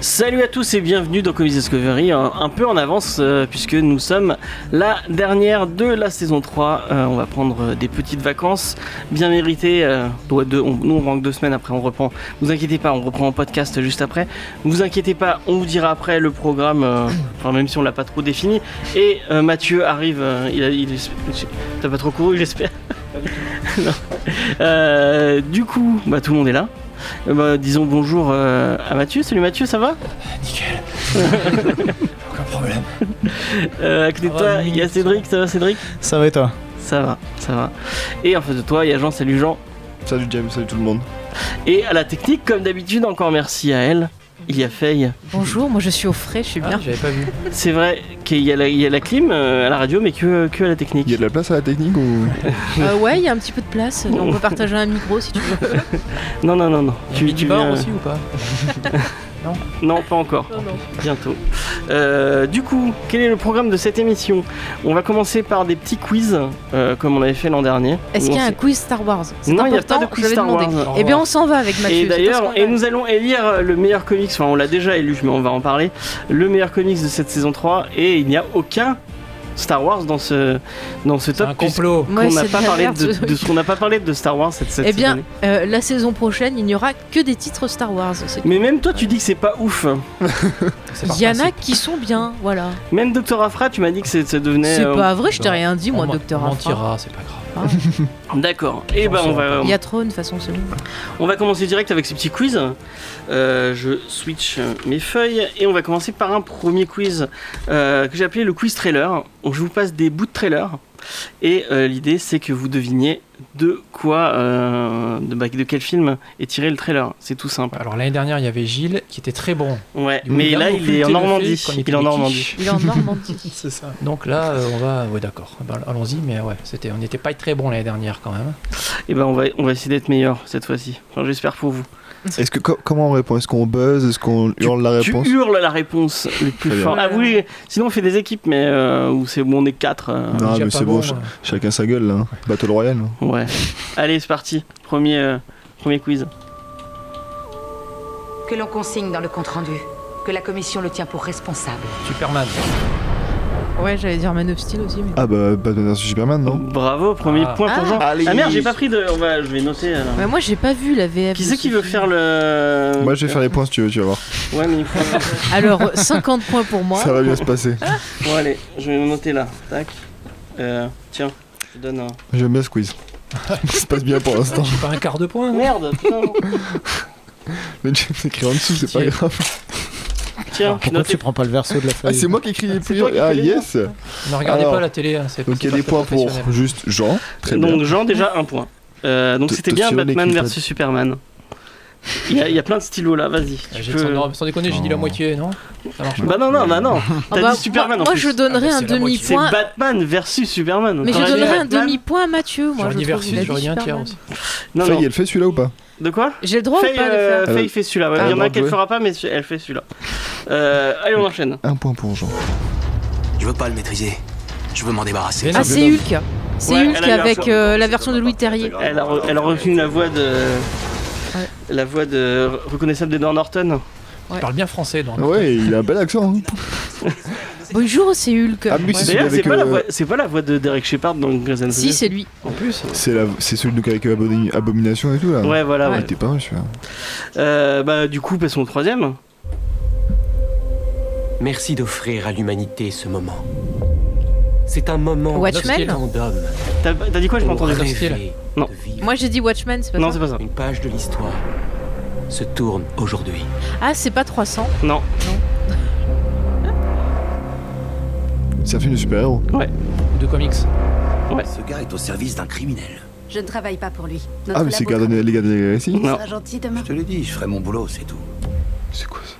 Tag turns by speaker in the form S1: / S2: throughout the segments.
S1: Salut à tous et bienvenue dans Comics Discovery, un, un peu en avance euh, puisque nous sommes la dernière de la saison 3. Euh, on va prendre euh, des petites vacances bien méritées. euh, ouais, deux- on- nous on manque deux semaines après, on reprend. Vous inquiétez pas, on reprend en podcast juste après. Vous inquiétez pas, on vous dira après le programme, euh, enfin, même si on l'a pas trop défini. Et euh, Mathieu arrive, euh, il a, il esp- t'as pas trop couru, j'espère. Non. Euh, du coup, bah, tout le monde est là. Euh, bah, disons bonjour euh, à Mathieu. Salut Mathieu, ça va
S2: Nickel. Euh, Aucun problème.
S1: Euh, à côté de
S2: Ah,
S1: toi,
S2: oui.
S1: il y a Cédric, ça va Cédric
S3: Ça va et toi
S1: Ça va, ça va. Et en face de toi, il y a Jean, salut Jean.
S3: Salut James, salut tout le monde.
S1: Et à la technique, comme d'habitude, encore merci à elle. Il y a Faye.
S4: Bonjour, moi je suis au frais, je suis bien.
S1: Ah,
S2: j'avais pas vu.
S1: C'est vrai qu'il y, a la- il y a la clim euh, à la radio, mais que, que à la technique.
S3: Il y a de la place à la technique ou
S4: Euh, ouais, il y a un petit peu de place, donc on peut partager un micro si tu veux.
S1: Non, non, non, non.
S2: Tu, tu
S1: viens-
S2: aussi ou pas
S1: Non, pas encore. Bientôt. Euh, du coup, quel est le programme de cette émission On va commencer par des petits quiz, euh, comme on avait fait l'an dernier.
S4: Est-ce
S1: Où on
S4: qu'il y a un
S1: s'est-
S4: quiz Star Wars C'est
S1: Non, il n'y a
S4: important,
S1: pas de quiz
S4: je l'avais
S1: Star
S4: demandé.
S1: Wars.
S4: Eh bien, on s'en va avec Mathieu.
S1: Et
S4: c'est tout ce qu'on
S1: d'ailleurs,
S4: a.
S1: et nous allons élire euh, le meilleur comics, enfin on l'a déjà élu, mais on va en parler, le meilleur comics de cette saison 3, et il n'y a aucun Star Wars dans ce, dans ce
S2: C'est
S1: top.
S2: un complot.
S1: puisqu'on
S4: Ouais,
S1: n'a
S4: c'est
S1: pas
S4: de la
S1: parlé
S4: merde,
S1: de,
S4: ce truc.
S1: de ce qu'on n'a pas parlé de Star Wars cette, cette
S4: Eh
S1: année.
S4: bien, euh, la saison prochaine, il n'y aura que des titres Star Wars. c'est tout.
S1: Mais même toi, tu dis que c'est pas ouf.
S2: C'est
S4: Il y en
S2: parfait,
S4: a qui sont bien, voilà.
S1: Même Dr. Afra, tu m'as dit que c'est- ça devenait.
S4: C'est
S1: euh,
S4: pas vrai, je t'ai
S2: non.
S4: rien dit,
S2: c'est-
S4: moi,
S2: on
S4: docteur Afra.
S2: mentira, c'est pas grave.
S1: D'accord. Et
S2: On
S1: ben, on
S2: saura
S1: va,
S4: Il y a trop, de toute façon, c'est bon.
S1: on va commencer direct avec ce petit quiz. Euh, je switch euh, mes feuilles et on va commencer par un premier quiz euh, que j'ai appelé le quiz trailer. Donc, je vous passe des bouts de trailer et euh, l'idée c'est que vous deviniez de quoi, euh, de, bah, de quel film est tiré le trailer. C'est tout simple.
S2: Alors l'année dernière, il y avait Gilles qui était très bon.
S1: Ouais,
S2: Du coup,
S1: mais
S2: il a
S1: là il
S2: occulté
S1: est en
S2: le fait
S1: Normandie.
S2: quand
S1: Il
S2: était
S1: est en
S2: petit.
S1: Normandie.
S4: Il est en Normandie.
S3: C'est ça.
S2: Donc là, euh, on va. Ouais, d'accord. Ben, Allons-y, mais ouais, c'était. On n'était pas très bon l'année dernière quand même.
S1: Et ben on va, on va essayer d'être meilleur cette fois-ci. Enfin, J'espère pour vous.
S3: Est-ce que co- comment on répond Est-ce qu'on buzz Est-ce qu'on hurle la
S1: Tu
S3: réponse
S1: hurles la réponse le plus
S3: Très bien.
S1: fort. Ah oui, sinon on fait des équipes, mais euh, où c'est où on est quatre. euh,
S2: Déjà
S3: Non, mais
S2: pas euh,
S3: c'est bon, je-
S2: moi.
S3: Chacun sa gueule là. Battle Royale. hein.
S1: Ouais. Allez, c'est parti. Premier, euh, premier quiz.
S5: Que l'on consigne dans le compte-rendu, que la commission le tient pour responsable.
S2: Superman.
S4: Ouais, j'allais dire Man of Steel aussi, mais.
S3: Ah bah Batman vs Superman non
S1: Bravo, premier
S2: Ah.
S1: point pour
S4: Ah.
S1: Jean.
S3: Allez.
S1: Ah merde, j'ai pas pris de. On va, je vais noter. alors.
S4: Ouais, moi, j'ai pas vu la VF.
S1: Qui
S4: de
S1: c'est
S4: ce
S1: qui veut
S4: film.
S1: faire le.
S3: Moi je vais faire les points si tu veux, tu vas voir.
S1: Ouais, mais il faut.
S4: Alors, 50 points pour moi.
S3: Ça va bien se passer.
S1: bon, allez, je vais noter là. Tac. Euh, tiens, je te donne un.
S3: J'aime bien ce quiz. Ça se passe bien pour l'instant.
S2: J'ai pas un quart de point. hein.
S1: Merde, putain.
S3: Mais tu écrit en dessous, c'est pas
S2: Pitié.
S3: grave.
S1: Tiens,
S6: Pourquoi
S1: notez.
S6: tu prends pas le verso de la
S3: Ah
S6: feuille
S3: c'est moi qui écris les
S1: C'est
S3: plus.
S1: toi qui
S3: Ah
S1: fais les
S3: yes
S2: Ne regardez
S3: Alors,
S2: pas la télé. hein, c'est-
S3: Donc il y
S2: c'est
S3: a des
S2: pas
S3: points pour
S2: professionnel.
S3: juste Jean. Très bien.
S1: Donc, Jean, déjà un point. Euh, donc,
S3: T-
S1: c'était
S3: t'es
S1: bien
S3: sûr,
S1: Batman
S3: l'équipe,
S1: versus Superman. Il y, a- il y a plein de stylos là, vas-y.
S2: Ah,
S1: tu
S2: j'ai-
S1: peux- Oh.
S2: sans, sans déconner, j'ai dit la moitié, non Ça marche pas.
S1: Bah non, non, bah non.
S4: Ah
S1: T'as
S4: bah,
S1: dit Superman
S4: moi,
S1: en
S4: moi,
S1: plus.
S4: je donnerais
S2: Ah bah,
S4: un
S2: c'est la moitié.
S1: C'est
S4: demi-point.
S1: Batman versus Superman.
S4: Mais je
S1: T'aurais dit
S4: donnerais un
S1: Batman
S4: demi-point à Mathieu, moi.
S2: J'aurais
S4: je
S2: dit
S4: trouve, il a
S2: versus,
S4: dit
S2: j'aurais dit un tiers
S4: Superman.
S2: aussi.
S1: Non,
S3: Faye,
S1: non.
S3: elle fait celui-là ou pas
S1: De quoi
S4: J'ai le droit
S1: Faye,
S4: ou pas de
S1: euh,
S4: le faire
S1: Faye fait celui-là. ouais.
S3: Ah,
S1: Il y en a
S3: bien
S1: qu'elle
S3: joué.
S1: fera pas, mais elle fait celui-là. Euh, allez, on enchaîne.
S3: Un point pour Jean.
S7: Je veux pas le maîtriser. Je veux m'en débarrasser.
S2: Mais
S4: Ah,
S2: non,
S4: c'est Hulk. C'est
S1: Ouais,
S4: Hulk
S1: elle a eu un
S4: avec
S1: choix.
S4: euh, la version de Louis Terrier.
S1: Elle a, re- elle a reconnu la voix de.
S4: Ouais.
S1: La voix de reconnaissable d'Edward Norton.
S2: Il parle bien français,
S1: Ah
S2: donc.
S3: Ouais, il a un bel accent. hein.
S4: Bonjour, c'est Hulk.
S3: Ah, mais
S4: Ouais.
S3: c'est-
S1: D'ailleurs,
S3: avec,
S1: c'est pas, la
S3: euh,
S1: voix- c'est pas la voix de Derek Shepard dans Grey's Anatomy.
S4: Si, c'est lui.
S2: En plus,
S3: C'est la- c'est celui donc avec Abomin- Abomination et tout là.
S1: Ouais, voilà.
S3: Il
S1: ouais.
S3: était pas mal celui-là.
S1: Euh, bah, du coup, passons au troisième.
S7: Merci d'offrir à l'humanité ce moment. C'est un moment
S4: Watchmen
S7: tant d'hommes
S1: T'as t'as dit quoi Je pas
S7: ont
S1: entendu.
S2: Watchmen.
S7: rêvé
S1: Non.
S7: de vivre.
S4: Moi, j'ai dit Watchmen, c'est pas
S1: Non,
S4: ça
S1: c'est pas ça.
S7: Une page de l'histoire se tourne aujourd'hui.
S4: Ah, c'est pas 300.
S1: Non.
S3: C'est un film de super-héros.
S2: de comics.
S7: Ce gars est au service d'un criminel.
S5: Je ne travaille pas pour lui. Notre
S3: Ah, mais c'est
S5: labo
S3: Gardiens- les Gardiens de la Galaxie
S1: Non.
S5: sera gentil demain.
S7: te l'ai dit, je ferai mon boulot, c'est tout.
S3: C'est quoi ça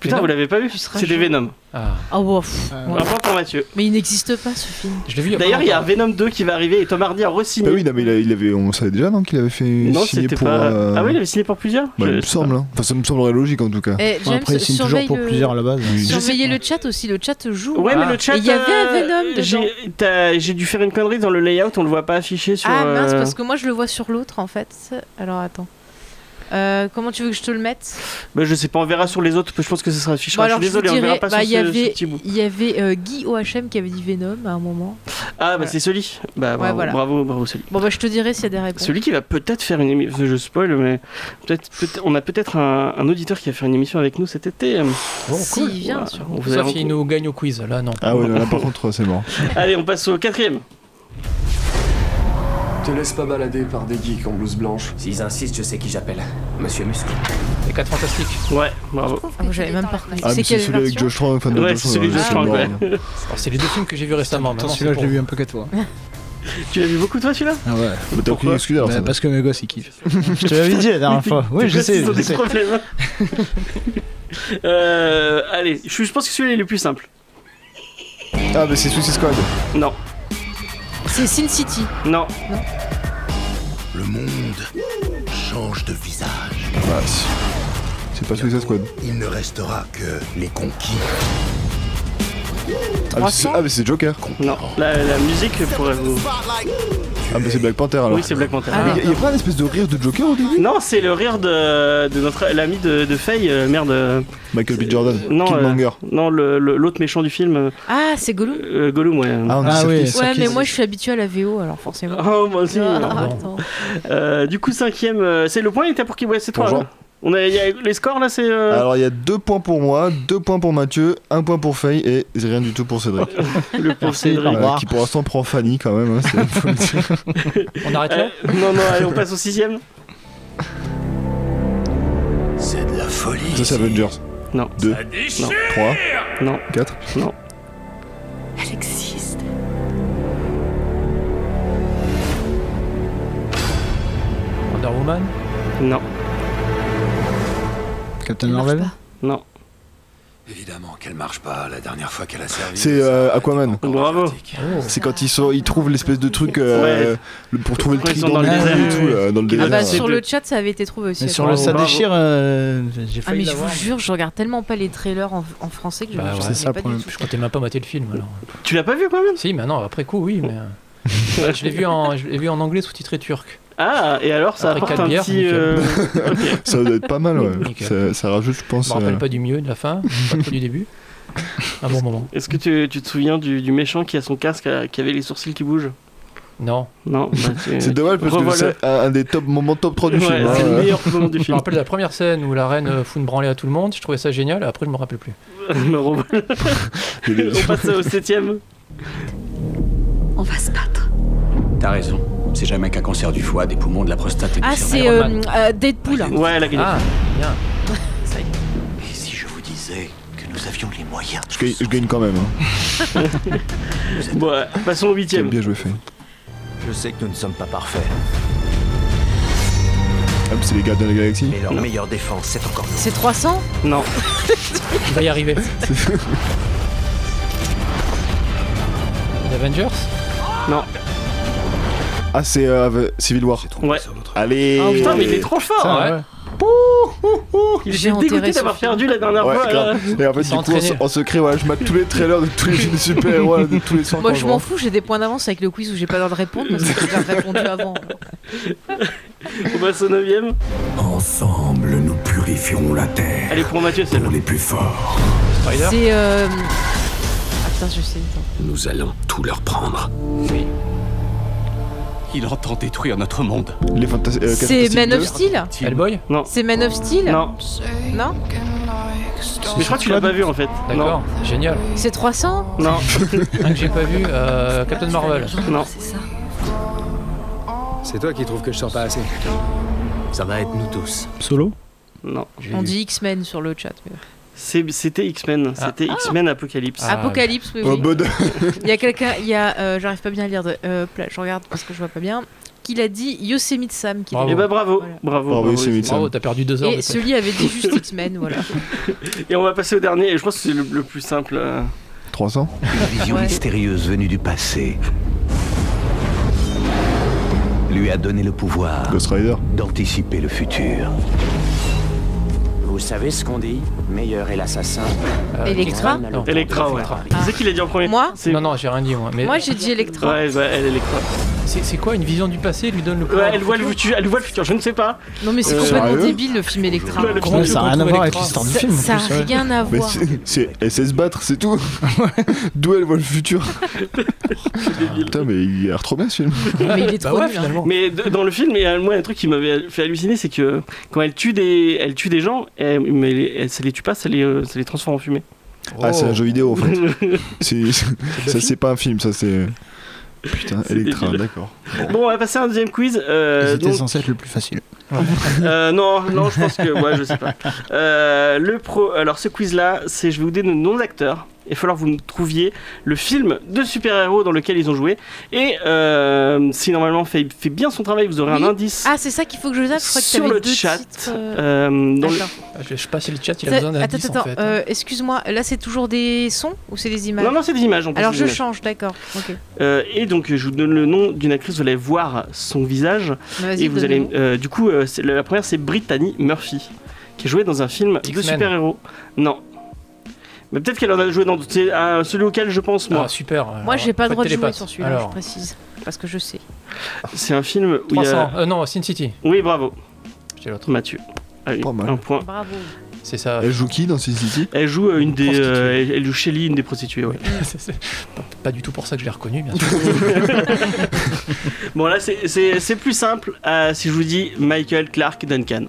S1: Putain,
S2: Venom
S1: vous l'avez pas vu
S2: sera
S1: C'est des
S2: chaud.
S1: Venom.
S2: Ah,
S4: Ah ouais, pff,
S2: Euh,
S1: Un
S4: ouais.
S1: point pour Mathieu.
S4: Mais il n'existe pas ce film.
S2: je l'ai vu.
S1: D'ailleurs, il y a
S2: pas
S1: un Venom 2 qui va arriver et Tom Hardy a re-signé.
S3: Bah oui, non, mais il a- il avait, on savait déjà non, qu'il avait fait
S1: non,
S3: signer
S1: c'était
S3: pour.
S1: pas.
S3: euh,
S1: Ah oui, il avait signé pour plusieurs
S3: bah, il
S1: Je-
S3: me semble, hein. enfin ça me semblerait logique en tout cas.
S4: Eh,
S6: Bon,
S4: James,
S6: après, ils signent toujours
S4: surveille
S6: pour
S4: le...
S6: plusieurs à la base.
S3: Du-
S4: Surveillez le chat aussi, le chat joue.
S1: Ouais, mais
S2: Ah.
S1: le chat.
S4: Et il y avait un
S1: euh,
S4: Venom dedans.
S1: j'ai- t'as- J'ai dû faire une connerie dans le layout, on le voit pas affiché sur.
S4: ah mince,
S1: euh,
S4: parce que moi je le vois sur l'autre en fait. Alors attends. Euh, comment tu veux que je te le mette
S1: Bah, je sais pas, on verra sur les autres, je pense que ça sera affiché.
S4: Bon,
S1: je
S4: alors,
S1: suis désolé,
S4: vous
S1: on verra
S4: dirai,
S1: pas
S4: bah,
S1: sur
S4: il y
S1: ce- ce
S4: avait,
S1: petit bout.
S4: il y avait euh, Guy OHM qui avait dit Venom à un moment.
S1: Ah, bah
S4: voilà.
S1: c'est celui. Bah, bravo,
S4: voilà.
S1: bravo, bravo, celui.
S4: Bon bah je te dirai s'il y a des réponses.
S1: Celui qui va peut-être faire une émission. Je spoil, mais peut-être, peut-être- on a peut-être un, un auditeur qui va faire une émission avec nous cet été.
S4: si, il vient,
S1: Voilà.
S4: sûr.
S1: On vous a
S2: Sauf
S1: rencontré.
S2: s'il nous gagne au quiz. Là, non.
S3: Ah ouais, non, là par contre c'est mort. Ah,
S1: Allez, on passe au quatrième.
S8: Te laisse pas balader par des geeks en blouse blanche.
S7: S'ils insistent, je sais qui j'appelle. Monsieur Muscle.
S2: Les 4 fantastiques.
S1: Ouais, bravo.
S4: Ah, moi, j'avais même pas reconnu.
S3: Ah, mais
S4: c'est
S3: c'est
S4: quelle
S3: celui avec
S4: version
S3: Josh Trank, enfin de
S1: Ouais,
S3: Josh
S1: c'est celui de
S3: Trank,
S1: Josh
S3: c'est
S1: Trank,
S3: mort.
S1: ouais.
S3: Bah,
S2: Alors, C'est les deux films que j'ai vus récemment.
S6: Attends,
S2: maintenant,
S6: celui-là,
S2: c'est
S6: je
S2: pour
S6: l'ai
S2: vous.
S6: vu un peu qu'à toi.
S1: Tu l'as vu beaucoup toi celui-là
S6: Ah ouais.
S3: Bah, T'as aucune excuse alors
S6: Bah,
S3: ça.
S6: parce que mes gosses, ils kiffent. je te l'avais dit la dernière fois. Oui, je
S1: Parce
S6: sais.
S1: qu'ils ont
S6: je
S1: des
S6: sais.
S1: problèmes. Euh, allez, je je pense que celui-là est le plus simple.
S3: Ah mais c'est Suicide Squad.
S1: Non,
S4: C'est Sin City.
S1: non,
S9: Le monde change de visage.
S3: Bah, si. c'est pas Suicide Squad.
S9: Il ne restera que les conquis.
S3: Ah mais c'est- ah, mais c'est Joker.
S1: non. La, la musique pourrait vous.
S3: Ah mais c'est Black Panther alors.
S1: Oui, c'est Black Panther.
S4: Ah,
S3: Y a- y a pas un espèce de rire de Joker au début
S1: Non, c'est le rire de, de notre l'ami de, de Faye, euh, merde. euh,
S3: Michael B. Jordan.
S1: Non,
S3: Killmonger.
S1: euh, non, le- le- l'autre méchant du film, euh,
S4: Ah, c'est Gollum
S1: euh, Gollum, ouais.
S3: Ah, on dit
S6: Ah
S3: Circus.
S6: oui,
S4: Ouais,
S6: Circus.
S4: mais moi je suis habitué à la VO alors
S3: Ah.
S4: forcément.
S1: Oh, moi aussi.
S4: Ah,
S2: bon.
S4: attends.
S1: Euh, du coup, cinquième, euh, c'est le point, il était pour qui Ouais, c'est toi.
S3: Bonjour.
S1: là. On a, il y a- les scores là, c'est. euh,
S3: Alors il y a deux points pour moi, deux points pour Mathieu, un point pour Faye et rien du tout pour Cédric.
S1: le pour
S6: merci,
S1: Cédric.
S6: au
S3: Euh,
S6: revoir.
S3: qui pour l'instant prend Fanny quand même. hein, c'est- faut le dire.
S2: On arrête
S1: Euh,
S2: là
S1: non, non, allez, on passe au sixième.
S9: C'est de la folie.
S3: Ça c'est Avengers.
S1: Non.
S3: Deux.
S1: Non.
S3: 3,
S1: Non.
S3: 4.
S5: Elle existe.
S2: Wonder Woman.
S1: Non.
S6: Captain
S4: Elle marche
S6: Marvel.
S1: Non.
S8: Évidemment qu'elle marche pas la dernière fois qu'elle a servi.
S3: C'est euh, Aquaman.
S1: Bravo.
S3: C'est quand ils, sont, ils trouvent l'espèce de truc euh, le- pour trouver le
S1: Quand ils sont
S3: trident
S1: dans
S3: dans
S1: le
S6: désert.
S3: et tout, là, dans le
S1: Ah
S4: Ah
S3: désert.
S4: bah
S1: c'est
S4: sur
S1: deux.
S4: le chat ça avait été trouvé aussi.
S6: Euh, Mais sur
S4: attends.
S6: le ça
S1: Bravo.
S6: déchire, euh, j'ai
S4: Ah mais
S6: failli
S4: je vous
S6: l'avoir.
S4: jure, je regarde tellement pas les trailers en, en français que je
S2: Bah,
S4: me
S2: ouais,
S4: souviens
S6: c'est ça,
S4: pas
S6: pour
S4: du
S6: le-
S4: tout.
S2: Je comptais Oh, même pas mater le film. Alors.
S1: Tu l'as pas vu quand même
S2: Si, maintenant, après coup, oui, mais. euh, Je l'ai vu en, je l'ai vu en anglais sous-titré turc.
S1: Ah, et alors ça
S2: Après
S1: apporte
S2: quatre
S1: un
S2: bières,
S1: petit.
S2: nickel.
S1: euh,
S3: Ça doit être pas mal, ouais.
S2: Nickel.
S3: ça, ça rajoute, je pense.
S2: Je me rappelle
S3: euh,
S2: pas du milieu, de la fin, pas trop du début. Un bon moment.
S1: Est-ce que tu, tu te souviens du, du méchant qui a son casque, euh, qui avait les sourcils qui bougent
S2: Non.
S1: Non. bah,
S3: C'est dommage parce que
S1: Revois-le.
S3: c'est un, un des top moments top 3 du
S1: Ouais,
S3: film. hein.
S1: c'est le meilleur moment du
S2: Je me
S1: film.
S2: rappelle de la première scène où la reine euh, fout une branlée à tout le monde. Je trouvais ça génial. Après, je me rappelle plus.
S1: Le robot.
S3: Il est-
S1: On passe au septième.
S5: On va se battre.
S7: T'as raison. C'est jamais qu'un cancer du foie, des poumons, de la prostate et du
S4: Ah
S7: cerveau.
S4: c'est
S2: Iron
S4: euh,
S2: Man.
S4: euh, Deadpool. hein.
S1: Ouais, elle a gagné.
S2: Ah, bien.
S4: euh,
S7: Et si je vous disais que nous avions les moyens
S3: Je gagne, je gagne quand même. hein.
S1: Bon, ouais, passons au huitième.
S3: Bien joué, Faye.
S7: Je sais que nous ne sommes pas parfaits,
S3: Ah, mais c'est les gardiens de la galaxie.
S7: mais leur meilleure défense, c'est encore nous.
S4: C'est 300
S1: Non.
S2: Il va y arriver. Les Avengers
S3: Ah, c'est euh, Ave- Civil War.
S1: Ouais. Oh,
S3: Allez
S4: Ah,
S1: Putain, mais il est trop fort. hein.
S6: Ah,
S2: ouais.
S6: ouais.
S1: Il
S4: J'ai
S1: était dégoûté
S4: enterré ce
S1: d'avoir
S4: film.
S1: perdu la dernière
S3: Ouais,
S1: fois. là.
S3: grave. Et en fait,
S2: Ils
S3: du
S2: sont
S3: coup, en, se-
S2: entraînés.
S3: en secret, ouais, je mate tous les trailers de tous les films de super-héros, de tous les soirs.
S4: Moi
S3: quand
S4: je
S3: rentre.
S4: m'en fous, j'ai des points d'avance avec le quiz où j'ai pas l'heure de répondre parce que j'ai déjà répondu avant.
S1: On passe au neuvième.
S8: Ensemble, nous purifions la terre.
S1: Allez, pour Mathieu, celle-là.
S8: les plus forts.
S2: Spider
S4: C'est euh... Ah putain je sais. attends.
S7: Nous allons tout leur prendre. Oui. Il entend détruire notre monde.
S3: Les fantas- euh,
S4: C'est
S3: Fantastic
S4: Man of
S3: Deux.
S4: Steel
S2: Hellboy
S4: C'est Man of Steel
S1: Non.
S4: Non
S1: Mais je crois que tu l'as pas vu en fait.
S2: D'accord, génial.
S4: C'est 300
S1: Non. Non.
S2: Un que j'ai pas vu, euh, Captain Marvel.
S1: Non.
S5: C'est ça.
S8: C'est toi qui trouves que je sors pas assez.
S7: Ça va être nous tous.
S6: Solo.
S1: Non.
S4: On dit X-Men sur le chat. mais-
S1: C'est- C'était X-Men.
S2: Ah.
S1: C'était X-Men Apocalypse.
S2: Ah,
S4: Apocalypse, oui,
S3: Oh,
S4: oui.
S3: Bud.
S4: Il y a quelqu'un, il y a, euh, j'arrive pas bien à lire, de, euh, hop là, je regarde parce que je vois pas bien, qu'il a dit Yosemite Sam. qu'il
S2: Bravo. Eh ben,
S4: a
S1: Et
S4: dit.
S1: bah bravo,
S4: Voilà.
S1: bravo,
S3: Bravo,
S1: bravo,
S3: Yosemite
S2: Bravo, oh, t'as perdu deux heures.
S4: Et
S2: de
S4: celui avait dit juste X-Men, voilà.
S1: Et on va passer au dernier, et je pense que c'est le, le plus simple. euh.
S3: 300
S8: Une vision
S4: Ouais.
S8: mystérieuse venue du passé lui a donné le pouvoir
S3: Ghost Rider.
S8: d'anticiper le futur.
S10: Vous savez ce qu'on dit Meilleur est l'assassin.
S2: Euh,
S4: Electra
S2: Electra Non.
S1: Electra, ouais.
S2: Electra.
S1: Qui c'est qui l'a dit en premier
S4: Moi
S1: C'est-
S2: Non, non, j'ai rien dit, moi. Mais
S4: Moi j'ai dit Electra.
S1: Ouais, bah, elle, Electra.
S2: c'est c'est quoi une vision du passé lui donne le pouvoir
S1: Ouais, elle
S2: du
S1: voit le
S2: futur
S1: futur, elle voit le futur, je ne sais pas.
S4: Non mais c'est
S1: Euh,
S4: complètement
S3: sérieux
S4: débile le film Electra.
S1: Ouais, le
S2: Comment
S6: ça
S2: tu
S6: n'a rien à
S2: retrouves
S6: voir avec
S2: Electra
S6: l'histoire du
S4: Ça-
S6: film. en
S4: Ça
S6: plus,
S4: a
S6: ouais.
S4: rien à
S3: Mais
S4: voir.
S3: c'est- c'est- elle sait se battre, c'est tout. D'où elle voit le futur. Putain, mais il a l'air trop bien ce film.
S4: Mais il est
S2: Bah
S4: trop
S2: ouais,
S4: nul. hein.
S2: finalement.
S1: Mais de- dans le film, il y a moi un truc qui m'avait fait halluciner, c'est que quand elle tue des, elle tue des gens, elle- mais elle, elle- ça les tue pas, ça les, euh, ça les transforme en fumée.
S3: Ah, c'est un jeu vidéo en fait. C'est- ça,
S2: Buffy
S3: c'est pas un film, ça, c'est. Putain,
S1: C'est
S3: Electra,
S1: débile.
S3: d'accord.
S1: Bon, on va passer à un deuxième quiz. euh,
S6: C'était
S1: donc-
S6: censé être le plus facile.
S1: Euh, non, non, je pense que, ouais, je sais pas. Euh, le pro, alors ce quiz-là, c'est je vais vous donner nos noms d'acteurs. Il va falloir que vous nous trouviez le film de super-héros dans lequel ils ont joué. Et euh, si normalement fait, fait bien son travail, vous aurez
S4: Oui.
S1: un indice
S4: Ah c'est ça qu'il faut que je zappe, je crois que
S1: sur
S4: t'avais
S1: le
S4: deux
S1: chat.
S4: titres. euh,
S1: euh, dans le-
S4: attends.
S2: Ah, Je je sais pas si le chat il a besoin
S4: Attends,
S2: d'un
S4: attends,
S2: 10 en
S4: attends,
S2: fait.
S4: euh, excuse-moi, là c'est toujours des sons ou c'est des images
S1: Non, non, c'est des images. on passe
S4: bah, Alors
S1: aux
S4: je
S1: images.
S4: change, d'accord. Ok.
S1: Euh, et donc, je vous donne le nom d'une actrice, vous allez voir son visage.
S4: Vas-y,
S1: Et vous
S4: donne-le.
S1: allez, euh, du coup, euh, c'est- la première c'est Brittany Murphy, qui a joué dans un film de
S2: X-Men.
S1: super-héros. Non. Mais peut-être qu'elle en a joué dans c'est, euh, celui auquel je pense moi.
S2: Ah, super.
S4: Moi j'ai pas le droit de jouer
S2: télépathe.
S4: sur celui-là, je
S2: Alors,
S4: précise. Parce que je sais.
S1: C'est un film où il y a.
S2: 300. euh, non, Sin City.
S1: Oui, bravo,
S2: J'ai l'autre.
S1: Mathieu. Ah oui,
S3: Pas mal.
S1: Un point.
S4: Bravo.
S2: C'est ça.
S3: Elle joue qui dans Sin City
S1: Elle joue euh, une des.
S2: prostituée.
S1: euh, elle- elle joue Shelly, une des prostituées, ouais.
S2: C'est- c'est pas, pas du tout pour ça que je l'ai reconnu, bien sûr.
S1: Bon, là c'est- c'est c'est plus simple euh, si je vous dis Michael Clark Duncan.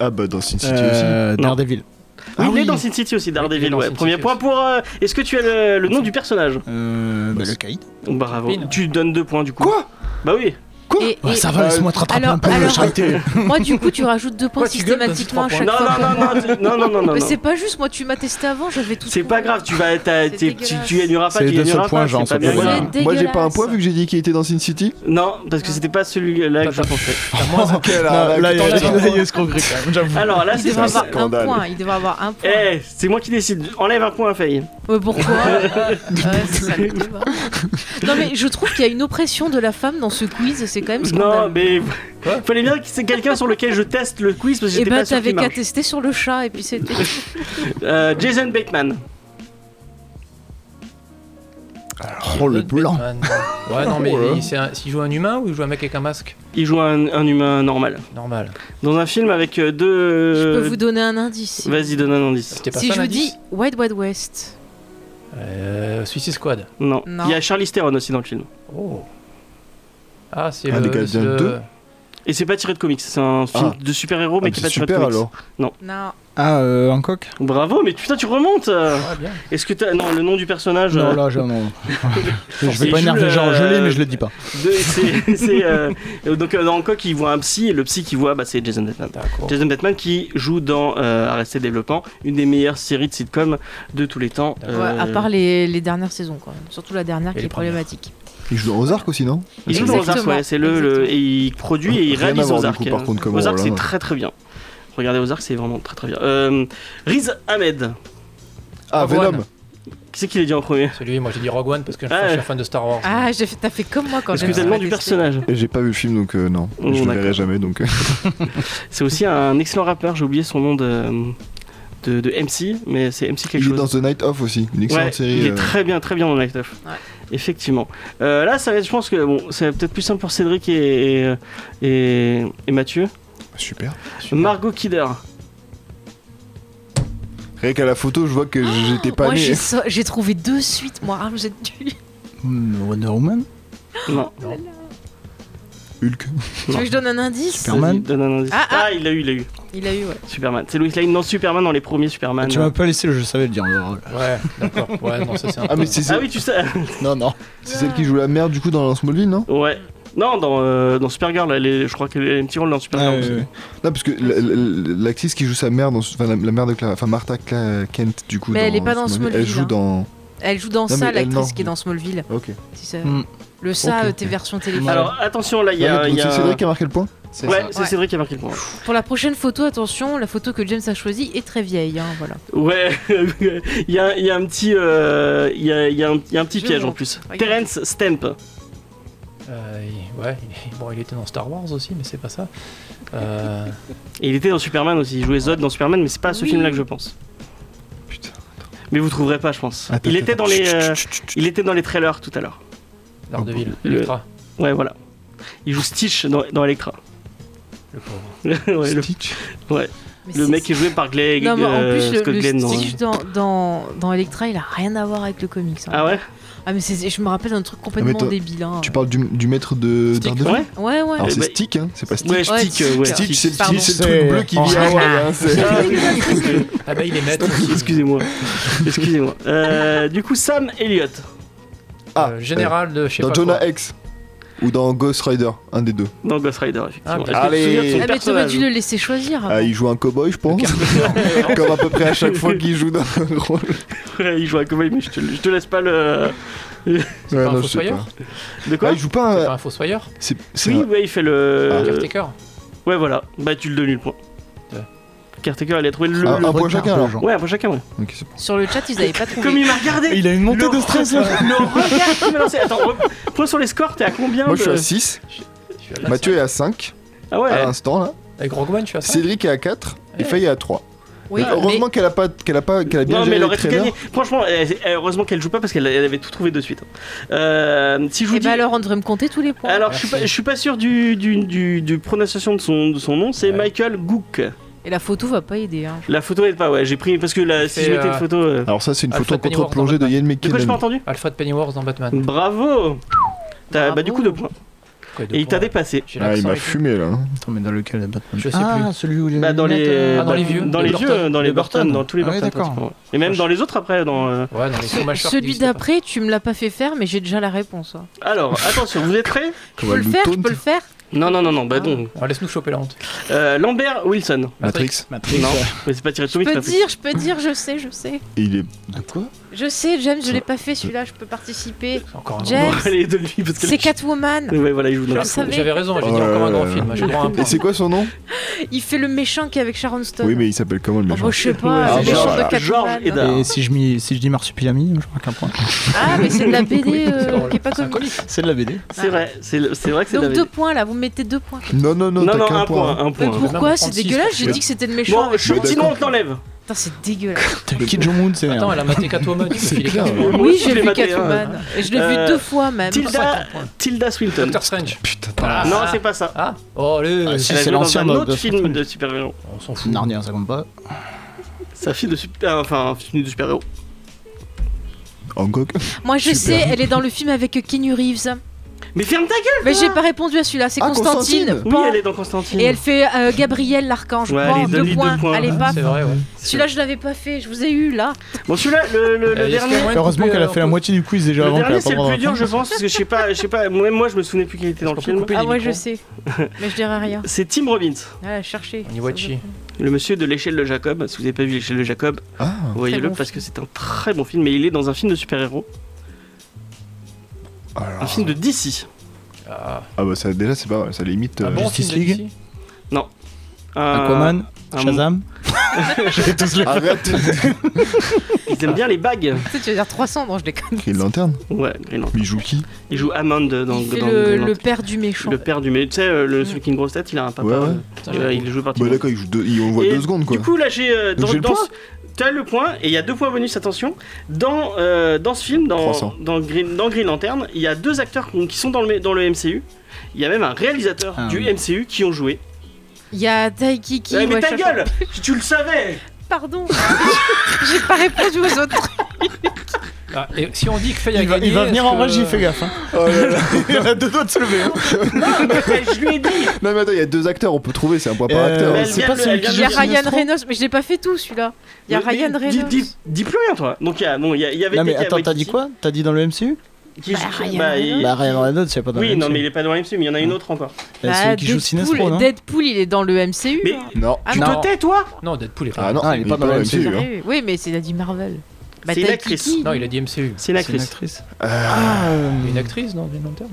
S3: Ah, bah dans Sin City aussi.
S6: Euh,
S1: Non.
S6: Daredevil.
S1: Oui, il
S6: Ah oui.
S1: est dans Sin City aussi,
S2: Oui, il est
S1: Daredevil,
S2: dans
S1: ouais.
S2: Sin
S1: Premier
S2: City
S1: point
S2: aussi.
S1: pour. euh, Est-ce que tu as le, le nom du personnage
S6: Euh, bah, le caïd.
S1: Bravo.
S2: Pin.
S1: Tu donnes deux points du coup.
S6: Quoi
S1: Bah oui.
S4: Et-
S6: Ah,
S4: et-
S6: ça va,
S3: Euh,
S6: laisse-moi te rattraper
S4: alors-
S6: un peu.
S4: alors-
S6: j'arrêtais.
S4: Moi du coup tu rajoutes deux points
S2: Pourquoi tu gueules,
S4: systématiquement à
S2: donne-toi
S4: chaque
S1: Non,
S4: fois.
S1: non, non, non, tu- non, non, non, non.
S4: Mais
S1: non.
S4: c'est pas juste, moi tu m'as testé avant, j'avais tout.
S1: C'est pas
S4: trouvé.
S1: grave, tu vas, t'as-
S4: C'est
S1: t'es- tu,
S4: dégueulasse.
S1: tu gagneras pas,
S6: C'est
S1: tu
S6: les deux
S1: gagneras
S6: seuls points,
S1: pas,
S6: genre,
S1: c'est pas
S6: c'est
S1: bien
S6: pas
S1: grave.
S3: Moi,
S6: mal.
S3: j'ai pas un
S4: dégueulasse.
S3: point vu que j'ai dit qu'il était dans Sin City.
S1: Non, parce que c'était pas celui-là que je pensais.
S2: T'as moins un.
S3: Quelle
S6: Ah, Là, il y a-
S2: Attends, là,
S6: là, il y a escroquerie quand même, j'avoue.
S1: Alors là,
S4: Il
S1: c'est
S4: devrait
S1: ça.
S4: avoir un
S3: scandale.
S4: point, il devrait avoir un
S1: Eh,
S4: point.
S1: c'est moi qui décide. Enlève un point à Faye.
S4: Mais pourquoi Ouais, c'est ça, le débat. Non mais je trouve qu'il y a une oppression de la femme dans ce quiz, c'est quand même
S1: Non,
S4: scandaleux.
S1: mais
S2: Quoi
S1: fallait bien que c'est quelqu'un sur lequel je teste le quiz parce que
S4: Et
S1: j'étais
S4: bah
S1: pas sûr
S4: t'avais
S1: qu'il
S4: qu'à
S1: marche.
S4: tester sur le chat et puis c'était.
S1: Euh, Jason Bateman.
S3: Oh, le blanc.
S2: Batman. Ouais, Ah, non, mais
S3: Oh là là.
S2: il- c'est un- s'il joue un humain ou il joue un mec avec un masque
S1: Il joue un, un humain normal
S2: Normal.
S1: dans un film avec euh,
S4: Je peux
S1: deux.
S4: vous donner un indice.
S1: Vas-y, donne un indice.
S2: C'était pas
S4: Si
S2: ça,
S4: je vous
S2: l'indice
S4: dis Wide Wide West.
S2: Euh, Suicide Squad.
S1: Non.
S4: Non.
S1: Il y a Charlie Theron aussi dans le film.
S2: Oh. Ah, c'est
S3: Ah,
S2: le.
S3: des Gardiens
S2: c'est le-
S3: 2.
S1: Et c'est pas tiré de comics. C'est un film
S3: Ah.
S1: de super-héros mais
S3: Ah,
S1: qui est
S3: c'est
S1: pas tiré de
S3: super
S1: comics.
S3: alors.
S4: Non.
S6: Ah, euh, Hancock
S1: Bravo, mais putain, tu remontes. euh.
S2: Ah, bien.
S1: Est-ce que t'as non le nom du personnage euh,
S6: Non, là, je, non. je
S1: Il
S6: vais
S1: joue
S6: pas énerver
S1: le-
S6: les gens. Je l'ai, mais je le dis pas.
S1: de- c'est- c'est, euh, donc euh, dans Hancock, il voit un psy et le psy qu'il voit, bah, c'est Jason Bateman.
S2: D'accord.
S1: Jason Bateman qui joue dans euh, Arrested Development, une des meilleures séries de sitcom de tous les temps.
S4: Ouais,
S1: Euh,
S4: à part les, les dernières saisons, quand même. Surtout la dernière
S2: Et
S4: qui
S2: les
S4: est problématique.
S3: Il joue dans Ozark aussi, non
S1: il joue dans Ozark,
S4: Exactement.
S1: ouais, c'est le, le- et il produit et il
S3: Rien à
S1: réalise
S3: voir, du
S1: Ozark.
S3: coup, par contre, comme
S1: Ozark,
S3: rôle,
S1: c'est
S3: hein.
S1: très très bien. Regardez Ozark, c'est vraiment très très bien. Euh, Riz Ahmed,
S3: Ah,
S2: Avoine.
S3: Venom.
S1: qui c'est qui l'a dit en premier
S2: Celui, moi j'ai dit Rogue One parce que je
S1: Ah,
S2: je suis
S1: ouais.
S2: un fan de Star Wars.
S4: Ah, j'ai fait- t'as fait comme moi quand
S1: Parce
S4: j'ai
S1: que t'as le nom du personnage.
S3: Et j'ai pas vu le film donc euh, non,
S1: Oh,
S3: je le
S1: d'accord.
S3: verrai jamais donc. euh,
S1: C'est aussi un excellent rappeur, j'ai oublié son nom de, de, de MC, mais c'est MC quelque
S3: il
S1: chose.
S3: est dans The Night Off aussi, une excellente
S1: Ouais,
S3: série.
S1: Il est
S3: euh,
S1: très bien, très bien dans Life Stuff.
S4: Ouais.
S1: Effectivement. Euh, là, ça va être, je pense que bon, c'est peut-être plus simple pour Cédric et, et, et- et Mathieu.
S3: Super.
S1: Margot Kidder.
S3: Rien qu'à la photo, je vois que
S1: Ah,
S3: j'étais pas hein.
S4: Moi,
S3: né.
S4: j'ai so- j'ai trouvé deux suites, moi. Ah, vous êtes nuls.
S6: Hmm, Wonder Woman
S1: Non.
S3: Hulk.
S4: Tu veux que je donne un indice
S6: Super. Superman.
S1: Vas-y, donne un indice.
S4: Ah, ah.
S1: il l'a eu, il l'a eu.
S4: Il a eu, ouais.
S1: Superman. C'est Louis Lane. Non, Superman dans les premiers
S3: Ah,
S1: Superman.
S6: Tu m'as pas laissé, je savais le dire. euh,
S2: Ouais, d'accord. Ouais, non, ça c'est un.
S3: Ah mais c'est
S1: Ah
S3: celle-
S1: oui, tu sais.
S6: Non, non.
S3: c'est celle qui joue la mère du coup dans Smallville, non
S1: ouais. Non, dans, euh, dans Supergirl, elle est- je crois qu'elle a un petit rôle dans
S6: Ah
S3: Ah,
S1: Supergirl. aussi.
S6: Euh,
S3: Non parce que l- l- l'actrice qui joue sa mère dans enfin la, la mère de Clara, enfin Martha Cla- Kent du coup
S4: Mais elle
S3: dans
S4: est pas dans
S3: Smallville,
S4: Smallville,
S3: elle joue
S4: hein.
S3: dans
S4: Elle joue dans
S3: Non,
S4: ça,
S3: mais elle,
S4: l'actrice
S3: non.
S4: qui est dans Smallville.
S3: Ok.
S4: Si ça-
S3: Hmm.
S4: Le ça,
S3: Ok.
S4: euh, tes versions téléphone.
S1: Alors attention, là il y
S3: Ouais,
S1: a.
S3: mais
S1: il y a-
S3: C'est Cédric qui a marqué le point
S1: Ouais, c'est
S4: Ouais.
S1: Cédric qui a marqué le point.
S4: Pour la prochaine photo, attention, la photo que James a choisie est très vieille. hein, voilà.
S1: Ouais, il y a, il y a un petit, euh, il y a, il y a un, il y a un petit
S4: Je
S1: piège
S4: vois.
S1: en plus.
S4: Regarde.
S1: Terence Stamp.
S2: Euh, il- ouais, il- bon, il était dans Star Wars aussi, mais c'est pas ça. Euh,
S1: Et il était dans Superman aussi. Il jouait Zod dans Superman, mais c'est pas ce
S4: Oui.
S1: film-là que je pense. Mais vous trouverez pas, je pense.
S3: Attends,
S1: il était
S3: attends,
S1: dans les, euh, il était dans les trailers tout à l'heure.
S2: L'art de ville,
S1: Le-
S2: Electra,
S1: Ouais, voilà. Il joue Stitch dans, dans Electra.
S2: le pauvre.
S1: ouais, le,
S3: Stitch
S1: ouais.
S4: Mais
S1: le
S4: c'est-
S1: mec qui est joué par Glenn,
S4: Non, mais en plus, le,
S1: Scott
S4: le
S1: Glenn. dans-
S4: Stitch dans, dans, dans Electra, il a rien à voir avec le comics. hein.
S1: Ah ouais
S4: Ah, mais c'est- je me rappelle d'un truc complètement
S3: Ah, toi,
S4: débile. hein.
S3: Tu parles du, du maître de
S2: Stick,
S3: Daredevil
S1: Ouais.
S4: Ouais, ouais.
S3: Alors
S1: Euh,
S3: c'est
S1: bah,
S3: Stick, hein, c'est pas Stick.
S1: Ouais,
S4: Ouais,
S1: Stick, euh, ouais.
S4: Stick.
S3: Stitch, c'est le,
S4: Pardon.
S3: c'est le truc bleu qui
S6: C'est-
S3: vient.
S6: Ah,
S3: ouais, hein, c'est-
S1: Ah, oui, oui,
S2: Ah bah il est maître.
S1: oui. Excusez-moi. Excusez-moi. Euh, du coup, Sam Elliott.
S3: Ah,
S2: Euh, général de je sais
S3: dans
S2: pas
S3: Jonah
S2: quoi.
S3: X ou dans Ghost Rider, un des deux.
S1: Dans Ghost Rider, effectivement.
S2: Ah,
S1: Est-ce que tu te souviens de
S3: allez.
S1: son
S4: Ah, mais t'aurais
S1: personnage
S4: dû le laisser choisir. avant.
S3: Ah, il joue un cowboy, je pense. Comme à peu près à chaque fois qu'il joue dans un rôle.
S1: Ouais, il joue à cowboy, mais je te, je te laisse pas le.
S3: C'est
S2: pas un fossoyeur
S1: De quoi
S3: Ah, il joue pas
S2: C'est
S3: un.
S2: pas un fossoyeur
S3: C'est c'est
S1: Oui,
S3: un-
S1: ouais, il fait
S3: Ah,
S1: le.
S2: Caretaker
S1: ouais, voilà. Bah, tu le donnes le point.
S2: Ouais.
S1: Caretaker, il a trouvé le.
S6: Ah,
S3: un- un point chacun alors.
S1: Ouais, après chacun, ouais.
S3: Ok, c'est bon.
S4: Sur le chat, ils avaient pas trouvé.
S1: Comme il m'a regardé
S6: Il a une montée
S1: Le-
S6: de stress là.
S1: Le regard qu'il m'a lancé. Attends, re- point sur les scores, t'es à combien
S3: Moi je suis
S1: de-
S3: à 6,
S2: Je suis à la-
S3: Mathieu est à 5
S1: Ah ouais
S3: à l'instant là,
S2: Avec Rogue One, tu as ça
S3: Cédric est à 4 et
S2: Ouais.
S3: Faye est à 3.
S4: Oui,
S3: Mais Euh, heureusement qu'elle a pas qu'elle a pas qu'elle a bien
S1: non mais
S3: géré
S1: elle
S3: le
S1: aurait tout
S3: trailer.
S1: gagné. Franchement, elle- elle- heureusement qu'elle joue pas parce qu'elle elle avait tout trouvé de suite. Euh, si je vous
S4: Et
S1: dis,
S4: bah alors, on devrait me compter tous les points.
S1: alors, je suis pas, je suis pas sûr du, du, du, du prononciation de son, de son nom. C'est
S2: Ouais.
S1: Michael Gook.
S4: Et la photo va pas aider. hein.
S1: La photo est pas ouais. J'ai pris parce que la, si
S2: C'est,
S1: je mettais
S2: euh,
S1: une photo. euh,
S3: Alors ça c'est une photo
S2: Alfred Pennyworth
S3: contre-plongée
S2: dans
S3: ah, de Ian
S1: De quoi j'ai pas
S3: McKellen.
S1: entendu
S2: Alfred Pennyworth dans Batman.
S1: Bravo. T'as-
S4: Bravo.
S1: Bah du coup deux points.
S2: Quoi, deux
S1: Et il t'a
S2: points.
S1: dépassé.
S2: J'ai
S3: Ah, il
S2: l'accent
S3: m'a
S2: et tout.
S3: fumé là. hein.
S6: Attends, mais dans lequel Batman
S2: Je sais
S6: ah,
S2: plus.
S6: celui où il a
S1: Bah,
S6: les
S1: dans
S6: lunettes,
S1: les
S6: euh,
S2: Ah, dans les vieux.
S1: dans
S2: Les
S1: les
S2: Burton.
S1: vieux, dans les
S6: Les
S1: Burton,
S6: Burton.
S1: dans tous les
S6: Ah ouais,
S1: Burton.
S6: d'accord.
S1: pratiquement, ouais. Et même dans les autres après. Dans euh,
S2: Ouais, dans les Schumacher qui
S4: Celui
S2: existent Ah, pas.
S4: d'après, tu me l'as pas fait faire, mais j'ai déjà la réponse. hein.
S1: alors attention, vous êtes prêts
S4: Je
S3: Comment
S4: peux
S3: elle
S4: le
S3: nous
S4: faire, je
S3: taunte.
S4: peux le faire.
S1: Non non non non. Bah non.
S2: Ah, Laisse-nous choper la honte.
S1: Euh, Lambert Wilson.
S3: Matrix.
S6: Matrix.
S1: Non, mais c'est pas tiré de
S4: Je
S1: Comics,
S4: peux
S1: ça fait-
S4: dire, je peux dire, je sais, je sais.
S3: Et il est
S6: De quoi
S4: Je sais, James, je l'ai pas fait celui-là, je peux participer.
S2: C'est Encore un
S4: James,
S2: grand
S1: Bon, allez, de lui, parce que
S4: C'est Catwoman.
S1: Ouais, voilà, il joue dans
S4: Je
S1: la-
S4: le savais.
S2: J'avais raison, j'ai dit
S3: Oh là
S2: encore un
S3: là
S2: grand
S6: Euh,
S3: là
S2: film.
S3: là.
S2: J'ai droit à un point.
S3: Et c'est quoi son nom
S4: Il fait le méchant qui est avec Sharon Stone.
S3: Oui, mais il s'appelle comment le
S4: Oh,
S3: méchant
S4: bah, je sais pas,
S3: Ouais,
S4: le méchant
S3: Georges-
S4: de Catwoman.
S1: Georges Edda.
S6: Et si je, mis- si je dis Marsupilami, je marque un point.
S4: Ah, mais c'est de la BD euh,
S2: C'est drôle.
S4: qui est pas
S2: C'est un
S4: comique.
S2: comique.
S6: C'est de la BD.
S1: C'est vrai, c'est le- c'est vrai que c'est
S4: Donc
S1: David.
S4: deux points là, vous me mettez deux points.
S3: Non, non, non,
S1: Non,
S3: t'as
S1: non,
S3: qu'un
S1: un
S3: point.
S1: point, un
S4: Mais
S1: point.
S4: pourquoi C'est
S2: 36,
S4: dégueulasse, j'ai
S2: ouais.
S4: dit que c'était le méchant.
S1: Bon,
S4: avec
S1: je,
S4: Sharon
S1: sinon
S4: Stone.
S1: on t'enlève.
S4: Putain, c'est dégueulasse.
S6: T'as Kid Jong-un, c'est
S2: Attends,
S6: rien.
S2: elle a maté Catwoman. tu me files les
S3: clair.
S2: cartes.
S1: Moi
S4: Oui,
S1: aussi, je
S4: j'ai
S1: l'ai
S4: vu
S1: maté, hein.
S4: Catwoman. Et je l'ai
S1: Euh,
S4: vu deux fois même.
S1: Tilda, Tilda Swinton.
S2: Doctor Strange.
S3: Putain,
S2: Ah,
S1: non, c'est pas ça.
S2: Ah Oh, le.
S6: Ah, si,
S1: Elle a
S6: c'est
S1: joué dans
S6: l'ancien
S1: un
S6: mode
S1: autre
S6: de
S1: film de super-héros.
S2: On s'en fout.
S6: Narnia, ça compte pas.
S1: Sa fille de super, enfin, un film de super-héros.
S3: Hancock.
S4: Moi je
S3: Super.
S4: sais, elle est dans le film avec Keanu Reeves.
S1: Mais ferme ta gueule.
S4: Mais j'ai pas répondu à celui-là, c'est
S3: Ah,
S4: Constantine.
S3: Constantine.
S1: Oui,
S4: Pan.
S1: elle est dans Constantine.
S4: Et elle fait euh, Gabriel l'archange.
S1: Ouais,
S4: Pan,
S1: allez,
S4: deux,
S1: donne-lui deux
S4: points.
S1: points.
S4: Allez,
S2: Ah,
S4: paf.
S2: C'est vrai, ouais.
S4: Celui-là, je l'avais pas fait, je vous ai eu là.
S1: Bon, celui-là, le, le- le
S2: Euh, est-ce qu'il y
S1: dernier.
S2: a moyen de
S6: Heureusement
S2: couper,
S6: qu'elle a
S2: euh,
S6: fait la moitié du quiz déjà
S1: Le
S6: avant qu'elle
S1: dernier,
S6: a pas
S1: c'est le
S6: droit
S1: plus
S6: d'avoir
S1: dur, je
S6: un point.
S1: pense, parce que je sais pas, je sais pas, même moi je me souvenais plus qu'il était dans le
S2: Est-ce qu'on peut
S1: film.
S2: couper les
S4: Ah ouais,
S2: micros
S4: je sais. Mais je dirais rien.
S1: C'est Tim Robbins,
S4: Ah, chercher.
S2: On y voit chi.
S1: le monsieur de l'échelle de Jacob. Si vous avez pas vu l'échelle de Jacob,
S3: Ah,
S1: voyez-le
S4: bon
S1: parce que c'est un très bon film. Mais il est dans un film de super-héros,
S3: alors.
S1: un film de DC.
S2: Ah,
S3: Ah, bah ça, déjà, c'est pas mal, ça limite.
S2: un
S3: euh,
S2: bon
S6: Justice
S2: film de
S6: League.
S2: DC.
S1: Un-
S6: Aquaman,
S1: Euh, un-
S6: Shazam.
S3: Arrête
S1: Ils aiment bien les bagues.
S4: Tu sais, tu vas dire 300, non, je déconne.
S3: Green Lantern
S1: Ouais, Green Lantern.
S3: Mais il joue qui
S1: Il joue Hammond dans, dans
S4: Il fait
S1: dans
S4: le,
S1: Green
S4: le
S1: Lantern.
S4: père du méchant.
S1: Le père du mais tu sais euh, le celui
S4: Mm.
S1: qui a une grosse tête, il a un papa.
S3: Ouais, ouais.
S1: euh,
S2: Putain,
S1: euh,
S2: j'avoue.
S1: il joue parti.
S3: Bah, d'accord, il joue deux, il- on voit
S1: Et
S3: deux secondes quoi.
S1: Du coup, là j'ai euh,
S3: Donc
S1: dans,
S3: j'ai le
S1: dans
S3: point
S1: ce- t'as le point et il y a deux points bonus attention. Dans euh, dans ce film dans
S3: 300.
S1: dans Green dans Green Lantern, il y a deux acteurs qui sont dans le dans le MCU. Il y a même un réalisateur
S6: Ah,
S1: du
S6: oui.
S1: MCU qui ont joué.
S4: Il y a Taiki qui.
S1: Ouais, Eh, mais
S4: ouais,
S1: ta
S4: je-
S1: gueule tu, tu le savais
S4: Pardon J'ai pas répondu aux autres.
S2: Ah, et si on dit que Faye a
S6: Il va,
S2: gagné.
S6: il va venir
S2: est-ce
S6: en
S2: que-
S6: régie, fais gaffe. hein. il a deux doigts de se lever. hein.
S1: Je lui ai dit
S3: Non, mais attends, il y a deux acteurs, on peut trouver, c'est un point par
S6: Euh,
S3: acteur.
S1: Mais elle
S6: c'est
S1: vient
S6: pas
S1: de-
S6: celui
S1: elle vient
S6: qui
S4: Il
S1: de-
S4: y a
S6: Juste
S4: Ryan
S6: Sinestro.
S4: Reynolds, mais je l'ai pas fait tout celui-là. Il y a
S1: Mais-
S4: Ryan
S1: mais dis-
S4: Reynolds.
S1: dis- Dis plus rien toi Donc il y a bon, il y a- il y avait
S6: Non, mais
S1: Taika
S6: attends, t'as
S1: Waititi
S6: dit quoi T'as dit dans le MCU
S1: qui-
S4: Bah, Ryan
S1: bah, il-
S6: Bah, Ryan Reynolds, c'est pas dans le
S1: Oui,
S6: MCU.
S1: non mais il est pas dans le MCU, mais il y en a une autre encore.
S6: Euh,
S4: Bah,
S6: celui qui joue hein. Sinestro, non
S4: Deadpool, il est dans le MCU.
S1: Mais
S4: hein.
S3: Non.
S4: Ah
S1: tu
S2: non.
S1: te tais toi
S2: Non, Deadpool est pas.
S3: Ah non,
S6: Ah,
S3: il est pas dans la
S6: MCU,
S3: MCU. hein.
S4: Sérieux Oui, mais c'est a dit Marvel. Bah,
S1: c'est une
S4: t'as
S1: actrice.
S4: Kiki.
S2: Non, il a dit MCU.
S1: C'est une
S2: C'est une
S1: actrice.
S2: actrice.
S6: Ah, euh,
S2: Une actrice, non, du long terme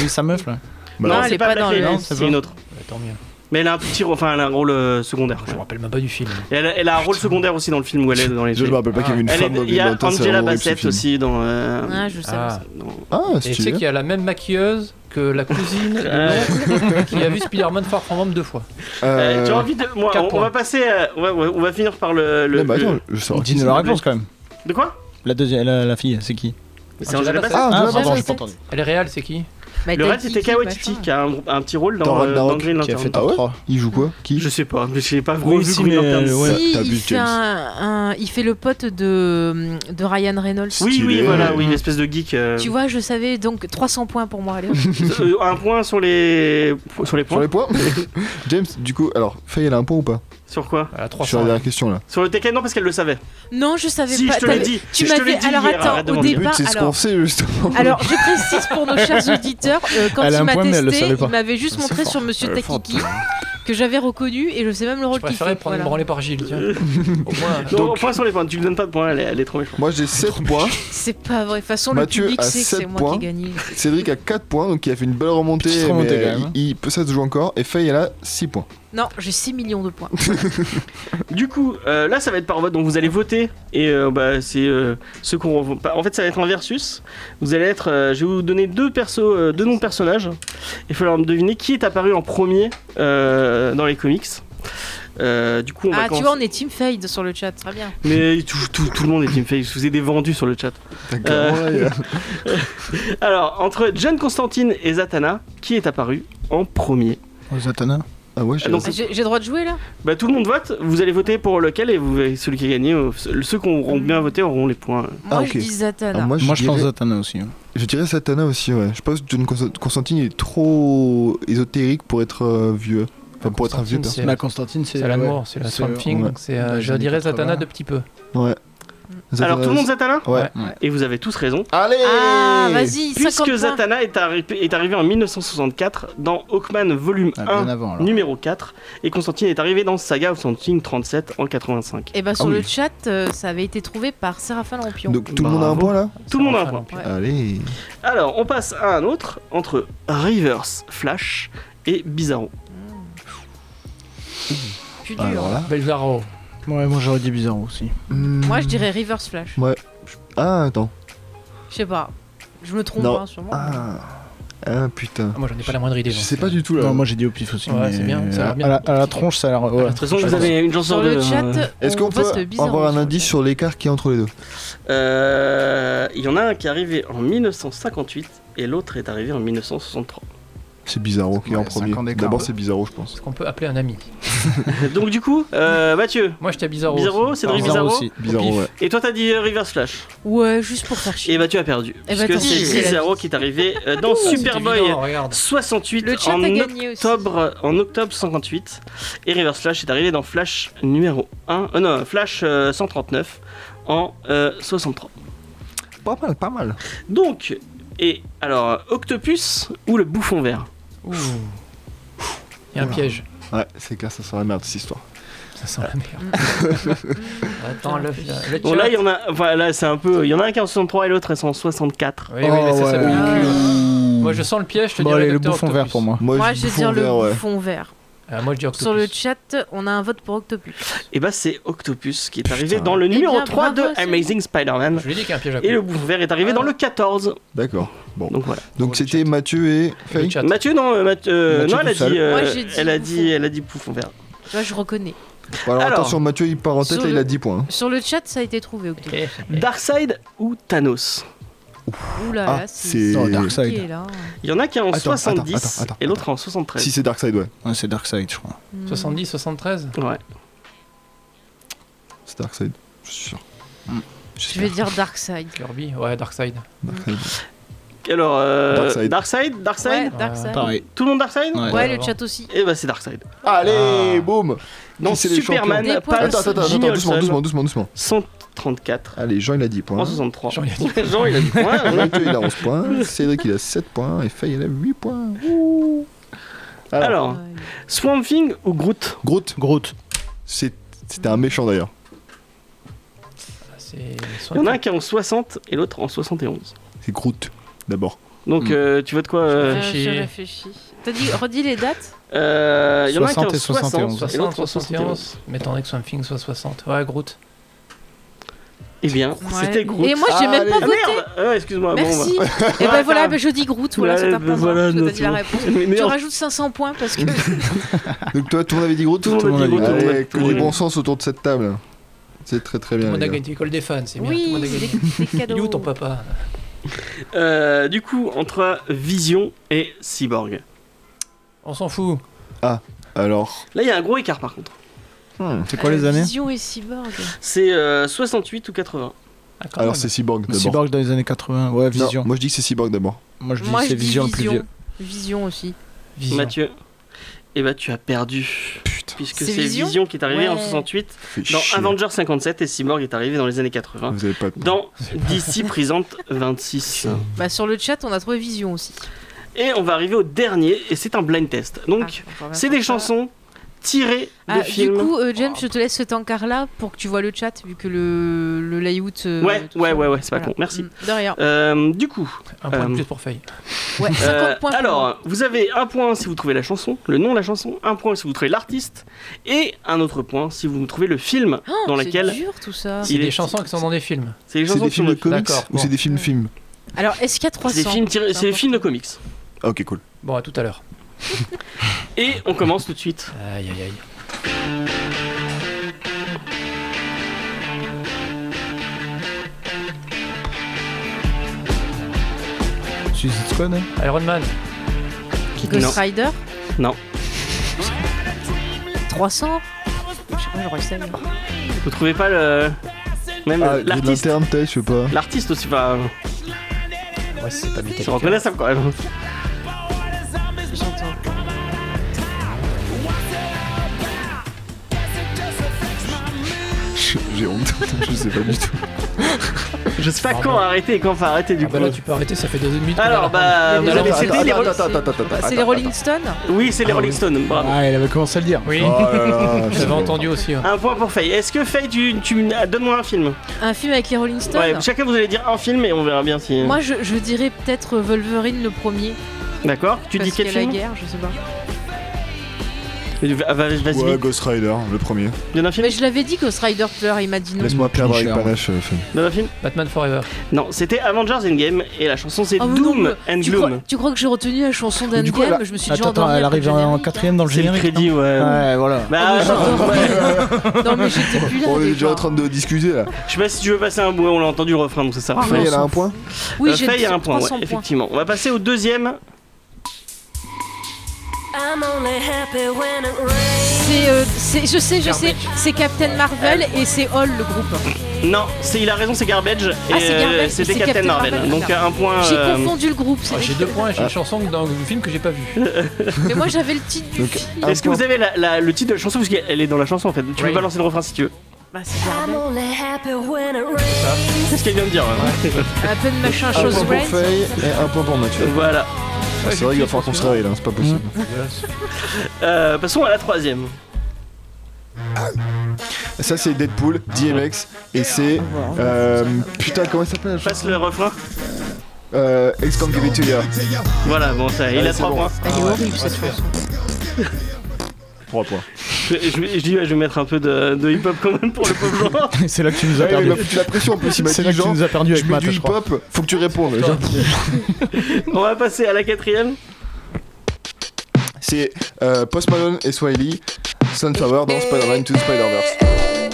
S6: oui, sa meuf là.
S1: Non,
S4: Non, elle
S1: c'est
S4: est
S1: pas,
S4: pas
S1: Black
S4: dans le-
S1: Lady,
S4: non, c'est
S1: c'est
S4: bon.
S1: une autre.
S2: Bah, Tant mieux.
S1: Mais elle a un petit rôle, enfin, elle a un rôle euh, secondaire. je
S2: Je me
S1: crois.
S2: rappelle même pas du film.
S1: Et elle, a- elle a un rôle secondaire aussi dans le film où elle est dans les.
S3: Je me rappelle pas qu'il y avait une
S1: Elle est-
S3: femme dans
S1: Il y a
S3: Green Lantern, c'est
S1: Angela
S3: horrible, ce
S1: Bassett
S3: film.
S1: aussi dans. euh,
S4: Ah, je sais.
S2: Ah.
S1: dans-
S3: Ah,
S2: Et tu sais
S3: stylé.
S2: qu'il y a la même maquilleuse que la cousine de
S1: Ouais.
S2: l'oncle qui a vu Spider-Man Far From Home deux fois.
S1: Euh,
S3: Euh,
S1: J'ai envie de. Moi,
S2: quatre
S1: on, on
S2: points.
S1: va passer. à- on, va, on va finir par le. le-
S3: non, mais bah, attends,
S1: le-
S3: je saurais.
S6: Dis-nous la réponse quand même.
S1: de quoi
S6: La deuxième, la, la fille, c'est qui
S1: C'est
S2: Angela
S1: Angela Bassett.
S2: Bassett.
S3: Ah,
S6: Ah,
S3: Angela
S6: pardon, j'ai
S3: Bassett.
S6: pas entendu.
S2: Elle est réelle, c'est qui
S4: Bah,
S1: Le
S4: t'as
S1: reste c'était
S4: Kiki,
S1: Kawatichi
S4: machin.
S1: qui a un, un petit rôle dans,
S3: Dans
S1: euh, dans
S3: Ragnarok,
S1: Green
S6: Qui a
S1: Lantern.
S6: fait
S3: Ah
S6: Thor
S3: ouais
S6: 3.
S3: Il joue quoi Qui
S1: Je sais pas, mais j'ai pas
S6: Oui,
S1: revu
S6: si,
S1: Green
S6: mais,
S1: Lantern.
S6: euh, ouais.
S4: Si,
S3: T'as
S4: il,
S3: vu,
S4: fait
S3: James.
S4: un- un- il fait le pote de, de Ryan Reynolds.
S1: Oui, oui,
S3: Stylé.
S1: voilà, oui, une espèce de geek. euh,
S4: Tu vois, je savais donc 300 points pour moi. Allez, hop.
S1: euh, un point sur les sur les
S3: Sur
S1: points.
S3: les points James, du coup, alors, Faye, elle a un point ou pas
S1: Sur quoi
S2: Elle a
S3: Sur la
S2: 300.
S3: dernière question là.
S1: Sur le Tekken non parce qu'elle le savait.
S4: non, je savais
S1: Si
S4: pas.
S1: je te
S4: t'avais-
S1: l'ai dit.
S4: Tu
S1: je te
S4: m'avais-
S1: l'ai dit
S4: alors,
S1: hier,
S4: attends,
S1: arrête de
S4: au
S3: Le
S1: mentir.
S4: départ-
S3: but, c'est ce
S4: Eh ben, alors-
S3: qu'on sait justement.
S4: Alors, je précise pour nos chers auditeurs, euh, quand
S6: Elle a
S4: il
S6: un
S4: m'a
S6: point, mais elle le
S4: testé,
S6: savait pas.
S4: il m'avait juste
S3: C'est
S4: montré
S3: fort.
S4: sur Monsieur
S3: Elle est forte.
S4: Takiki que j'avais reconnu et je sais
S1: Oh,
S4: même le
S2: Je
S4: rôle qu'il
S2: préférais
S4: fait.
S2: prendre
S4: voilà.
S2: une branlée par Gilles, tiens. Au moins.
S1: Non, au point sur les points, tu lui donnes pas de points, elle est, elle est trop méchante.
S3: Moi j'ai 7 points,
S4: C'est pas vrai. De toute façon,
S3: Mathieu
S4: le public
S3: a
S4: sait que
S3: sept
S4: c'est moi
S3: points.
S4: qui ai gagné.
S3: Cédric a 4 points, donc il a fait une belle remontée.
S6: Petite remontée,
S3: mais,
S6: quand
S3: euh,
S6: même, hein.
S3: il, il peut ça se joue encore. Et Faye, elle a 6 points.
S4: Non, j'ai 6 millions de points.
S1: Du coup, euh, là, ça va être par vote, donc vous allez voter et euh, bah, c'est euh, ceux qu'on. En fait, ça va être un versus. Vous allez être. euh, je vais vous donner deux persos, euh, deux noms de personnages. Il faut leur deviner qui est apparu en premier euh, dans les comics. Euh, du coup, on va
S4: Ah, tu
S1: commencer-
S4: vois, on est Team Fade sur le chat. Très bien.
S1: Mais tout, tout- tout le monde est Team Face. Je vous ai des vendus sur le chat. Euh, Alors, entre John Constantine et Zatanna, qui est apparu en premier
S6: Oh, Zatanna.
S3: Ah ouais, j'ai
S1: Donc,
S4: Ah, J'ai j'ai droit de jouer là
S1: bah, Tout le monde vote. Vous allez voter pour lequel et vous, verrez celui qui a gagné, euh, ceux qui auront bien voté auront les points. euh,
S4: Moi,
S3: Ah,
S4: je
S3: ok.
S4: dis Zatanna.
S3: Ah, moi, je,
S6: Moi je
S3: dirais,
S6: pense Zatanna aussi. hein.
S3: je dirais Satana aussi, ouais. Je pense que John Constan- Constantine est trop ésotérique pour être euh, vieux. Enfin, pour être un vieux.
S2: Constantine,
S3: perso.
S2: C'est-
S6: Bah, Constantine, c'est.
S2: C'est l'amour,
S6: ouais,
S2: c'est la
S6: c'est-
S2: Swamp Thing,
S3: ouais.
S2: donc c'est, euh,
S6: Dans les
S2: je
S6: années
S2: dirais Zatanna
S6: 80.
S2: de petit peu.
S3: Ouais.
S4: Mm.
S1: Alors, tout le monde
S3: Zatanna-
S1: Zatanna
S3: Ouais.
S1: Et vous avez tous raison.
S3: Allez eh,
S4: Ah, vas-y, 50
S1: Puisque
S4: points.
S1: Zatanna est, arri- est arrivé en 1964 dans Hawkman volume
S6: Ah,
S1: 1,
S6: bien avant alors.
S1: numéro 4, et Constantine est arrivé dans Saga of Something 37 en 85.
S4: Et ben sur
S3: Ah oui.
S4: le chat, euh, ça avait été trouvé par Séraphin Lampion.
S3: Donc ah, tout le monde a un
S1: Bravo.
S3: point là
S1: Tout le monde a un
S2: Enfin,
S1: point.
S4: Ouais.
S3: Allez
S1: Alors, on passe à un autre entre Reverse, Flash et Bizarro.
S4: Plus dur. hein.
S3: Alors là.
S2: Belzaro.
S6: Ouais, moi j'aurais dit bizarre aussi.
S4: Moi, je dirais Reverse Flash.
S3: Mm. Ah, attends.
S4: Je sais pas. Je me trompe,
S3: Non.
S4: hein, sûrement.
S3: Ah. Ah, putain.
S2: Ah, moi, j'en ai pas la moindre idée.
S3: Je
S2: donc.
S3: sais pas du tout là.
S6: Non, moi j'ai dit au pif aussi.
S2: Ouais,
S6: mais-
S2: c'est bien, ça a
S6: à,
S2: l'air bien.
S6: la, à la tronche, ça a l'air. ouais.
S1: De toute façon,
S6: Je
S1: vous
S6: pense.
S1: avez une chance
S4: Sur
S1: sur
S4: le
S1: deux,
S4: chat,
S1: hein.
S3: Est-ce
S4: on
S3: qu'on peut
S4: vote bizarre
S3: avoir un
S4: sur le
S3: indice
S4: chat.
S3: sur l'écart qui est entre les deux
S1: Euh, Il y en a un qui est arrivé en 1958 et l'autre est arrivé en 1963.
S3: C'est Bizarro qui est en
S6: Ouais, cinq ans
S3: premier.
S6: d'écart,
S3: D'abord,
S6: ouais.
S3: c'est Bizarro, je pense.
S2: Est-ce qu'on peut appeler un ami
S1: Donc du coup, euh, Mathieu,
S2: Moi, j'étais Bizarro.
S1: Bizarro,
S2: aussi.
S1: Cédric
S2: Pardon.
S1: Bizarro.
S6: aussi.
S3: Bizarro, ouais.
S1: et toi t'as dit euh, Reverse Flash.
S4: Ouais, juste pour faire chier.
S1: Et bah tu as perdu.
S4: Eh
S1: Parce
S4: bah,
S1: que
S4: tant pis,
S1: c'est
S4: c'est la
S1: Bizarro qui est arrivé euh, dans
S2: Ah, c'est
S1: Superboy
S2: évident, regarde.
S1: 68
S4: Le chat
S1: en,
S4: a gagné aussi.
S1: octobre, en octobre 58. Et Reverse Flash est arrivé dans Flash numéro 1. euh, non, Flash euh, 139 en euh, 63.
S3: Pas mal, pas mal.
S1: Donc, et alors, Octopus ou le bouffon vert
S2: Ouh. Il y a un
S3: Oula.
S2: piège.
S3: Ouais, c'est clair, ça sent la merde cette histoire.
S2: Ça sent la merde. Attends, le, le chat.
S1: Bon, là, il y en a. Enfin, là, c'est un peu. Il y en a un qui est en 63 et l'autre est en 64.
S2: Oui, oui, mais ça, ça pue.
S6: Oh, ouais.
S2: Moi, je sens le piège, je te
S6: Bon,
S2: dirais
S6: allez, le
S2: Docteur
S6: bouffon
S2: Octopus.
S6: vert pour moi.
S4: Moi,
S3: dis
S4: je vais dire
S3: Fonder, ouais.
S4: le fond vert.
S2: Ah, moi, je dis Octopus.
S4: Sur le chat, on a un vote pour Octopus.
S1: Et bah, c'est Octopus qui est arrivé dans le
S4: Eh
S1: numéro
S4: bien,
S1: 3
S4: bravo,
S1: de
S4: c'est-
S1: Amazing Spider-Man.
S2: Je lui ai dit qu'il y a un piège à
S1: Et le
S2: coups.
S1: bouffon vert est arrivé dans le 14.
S3: D'accord. Bon.
S1: Donc voilà.
S3: Donc
S2: le
S3: c'était Mathieu et Faye.
S2: Le chat.
S1: Mathieu, non, euh, Math- euh,
S3: Mathieu
S1: non elle, a
S3: tout seul.
S1: dit, euh,
S4: Moi, j'ai dit
S1: elle a
S4: bouffon.
S1: dit. Elle a dit bouffon vert.
S4: Tu vois, je reconnais.
S3: Bon, alors,
S1: Alors.
S3: attention, Mathieu il part en tête,
S4: Sur
S3: là il
S4: le-
S3: a 10 points. hein.
S4: Sur le chat, ça a été trouvé, Octopus.
S2: Eh, eh.
S1: Darkseid ou Thanos
S4: Ouh là
S3: Ah,
S4: là,
S3: c'est-
S4: c'est
S6: Non,
S4: compliqué,
S6: Darkseid.
S4: là.
S1: Il y en a qui est en
S3: Attends,
S1: 70
S3: attends, attends, attends,
S1: et l'autre en 73.
S3: Si c'est Darkseid, ouais.
S6: Ouais, c'est Darkseid, je crois.
S4: Hmm.
S2: 70, 73
S1: Ouais.
S3: C'est Darkseid. Je suis sûr.
S4: Je vais dire Darkseid.
S2: Kirby Ouais, Darkseid.
S3: Darkseid.
S1: Alors, euh,
S3: Darkseid.
S1: Darkseid Darkseid,
S4: Ouais,
S2: Ouais.
S4: Darkseid.
S6: Pareil.
S1: Tout le monde Darkseid
S6: Ouais.
S4: Ah, Ouais,
S2: Ouais,
S4: le
S2: bon.
S4: chat aussi.
S1: Et bah, c'est Darkseid.
S3: Allez,
S2: Ah.
S3: boum
S1: Dans
S3: c'est les champions
S1: Superman,
S4: Des points.
S1: Pulse,
S3: Attends, attends, attends,
S1: Jimmy
S3: attends, doucement,
S1: Olsen,
S3: doucement, doucement, doucement.
S1: 134
S3: Allez, Jean il a 10 points.
S1: en 63.
S2: Jean, il a
S1: Jean, il a dit point.
S3: Mathieu il a 11 points. Cédric il a 7 points. Et Faye il a 8 points.
S1: Alors,
S4: Ouais.
S1: Swamp Thing ou Groot
S3: Groot,
S6: Groot.
S3: c'est- c'était un méchant d'ailleurs.
S1: Il y en a un qui est en 60 et l'autre en 71.
S3: C'est Groot, d'abord.
S1: Donc
S3: Hmm.
S1: euh, tu votes quoi euh,
S4: Euh, je réfléchis. T'as dit, redis les dates
S1: Euh, Il y en a un qui est en
S6: 60 et
S1: 60
S6: 71.
S1: et l'autre en 71.
S2: 71, mais que Something soit 60. Ouais, Groot.
S1: Eh bien, c'était Groot.
S4: Et moi, j'ai
S1: Ah,
S4: même
S1: allez.
S4: pas
S1: Ah,
S4: voté.
S1: merde Euh, Excuse-moi. bon,
S4: Merci.
S1: bah.
S4: Et
S1: Ah,
S4: ben voilà,
S1: merde.
S4: ben je dis Groot, voilà,
S1: Ouais,
S4: c'est pas
S1: ben
S4: plaisant.
S1: voilà,
S4: je
S1: non,
S4: t'ai dit
S1: c'est
S4: la
S1: bon.
S4: réponse.
S1: Mais
S4: Tu
S1: merde.
S4: rajoutes 500 points parce que.
S3: Donc toi, tout le monde avait dit Groot
S1: Ah. Tout le monde a dit Groot, tout le monde a
S3: Allez,
S1: dit
S3: que du
S1: Groot.
S3: bon sens autour de cette table. C'est très très
S2: On
S3: bien.
S2: a
S3: les gars.
S2: gagné l'école des fans, c'est bien.
S4: Oui,
S2: tout le monde a gagné.
S4: des- des cadeaux.
S2: Il est où ton papa
S1: Euh, du coup, entre Vision et Cyborg.
S2: On s'en fout.
S3: Ah, alors. hmm.
S1: Là, il y a un gros écart par contre.
S6: C'est quoi les années
S4: Euh, Vision et Cyborg.
S1: C'est euh, 68 ou 80.
S2: Ah,
S3: Alors c'est Cyborg d'abord.
S6: Cyborg dans les années 80. Ouais,
S3: Non,
S6: Vision.
S3: moi je dis que c'est Cyborg d'abord.
S6: Moi, je dis
S4: Moi,
S6: c'est
S4: je dis
S6: Vision le plus
S4: Vision.
S6: vieux.
S4: Vision aussi.
S2: Vision.
S1: Mathieu. Eh bah, tu as perdu. Puisque
S4: C'est
S1: c'est
S4: Vision
S1: Vision, qui est arrivé en
S4: Ouais.
S1: 68
S3: Fait
S1: dans
S3: chier.
S1: Avenger 57 et Cyborg est arrivé dans les années 80.
S3: Vous avez pas.
S1: Dans DC Présente 26.
S4: Bah, sur le chat, on a trouvé Vision aussi.
S1: Et on va arriver au dernier, et c'est un blind test. Donc,
S4: Ah, on revient
S1: c'est
S4: sur
S1: des
S4: ça.
S1: chansons tirées
S4: Ah,
S1: de films.
S4: Du coup, euh, James, je te laisse cet encart-là pour que tu vois le chat, vu que le, le layout. euh,
S1: ouais,
S4: tout
S1: ouais,
S4: ça.
S1: ouais, ouais, c'est pas
S4: Voilà.
S1: con, merci.
S4: Mm, De rien.
S1: Euh, du coup,
S2: Un point
S1: Euh,
S2: de plus pour Faye.
S4: Ouais, 50
S1: euh,
S4: points. pour moi.
S1: alors, vous avez un point si vous trouvez la chanson, le nom de la chanson, un point si vous trouvez l'artiste, et un autre point si vous trouvez le film
S4: Ah,
S1: Euh, dans
S4: c'est
S1: lequel.
S4: dur tout ça.
S2: C'est
S1: il
S2: des
S1: est-
S2: chansons qui sont dans des films.
S1: C'est les
S3: C'est
S1: chansons
S3: des
S1: qui sont
S3: films de comics
S2: D'accord,
S3: ou
S2: bon.
S3: c'est des films films
S4: Alors, est-ce qu'il y a 300
S1: C'est des films tirés- c'est des films de comics.
S3: Ah, Ok cool.
S2: Bon, à tout à l'heure.
S1: Et on commence tout de suite.
S2: Aïe, aïe, aïe.
S6: Suicide Squad. hein
S2: Iron Man.
S1: Non.
S4: Ghost Rider
S1: Non,
S4: 300 Je sais pas, j'aurais ça. mais-
S1: vous trouvez pas le. Même
S3: Ah, les
S1: Euh, l'artiste.
S3: lanternes peut-être, je sais pas.
S1: L'artiste aussi, va
S2: Ouais, c'est pas
S1: c'est
S2: Metallica.
S1: reconnaissable quand même. Euh,
S4: J'entends.
S3: Je- J'ai honte. je sais pas du tout.
S1: Je sais pas quand arrêter et quand faut arrêter du
S2: Ah bah
S1: coup.
S2: là, tu peux arrêter, ça fait deux minutes. qu'on
S1: Alors,
S2: a-
S1: bah, vous
S4: Mais
S1: avez
S4: attends,
S1: cédé
S4: attends,
S1: les.
S4: attends,
S1: Rolling-
S4: attends, attends, attends, C'est les Rolling Stones
S1: Oui, c'est les Rolling Stones, bravo.
S6: Ah, il avait commencé à le
S1: bah,
S6: dire.
S2: Oui,
S3: Oh là là.
S2: j'avais entendu aussi. hein. ouais.
S3: Ah.
S1: Un point pour Faye. Est-ce que Faye, tu, tu- ah, donne-moi un film
S4: Un film avec les Rolling Stones
S1: Ouais, chacun vous allez dire un film et on verra bien si.
S4: Moi, je, je dirais peut-être Wolverine le premier.
S1: D'accord Tu
S4: parce
S1: dis quel
S4: qu'il y a la
S1: film
S4: guerre, je sais pas.
S1: Ah, va- Vas-y,
S3: Ouais,
S1: vite.
S3: Ghost Rider, le premier.
S1: Donne un film
S4: Mais je l'avais dit Ghost Rider tout à l'heure, il m'a dit non.
S3: Laisse-moi perdre avec
S6: Punisher.
S3: panache. euh, Femme.
S1: Donne un film
S2: Batman Forever.
S1: Non, c'était Avengers Endgame et la chanson c'est
S4: Ah, mais non,
S1: Doom
S4: mais
S1: and
S4: tu, crois,
S1: Gloom.
S4: tu crois que j'ai retenu la chanson
S6: Du coup, elle
S4: d'Endgame
S6: a-
S4: Je me suis déjà
S6: Attends, attends,
S4: endormi.
S6: elle
S4: après le
S6: arrive en
S4: générique,
S6: quatrième dans le
S1: C'est le
S6: générique.
S1: crédit, ouais.
S6: Ouais, voilà.
S1: Bah,
S4: Ah, mais j'adore.
S1: ouais.
S4: hein. Non, mais j'étais plus là.
S3: On est déjà
S4: déjà.
S3: en train de discuter là.
S1: je sais pas si tu veux passer un bout, on l'a entendu le refrain donc ça
S6: Ah,
S1: sert à
S3: Enfin,
S1: rien.
S3: il y a un point.
S4: Oui,
S1: Euh,
S4: j'ai
S1: Faye a un point,
S4: 300
S1: ouais,
S4: points.
S1: effectivement. On va passer au deuxième.
S4: C'est, euh, c'est- je sais, je sais, c'est Captain Marvel et c'est Hall le groupe.
S1: Non, c'est, il a raison, c'est Garbage. Et
S4: Ah, c'est Garbage,
S1: euh,
S4: c'est
S1: c'était Captain
S4: Captain
S1: Marvel.
S4: Marvel,
S1: Donc
S4: d'accord.
S1: un point.
S4: J'ai
S1: euh,
S4: confondu le groupe. c'est
S2: Ah, J'ai
S4: vrai.
S2: deux points, j'ai une chanson dans le film que j'ai pas vu.
S4: Mais moi j'avais le titre du
S3: Donc,
S6: euh,
S4: film.
S3: un
S1: Est-ce que
S3: point.
S1: vous avez la- la- le titre de la chanson Parce qu'elle est dans la chanson en fait. Tu peux
S2: Oui.
S1: balancer le refrain si tu veux.
S4: Bah, c'est Marvel.
S1: C'est ce qu'elle vient de dire.
S4: Un peu de machin
S6: Ah,
S3: Un
S4: chose
S3: point pour
S4: Rain.
S3: Faye et un point pour Mathieu.
S1: Voilà.
S3: Ah, c'est vrai qu'il va falloir qu'on se réveille là, c'est pas possible.
S1: Euh, passons à la troisième.
S3: Ça c'est Deadpool, DMX et c'est euh, putain comment ça s'appelle la chanson
S1: Passe le refrain.
S3: euh, X Can't Give It To Ya.
S1: Voilà, bon, ça, il
S3: Allez,
S1: a
S3: c'est
S1: 3
S3: bon. Ah
S1: points.
S4: Elle est horrible cette chanson.
S3: 3 points.
S1: Je, je, je dis, ouais, je vais mettre un peu de, de hip-hop quand même pour le pauvre genre.
S6: C'est là que tu nous as
S3: Ouais, il
S6: perdu.
S3: m'a foutu la pression en plus, il m'a
S6: C'est là
S3: dit
S6: que tu
S3: genre
S6: nous as perdu
S3: je
S6: avec
S3: mets
S6: Matt,
S3: du
S6: je crois.
S3: hip-hop, faut que tu répondes. Genre,
S1: On va passer à la quatrième.
S3: C'est euh, Post Malone et Swiley, Sunflower dans Spider-Man to Spider-Verse.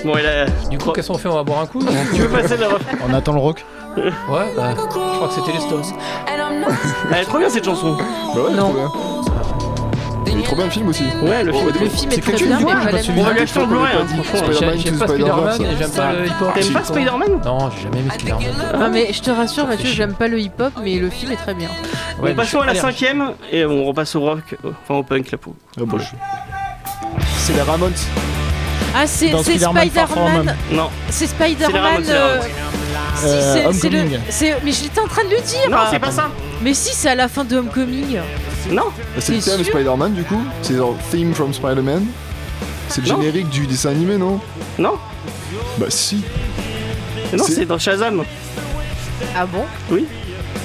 S1: Bon, il a. oh,
S2: Du coup, qu'est-ce qu'on fait On va boire un coup non
S1: Tu veux passer le refrain
S6: On attend le rock.
S2: Ouais, bah, je crois que c'était les Stones.
S1: Elle est trop bien cette chanson.
S3: Bah ouais, trop bien. Il est trop bien le film aussi.
S1: Ouais, le film.
S4: Le film est
S3: C'est que
S4: très
S3: tu
S4: bien, mais
S3: vois,
S4: pas la
S1: On
S4: même.
S1: va lui acheter en Blu-ray, hein, franchement.
S3: Spider-Man
S2: J'ai-
S3: to
S2: J'aime pas
S3: Spider-Verse.
S2: Spider-Man et j'aime pas le hip-hop.
S1: T'aimes pas Spider-Man Ah,
S2: Non, j'ai jamais vu Spider-Man.
S4: Non, Ah, mais je te rassure, Mathieu, j'aime pas le hip-hop, mais le film est très bien.
S2: Ouais,
S1: Bon, passons à la
S2: allergique.
S1: cinquième et on repasse au rock, enfin au punk là pour.
S3: Ah, bon, je- C'est les Ramones.
S4: Ah, c'est
S6: Dans
S4: c'est
S6: Spider-Man Far From
S4: Spider-Man.
S6: Home.
S1: Non,
S4: C'est Spider-Man.
S1: C'est les Ramones,
S4: euh, Si,
S6: Euh,
S4: c'est- c'est le.
S6: Homecoming.
S4: c'est- Mais j'étais en train de le dire.
S1: non, c'est pas ça.
S4: Mais si, c'est à la fin de Homecoming.
S1: Non,
S3: C'est le
S4: T'es
S3: thème
S4: sûr
S3: Spider-Man du coup C'est genre Theme from Spider-Man C'est le
S1: Non.
S3: générique du dessin animé non
S1: non.
S3: Bah si
S1: Non, c'est dans Shazam.
S4: Ah bon
S1: Oui.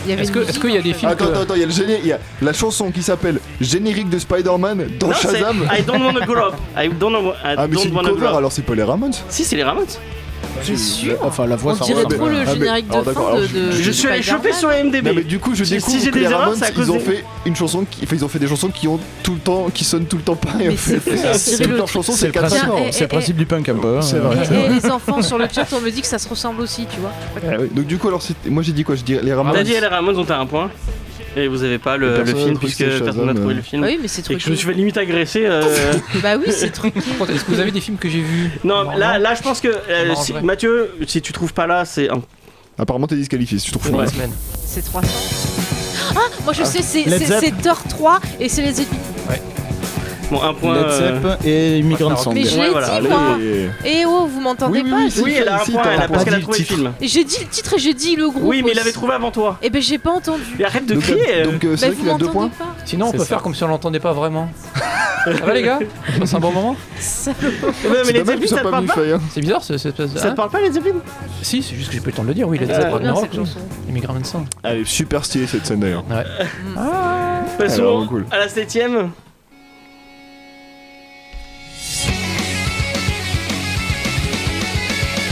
S4: Il y avait
S2: Est-ce
S4: une
S2: que-
S4: musique,
S2: est-ce qu'il y a
S4: en
S2: des
S4: fait.
S2: films
S3: Attends,
S2: que-
S3: attends, attends, il y a le géné- il y a la chanson qui s'appelle Générique de Spider-Man dans
S1: non, c'est
S3: Shazam.
S1: I don't wanna grow up. I don't, know- I
S3: Ah, mais c'est
S1: don't
S3: une
S1: wanna
S3: cover,
S1: grow up.
S3: alors c'est pas les Ramones
S1: Si, c'est les Ramones.
S4: Euh,
S3: C'est sûr Enfin, la voix,
S4: On dirait trop le générique de fin de- de-
S1: Ah, Je suis allé
S4: Spider-Man.
S1: choper sur
S3: Non, mais
S1: IMDb.
S3: du coup, je
S1: Si-
S3: découvre
S1: si j'ai
S3: que
S1: des
S3: les
S1: erreurs,
S3: Ramones,
S1: c'est à cause
S3: ils ont
S1: des-
S3: fait une chanson, qui... enfin, ils ont fait des chansons qui ont tout le temps, qui sonnent tout le temps pareil.
S4: Mais
S3: en fait.
S4: c'est- c'est- c'est
S3: Toutes
S4: le-
S3: leurs chansons,
S6: C'est
S3: c'est
S6: le
S3: quatre
S6: principe,
S4: Tiens, eh,
S6: c'est le
S4: eh,
S6: principe du punk un peu.
S3: C'est
S6: euh,
S3: vrai.
S4: Eh,
S3: c'est
S4: eh,
S3: vrai.
S4: les enfants sur le chat, on me dit que ça se ressemble aussi, tu vois.
S3: Ah ouais, Donc du coup, alors, c'était- moi j'ai dit quoi Je dis les Ramones.
S1: T'as dit les Ramones ont un point. Et vous avez pas le, le
S3: Personne
S1: film
S3: n'a trouvé
S1: puisque
S3: que c'était
S1: personne n'a
S3: Shazam,
S1: trouvé
S3: euh.
S1: le film.
S4: Bah oui, mais c'est
S1: Mm. Et que je me
S4: truqué.
S1: suis fait limite agresser. euh,
S4: Bah oui, c'est truqué.
S2: Est-ce que vous avez des films que j'ai vus
S1: Non,
S2: Non,
S1: là,
S2: non.
S1: là, je pense que euh, si-
S2: m'arrangerait.
S1: Mathieu, si tu trouves pas là, c'est un.
S3: Apparemment, t'es disqualifié, si tu trouves
S1: Ouais.
S3: pas.
S4: C'est 300. Ah, moi je sais, c'est-
S6: Led
S4: c'est
S6: Zepp.
S4: c'est Thor 3 et c'est les ennemis.
S1: Bon, un point.
S6: Led
S1: euh,
S6: Zepp et Migrant
S2: Ouais,
S6: Song.
S4: Mais je
S1: Ouais,
S4: l'ai
S1: voilà,
S4: dit, moi. Eh oh, vous m'entendez
S3: Oui, oui,
S4: pas
S3: oui,
S4: je-
S3: c'est-
S1: Oui, elle a un
S3: Si,
S1: point,
S3: t'as
S1: elle a-
S3: pas
S1: parce
S6: dit
S1: qu'elle a
S6: le
S1: trouvé le
S6: titre.
S1: film.
S4: J'ai dit le titre et j'ai dit le groupe.
S1: Oui, mais il l'avait
S4: aussi.
S1: trouvé avant toi.
S4: Eh ben j'ai pas entendu.
S1: Et arrête de
S3: Donc,
S1: crier.
S3: donc, euh,
S4: Bah
S3: c'est vrai
S4: vous
S3: qu'il a deux points
S4: m'entendez pas
S2: Sinon, on
S6: C'est
S2: peut
S6: ça.
S2: faire comme si on l'entendait pas vraiment. ça va, les gars C'est un bon moment
S4: Salaud.
S1: Ouais, mais
S3: C'est
S1: les
S3: dommage
S1: Zeppelin,
S3: que ça
S1: ça te
S3: soit pas
S1: parle
S3: mis
S1: pas
S3: Faye, hein.
S2: C'est bizarre, ce- cette espèce de.
S1: Ça te parle pas, les Zeppelin
S2: Hein si, c'est juste que j'ai pas eu le temps de le dire, oui, les
S1: Ah,
S2: Zeppelin
S4: Trop bien cette
S2: Rock,
S4: chanson.
S2: les Migrant Song.
S3: Elle est super stylée cette scène d'ailleurs.
S1: Passons
S3: vraiment cool.
S1: à la septième.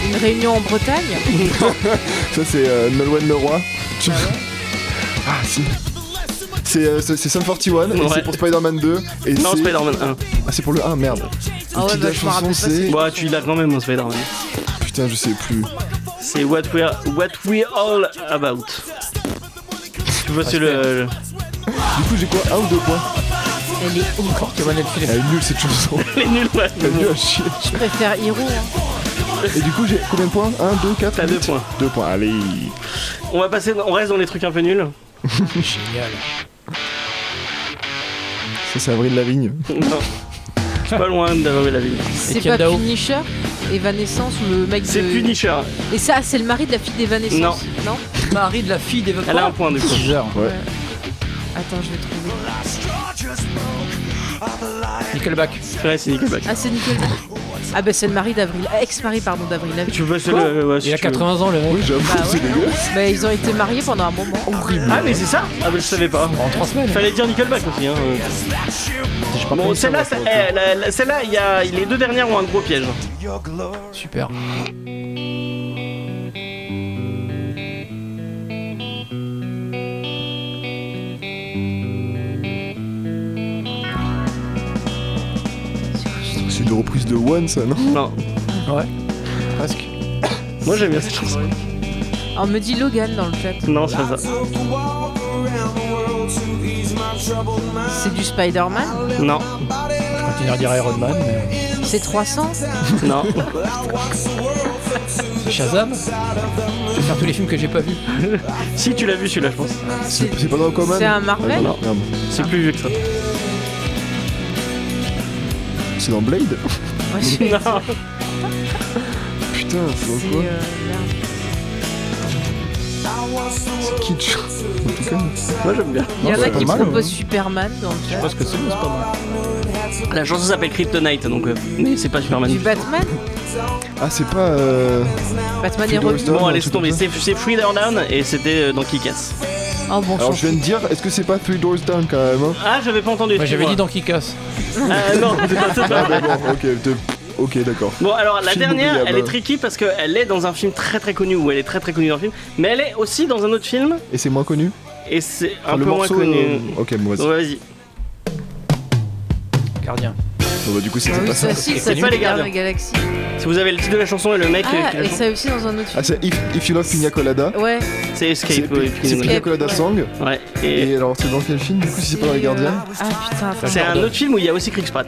S4: Une réunion en Bretagne
S3: Ça, c'est euh, Nolwenn Leroy. Tu- Ah, si. C'est euh, c'est- c'est Sum 41 et
S1: Ouais.
S3: c'est pour Spider-Man 2. Et
S1: Non,
S3: c'est-
S1: Spider-Man 1.
S3: Ah, c'est pour le 1, merde.
S4: Ah ouais,
S3: Et puis
S4: bah,
S3: la
S4: je me rappelle
S3: chanson,
S4: pas,
S3: c'est.
S1: Bah, tu l'as quand même, hein, Spider-Man.
S3: Putain, je sais plus.
S1: C'est what we're, what we all about. Tu vois, c'est le. le-
S3: Ah, Du coup, j'ai quoi Un ou deux points
S4: Elle est ouf.
S3: Ah, Elle est nulle cette chanson.
S1: Les nuls, ouais.
S3: Elle est nulle à chier.
S4: Je préfère Hiro. hein.
S3: Et du coup, j'ai combien de points 1, 2, 4
S1: T'as deux points.
S3: Deux points, allez.
S1: On va passer, on reste dans les trucs un peu nuls.
S3: Ça, c'est Avril Lavigne.
S1: Non. Je suis pas loin d'avoir la ville.
S4: C'est pas
S2: Kendall.
S4: Punisher Evanescence ou le mec
S1: C'est
S4: de...
S1: Punisher.
S4: Et ça, c'est le mari de la fille d'Evanescence Non.
S2: Marie de la fille des
S1: Elle a un point du coup.
S6: Bizarre.
S4: Attends, je vais trouver.
S3: Ah,
S2: Nickelback.
S1: Ouais, c'est Nickelback.
S4: Ah, c'est Nickelback Ah bah c'est le mari d'Avril. ah, Ex-mari, pardon, d'Avril. Lavigne.
S1: Tu veux c'est le. ouais, si
S2: Il a
S1: tu veux.
S2: 80 ans, le mec.
S3: Oui, j'avoue,
S4: Bah
S3: c'est dégueu.
S4: ouais. Bah ils ont été mariés pendant un moment.
S1: Ah, mais c'est ça Ah, bah je savais pas.
S2: En 3 semaines.
S1: Fallait dire Nickelback aussi. Hein. euh. Bon, celle-là, c'est- eh, la- la- celle-là, il y a- les deux dernières ont un gros piège.
S2: Super.
S3: C'est une reprise de One, ça, non
S1: Non.
S3: Presque.
S1: Moi j'aime bien cette chanson.
S4: On me dit Logan dans le chat.
S1: Non, c'est pas ça.
S4: C'est du Spider-Man
S1: Non,
S2: Je continue à dire Iron Man. mais-
S4: C'est 300
S1: non.
S2: Shazam. Je vais faire tous les films que j'ai pas vus.
S1: si tu l'as vu celui-là, je pense.
S3: C'est c'est pas dans Common Ah,
S4: C'est un Marvel
S3: Non, non.
S1: C'est plus vieux que ça.
S3: C'est dans Blade
S4: Ouais, je- c'est, euh,
S1: Non.
S3: Putain, c'est dans quoi
S4: euh, merde.
S3: C'est kitsch. En tout cas.
S1: Moi j'aime bien.
S4: Il y en a
S6: c'est pas
S4: qui
S6: mal,
S4: proposent
S6: hein.
S4: Superman dans le
S2: Je
S4: chat.
S2: pense que c'est c'est pas mal.
S1: La chanson s'appelle Kryptonite donc. euh, mais c'est pas Superman.
S4: Du Batman
S3: Ah, c'est pas. euh,
S4: Batman est
S3: Freedom
S4: revenu.
S3: Stone,
S1: Bon,
S3: un
S1: allez,
S3: truc
S1: tomber.
S3: comme ça
S1: C'est c'est Free Down Down et c'était euh, dans Kick-Ass.
S4: Oh bon chanson.
S3: Alors, je viens de dire, est-ce que c'est pas Three Doors Down quand même hein
S1: Ah, j'avais pas entendu.
S2: Moi j'avais dit
S1: excuse-moi.
S2: dans Kikas.
S1: Ah non, c'est pas c'est pas
S3: Ah,
S1: vrai.
S3: d'accord, ok, t'es- ok, d'accord.
S1: Bon, alors la
S3: Film
S1: dernière, elle
S3: oubliable.
S1: est tricky parce qu'elle est dans un film très très connu ou elle est très très connue dans un film, mais elle est aussi dans un autre film
S3: Et c'est moins connu
S1: et c'est un
S3: Enfin,
S1: peu
S3: Le morceau.
S1: moins connu.
S3: euh, Ok, bon, vas-y.
S1: Donc vas-y.
S2: Gardien.
S3: Bon, bah, du coup,
S4: Ah
S3: c'était
S4: oui,
S3: pas ça.
S4: ça aussi, ça
S1: C'est pas les gardiens.
S4: la galaxie.
S1: Si vous avez le titre de la chanson et le mec euh,
S4: Ah,
S1: qui la
S4: et
S1: chante,
S4: ça aussi dans un autre
S3: Ah,
S4: film.
S3: c'est if, If You Love Pina Colada.
S4: Ouais,
S1: c'est
S3: C'est
S1: Escape. ouais,
S3: c'est Pina Colada
S4: Ouais.
S3: Song.
S1: Ouais, et
S3: Et euh, alors, c'est dans quel film du coup si c'est pas dans Les Gardiens
S4: euh, Ah putain, attends.
S1: c'est un autre film où il y a aussi Chris Pratt.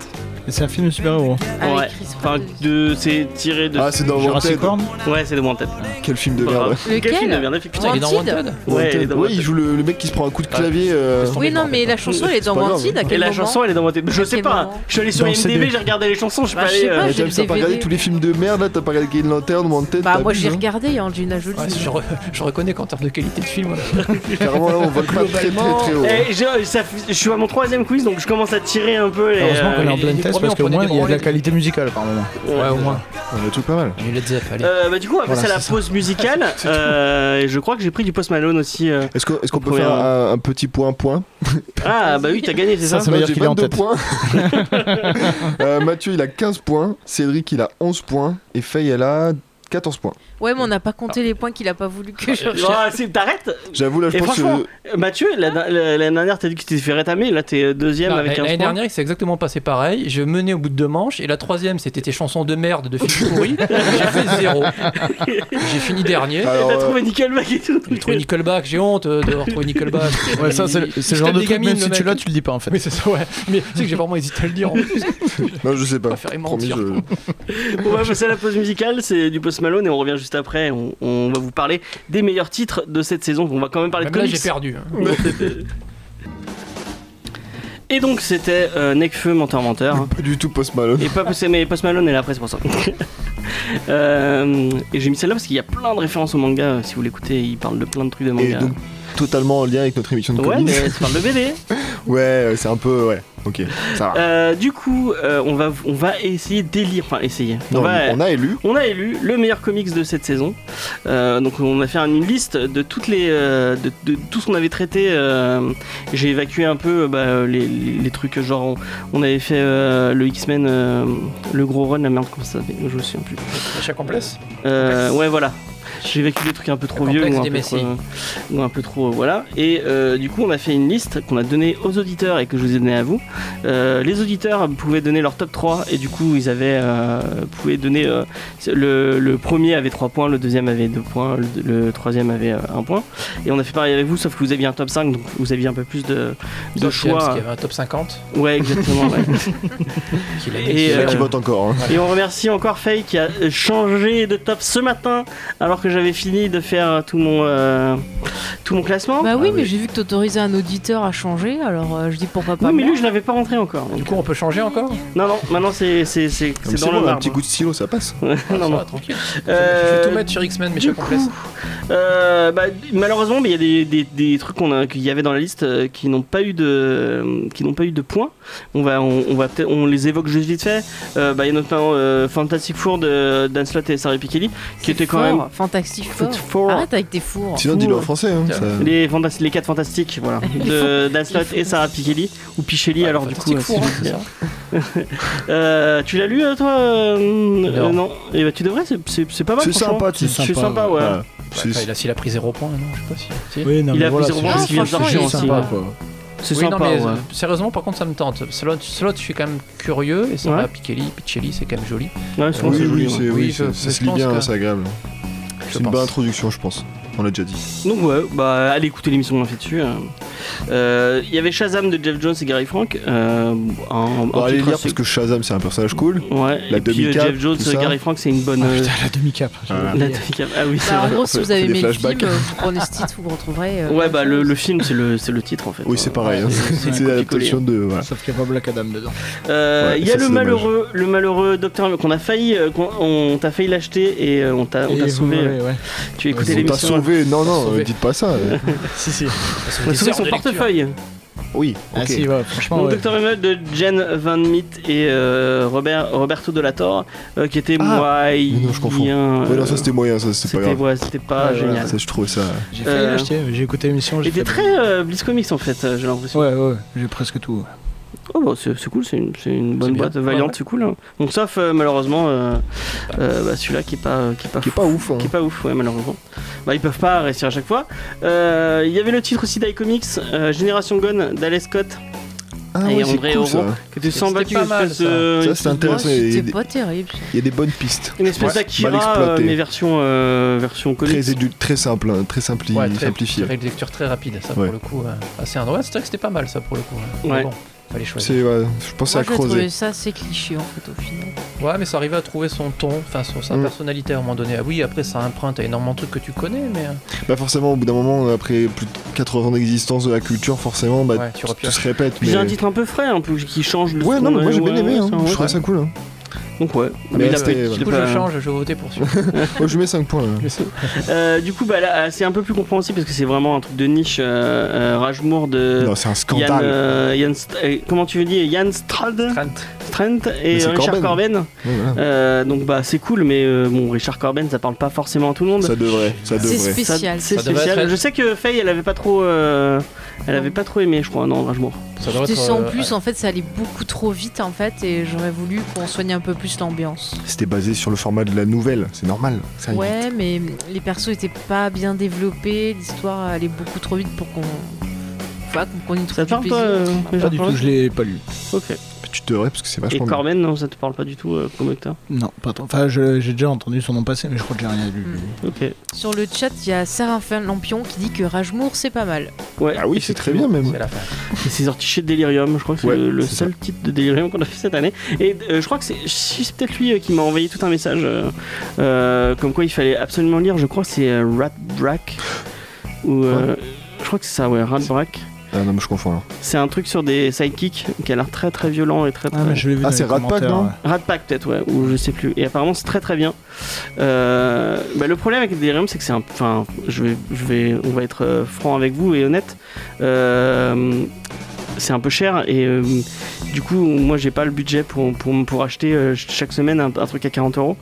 S6: C'est un film de super-héros.
S1: ouais.
S4: Avec Chris
S1: Enfin,
S4: Pratt.
S1: de, c'est tiré de.
S3: Ah, c'est dans
S6: Jurassic
S3: Wanted.
S6: World
S1: ouais, c'est de Wanted.
S3: Quel film de merde.
S4: Lequel
S1: Quel film de merde, effectivement.
S2: Putain, il est dans
S4: Wanted
S2: Wanted.
S1: Ouais, elle est dans
S3: Ouais, il
S1: Wanted. Ah.
S3: joue le, le mec qui se prend un coup de clavier. euh,
S4: Oui, non, mais la chanson, elle est dans
S3: pas grave.
S4: Wanted à
S1: Et
S4: quel
S1: la
S4: moment
S1: chanson, elle est dans Wanted. Je
S4: À
S1: sais
S4: quel
S1: pas.
S4: moment
S1: Je suis allé sur
S6: Dans le
S1: IMDb,
S6: CD.
S1: j'ai regardé les chansons. Je suis
S4: Bah,
S1: pas
S4: je sais
S1: allé.
S4: pas,
S1: euh,
S3: Ouais,
S4: j'ai
S3: James,
S4: le
S3: t'as pas regardé
S4: DVD.
S3: tous les films de merde là T'as pas regardé Green Lantern, Wanted
S4: Bah
S3: t'as hein
S4: moi j'ai
S3: abusé,
S4: regardé, il y a Angelina Jolie.
S2: Ouais, je, re- je reconnais qu'en termes de qualité de film, voilà.
S3: hein. Clairement, là, on vole pas très très très haut.
S1: Eh, j'ai- ça fait- je suis à mon troisième quiz donc je commence à tirer un peu les.
S6: Heureusement qu'on est en blind test, passe parce
S2: on
S6: qu'au
S2: prenait
S6: moins
S2: des
S6: il y a de la
S2: branlettes.
S6: qualité musicale par moment.
S2: Ouais, au moins.
S3: On a tout pas mal.
S2: Il le disait, allez.
S1: Euh, bah, du coup, on va
S2: Voilà,
S1: passer à la
S2: c'est ça.
S1: pause musicale. Euh, et je crois que j'ai pris du Post Malone aussi. euh.
S3: Est-ce qu'on est-ce qu'on peut
S1: Premier
S3: faire
S1: rang.
S3: un, un petit point-point
S1: Ah, bah oui, t'as gagné, c'est ça,
S6: Ça, ça veut
S3: Moi,
S6: dire
S3: j'ai
S6: qu'il est en
S3: 22
S6: tête.
S3: points. Euh, Mathieu, il a 15 points. Cédric, il a 11 points. Et Faye, elle a 14 points.
S4: Ouais, mais on n'a pas compté les points qu'il a pas voulu que je recherche.
S1: Ah, c'est- T'arrêtes
S3: J'avoue, là, je
S1: Et
S3: pense
S1: franchement,
S3: que.
S1: Mathieu, la, la- l'année dernière, t'as dit que tu t'es fait rétamer, là t'es euh, deuxième
S2: Non,
S1: avec
S2: Ah, L'année
S1: 15 points.
S2: dernière, c'est exactement passé pareil. Je menais au bout de deux manches et la troisième, c'était tes chansons de merde de films pourris. J'ai fait zéro. J'ai fini dernier.
S1: Et
S3: Alors,
S1: T'as
S3: euh,
S1: trouvé Nickelback et tout.
S2: J'ai trouvé Nickelback. J'ai honte euh, d'avoir trouvé Nickelback.
S6: Ouais, ça c'est le,
S2: Il-
S6: c'est le
S2: il
S6: genre
S2: tape
S6: de
S2: des
S6: truc,
S2: gamines,
S6: même
S2: le
S6: si tu
S2: mec.
S6: l'as, tu le dis pas en fait.
S2: Oui, c'est ça, ouais. Mais tu sais que j'ai vraiment hésité à le dire. en plus.
S3: euh, Non, je sais pas.
S2: préféré
S3: Promis,
S2: mentir.
S4: hein.
S3: je-
S1: euh, On va passer à la pause musicale, c'est du Post Malone et on revient juste après. On, on va vous parler des meilleurs titres de cette saison. On va quand même parler
S2: Même
S1: de
S2: là,
S1: comics.
S2: j'ai perdu. hein.
S1: Et donc c'était euh, Necfeu, menteur, menteur. hein.
S3: Pas du tout Post Malone.
S1: Et pas Post, mais Post Malone est là après, c'est pour ça. Euh, et j'ai mis celle-là parce qu'il y a plein de références au manga. euh, Si vous l'écoutez, il parle de plein de trucs de
S3: Et
S1: manga.
S3: donc, euh, totalement en lien avec notre émission de
S1: ouais,
S3: comics.
S1: mais ça parle de BD.
S3: Ouais, euh, c'est un peu. Ouais, ok, ça va.
S1: Euh, du coup, euh, on, va, on va essayer d'élire. Enfin, essayer.
S3: Non,
S1: on, va,
S3: on a élu.
S1: on a élu le meilleur comics de cette saison. Euh, donc, on a fait une liste de toutes les, euh, de, de tout ce qu'on avait traité. euh, J'ai évacué un peu bah, les, les- les trucs genre on, on avait fait euh, le X-Men, euh, le gros run, la merde comme ça. s'appelle Je me souviens plus.
S2: À chaque complexe.
S1: Euh, ouais, voilà. J'ai vécu des trucs un peu trop
S2: Le
S1: vieux ou
S2: complexe
S1: un
S2: des
S1: peu
S2: Messies.
S1: trop, euh, ou un peu trop, euh, voilà. Et euh, du coup, on a fait une liste qu'on a donnée aux auditeurs et que je vous ai donnée à vous. Euh, les auditeurs pouvaient donner leur top 3 et du coup, ils avaient euh, pouvaient donner euh, le, le premier avait 3 points, le deuxième avait 2 points, le, le troisième avait 1 point. Et on a fait pareil avec vous, sauf que vous aviez un top 5, donc vous aviez un peu plus de, de
S2: Top James,
S1: choix.
S2: qui avait un top 50.
S1: Ouais, exactement. ouais.
S2: qui l'a
S1: Et,
S3: Il y en a qui
S1: euh,
S3: votent encore. hein.
S1: Et on remercie encore Faye qui a changé de top ce matin alors que j'avais fini de faire tout mon euh, tout mon classement.
S4: Bah oui,
S3: Ah
S4: mais
S3: oui.
S4: j'ai vu que t'autorisais un auditeur à changer, alors euh, je dis pourquoi pas.
S1: oui, mais
S4: moi.
S1: lui je l'avais pas rentré encore.
S2: Du coup, on peut changer encore
S1: Non non, maintenant c'est c'est c'est
S3: Ah,
S1: c'est dans
S3: mais C'est
S1: le
S3: bon, un
S1: marbre.
S3: petit coup de stylo, ça passe.
S2: Ah, Ça
S1: non
S2: va,
S1: non.
S2: tranquille. Je
S1: Euh,
S2: vais tout mettre sur X-Men, mais
S1: du
S2: chaque
S1: coup,
S2: complexe.
S1: euh, bah, malheureusement, mais il y a des, des, des trucs qu'on a- qu'il y avait dans la liste euh, qui n'ont pas eu de qui n'ont pas eu de points. On va on, on va peut-être- on les évoque juste vite fait. Euh, bah, il y a notamment euh, Fantastic Four de Dan Slott et Sarah Pikeli qui
S4: C'est
S1: était quand
S4: fort,
S1: même
S4: Fantastique fort.
S1: Foot Four.
S4: Arrête avec tes fours.
S3: Sinon, dis-le en français. hein, ça-
S1: Les, fantas- les 4 fantastiques, voilà, de Dan Slott et Sarah Pichelli, ou Pichelli alors du coup.
S2: Fantastic Four,
S1: euh,
S2: hein, c'est ça.
S1: euh, tu l'as lu euh, toi euh, euh, Non. Et bah tu devrais, c'est- c'est c'est pas mal.
S3: C'est
S1: franchement.
S3: sympa, tu
S6: C'est
S1: C'est sympa, ouais.
S3: Voilà.
S2: Ouais, enfin,
S3: C'est-
S2: il a- S'il a pris 0 point, non, je sais pas si. si.
S6: Oui, non,
S1: Il
S6: mais
S1: a
S6: voilà,
S1: plusieurs
S6: hein, c'est
S1: parce
S6: juste-
S1: qu'il vient de sortir
S4: franchement, il est
S1: aussi.
S6: sympa,
S1: ouais.
S6: quoi.
S1: C'est
S2: Oui, non,
S1: sympa,
S2: mais,
S1: ouais.
S2: euh, sérieusement, par contre, ça me tente. Slot, Slot, je suis quand même curieux. Et ça
S1: Ouais.
S2: va, Pichelli, Pichelli, c'est quand même joli.
S1: Ouais, souvent,
S3: Oui,
S1: c'est joli,
S3: oui,
S1: ouais.
S3: c'est-
S2: Oui,
S3: oui,
S2: je-
S3: c'est- ça
S2: je
S3: se lit
S2: pense
S3: bien,
S2: que-
S3: c'est agréable.
S2: Je
S3: C'est une
S2: pense.
S3: bonne introduction, je pense. On l'a déjà dit.
S1: Donc ouais, bah allez écouter l'émission, on fait dessus. hein. Euh, Il y avait Shazam de Jeff Jones et Gary Frank. Euh, un, un
S3: Bon, allez
S1: titre
S3: lire
S1: assez-
S3: parce que Shazam, c'est un personnage cool.
S1: Ouais,
S3: la
S1: et puis euh,
S3: demi-cap,
S1: Jeff Jones,
S3: tout ça.
S1: Gary Frank, c'est une bonne.
S6: Ah,
S1: euh,
S6: putain, la demi-cap.
S3: Ah.
S1: la demi-cap. Ah oui, c'est
S4: Bah, en
S1: vrai.
S4: gros, si
S3: On
S4: vous
S3: fait
S4: avez
S3: des
S4: aimé le film,
S3: flashbacks.
S4: euh, vous prenez ce titre, vous retrouverez. euh,
S1: Ouais,
S4: plein
S1: bah
S4: de
S1: le,
S4: choses.
S1: le film, c'est le, c'est le titre en fait.
S3: Oui, c'est pareil. hein.
S1: c'est-
S3: C'est l'adaptation de. voilà.
S6: Sauf qu'il n'y a pas Black Adam dedans.
S1: Euh,
S3: Ouais,
S1: Il y
S3: ça,
S1: a le
S3: c'est dommage.
S1: malheureux, le malheureux docteur qu'on a failli, euh, qu'on on t'a failli l'acheter et euh, on t'a on t'a
S6: Et
S1: sauvé.
S6: ouais, ouais.
S1: Tu as écouté
S3: On t'a
S1: l'émission. hein.
S3: sauvé. Non, non,
S2: sauvé.
S3: euh, dites pas ça. euh.
S6: Si, si.
S1: On a sauvé son portefeuille.
S3: Oui,
S6: Ah,
S3: ok.
S6: si, ouais, franchement.
S1: Donc
S6: ouais.
S1: Docteur Hummel de Jen Van Meet et euh, Robert Roberto de la Torre euh, qui était moyen.
S3: Ah. Mais non, je confonds. Ouais, non, ça c'était moyen, ça c'était pas
S1: c'était
S3: grave.
S1: ouais, c'était pas
S6: Ouais, voilà,
S1: génial.
S3: Ça, je trouvais ça.
S6: J'ai failli
S1: Euh,
S6: l'acheter, mais j'ai écouté l'émission. j'ai
S1: C'était
S6: fait-
S1: très euh, Blitz Comics en fait, euh, j'ai l'impression.
S6: Ouais, ouais, j'ai presque tout.
S1: Oh bah, c'est c'est cool, c'est une, c'est une bonne
S2: bien.
S1: boîte, Valiant,
S2: Ouais.
S1: c'est cool. hein. Donc sauf euh, malheureusement euh, euh, bah, celui-là qui est pas euh, qui est pas
S3: Qui est pas ouf. hein.
S1: qui est pas ouf, ouais, malheureusement. Bah, ils peuvent pas réussir à chaque fois. Euh, Il y avait le titre aussi d'iComics, euh, Génération Gone d'Alex Scott,
S3: Ah,
S1: et
S3: ouais, c'est
S1: André
S3: cool,
S1: Oron.
S3: ça.
S1: que tu
S2: C'était
S1: sens battu
S2: pas
S1: une
S2: mal,
S1: espèce de.
S3: Ça, c'est
S1: une-
S4: Ouais,
S3: intéressant. Il y a
S4: C'était
S3: des-
S4: pas terrible. ça.
S3: il y a des bonnes pistes.
S1: une espèce
S3: Ouais, mal
S1: d'Akira, euh,
S3: exploité.
S1: mais version, euh, version comics.
S3: Très édu- très simple, hein, très simpli-
S2: Ouais, très,
S3: simplifié.
S2: très lecture très rapide, ça
S3: Ouais.
S2: pour le coup. ouais. Ah, c'est un ouais, c'est vrai que c'était pas mal, ça pour le coup. ouais.
S1: Ouais.
S2: Mais bon, fallait choisir.
S3: C'est, ouais, je pensais
S4: Moi,
S3: à
S4: j'ai trouvé
S3: creuser.
S4: ça c'est cliché en fait au final.
S2: Ouais, mais ça arrivait à trouver son ton, enfin son, sa
S3: Mm.
S2: personnalité à un moment donné. Ah oui, après ça emprunte à énormément de trucs que tu connais, mais. euh,
S3: Bah forcément, au bout d'un moment, après plus de 80 ans d'existence de la culture, forcément, bah,
S2: Ouais, tu
S3: tout,
S2: repères.
S3: tout se répète.
S1: Puis
S3: Mais...
S1: j'ai un titre un peu frais en plus qui change le
S3: Ouais,
S1: son,
S3: non, mais moi j'ai
S1: ouais,
S3: bien aimé.
S1: ouais,
S3: hein.
S1: ça,
S3: Je
S1: ouais.
S3: trouvais ça cool. hein.
S1: Donc ouais.
S3: Mais
S1: il a
S3: là,
S1: pas-
S3: c'est-
S1: il a
S2: Du coup,
S1: pas-
S2: je change, je vais voter pour celui
S3: Moi je mets 5 points. hein. là.
S1: Euh, du coup, bah, là, c'est un peu plus compréhensible parce que c'est vraiment un truc de niche. Euh, euh, Rajmour de
S3: Non, c'est un
S1: Yann,
S3: scandale.
S1: euh, Yann St- euh, comment tu veux dire Yann Strad
S2: Trent.
S1: Trent et
S3: Mais c'est
S1: Richard
S3: Corben.
S1: Corben.
S3: Ouais, voilà.
S1: Euh, donc bah c'est cool, mais euh, bon Richard Corben ça parle pas forcément à tout le monde.
S3: Ça devrait, ça
S1: Ça-
S3: devrait.
S1: C'est
S2: Ça devrait
S1: spécial.
S2: être-
S1: Je sais que Faye elle avait pas trop, euh, elle avait pas trop aimé, je crois. Non, franchement.
S2: Ça
S4: Je te sens
S2: euh,
S4: en plus, en fait, ça allait beaucoup trop vite, en fait, et j'aurais voulu qu'on soigne un peu plus l'ambiance.
S3: C'était basé sur le format de la nouvelle, c'est normal. Ça, il-
S4: Ouais, mais les persos étaient pas bien développés, l'histoire allait beaucoup trop vite pour qu'on. Enfin, qu'on y trouve
S1: Ça te
S4: du
S1: parle,
S4: plaisir.
S1: toi, euh,
S6: Pas
S1: Richard
S6: du tout,
S1: Corben
S6: je l'ai pas lu.
S1: Ok.
S3: Tu devrais parce que c'est
S1: Et
S3: vachement bien.
S1: Corben, non, ça te parle pas du tout euh, comme acteur.
S6: Non, pas trop. Enfin, je- j'ai déjà entendu son nom passer, mais je crois que j'ai rien lu.
S1: Hmm. Ok.
S4: Sur le chat, il y a Séraphin Lampion qui dit que Rajmour, c'est pas mal.
S1: Ouais.
S3: Ah oui, c'est très bien même.
S2: C'est la fin.
S1: Et c'est sorti chez Delirium, je crois que c'est
S3: Ouais,
S1: le, le
S3: c'est
S1: seul titre de Delirium qu'on a fait cette année. Et euh, je crois que c'est si, c'est peut-être lui euh, qui m'a envoyé tout un message euh, euh, comme quoi il fallait absolument lire. Je crois que c'est euh, Rat Brack. Ou, euh, Je crois que c'est ça, ouais, Rat Brack.
S3: Ah non, mais je confonds là.
S1: C'est un truc sur des sidekicks qui a l'air très très violent et très très.
S6: Ah, mais je l'ai vu
S3: Ah,
S6: dans
S3: c'est
S6: les
S3: Rat Pack,
S6: commentaires,
S3: non
S6: ouais.
S1: Rat Pack peut-être, ouais, ou je sais plus. Et apparemment c'est très très bien. Euh, bah, le problème avec Delirium, c'est que c'est un... Enfin, je vais, je vais, on va être euh, franc avec vous et honnête. Euh, c'est un peu cher et euh, du coup moi j'ai pas le budget pour, pour, pour acheter euh, chaque semaine un, un truc à 40 euros.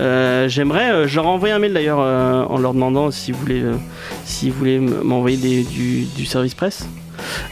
S1: Euh, J'aimerais, euh, je leur ai envoyé un mail d'ailleurs euh, en leur demandant si vous voulez, euh, si vous voulez m- m'envoyer des- du, du service presse,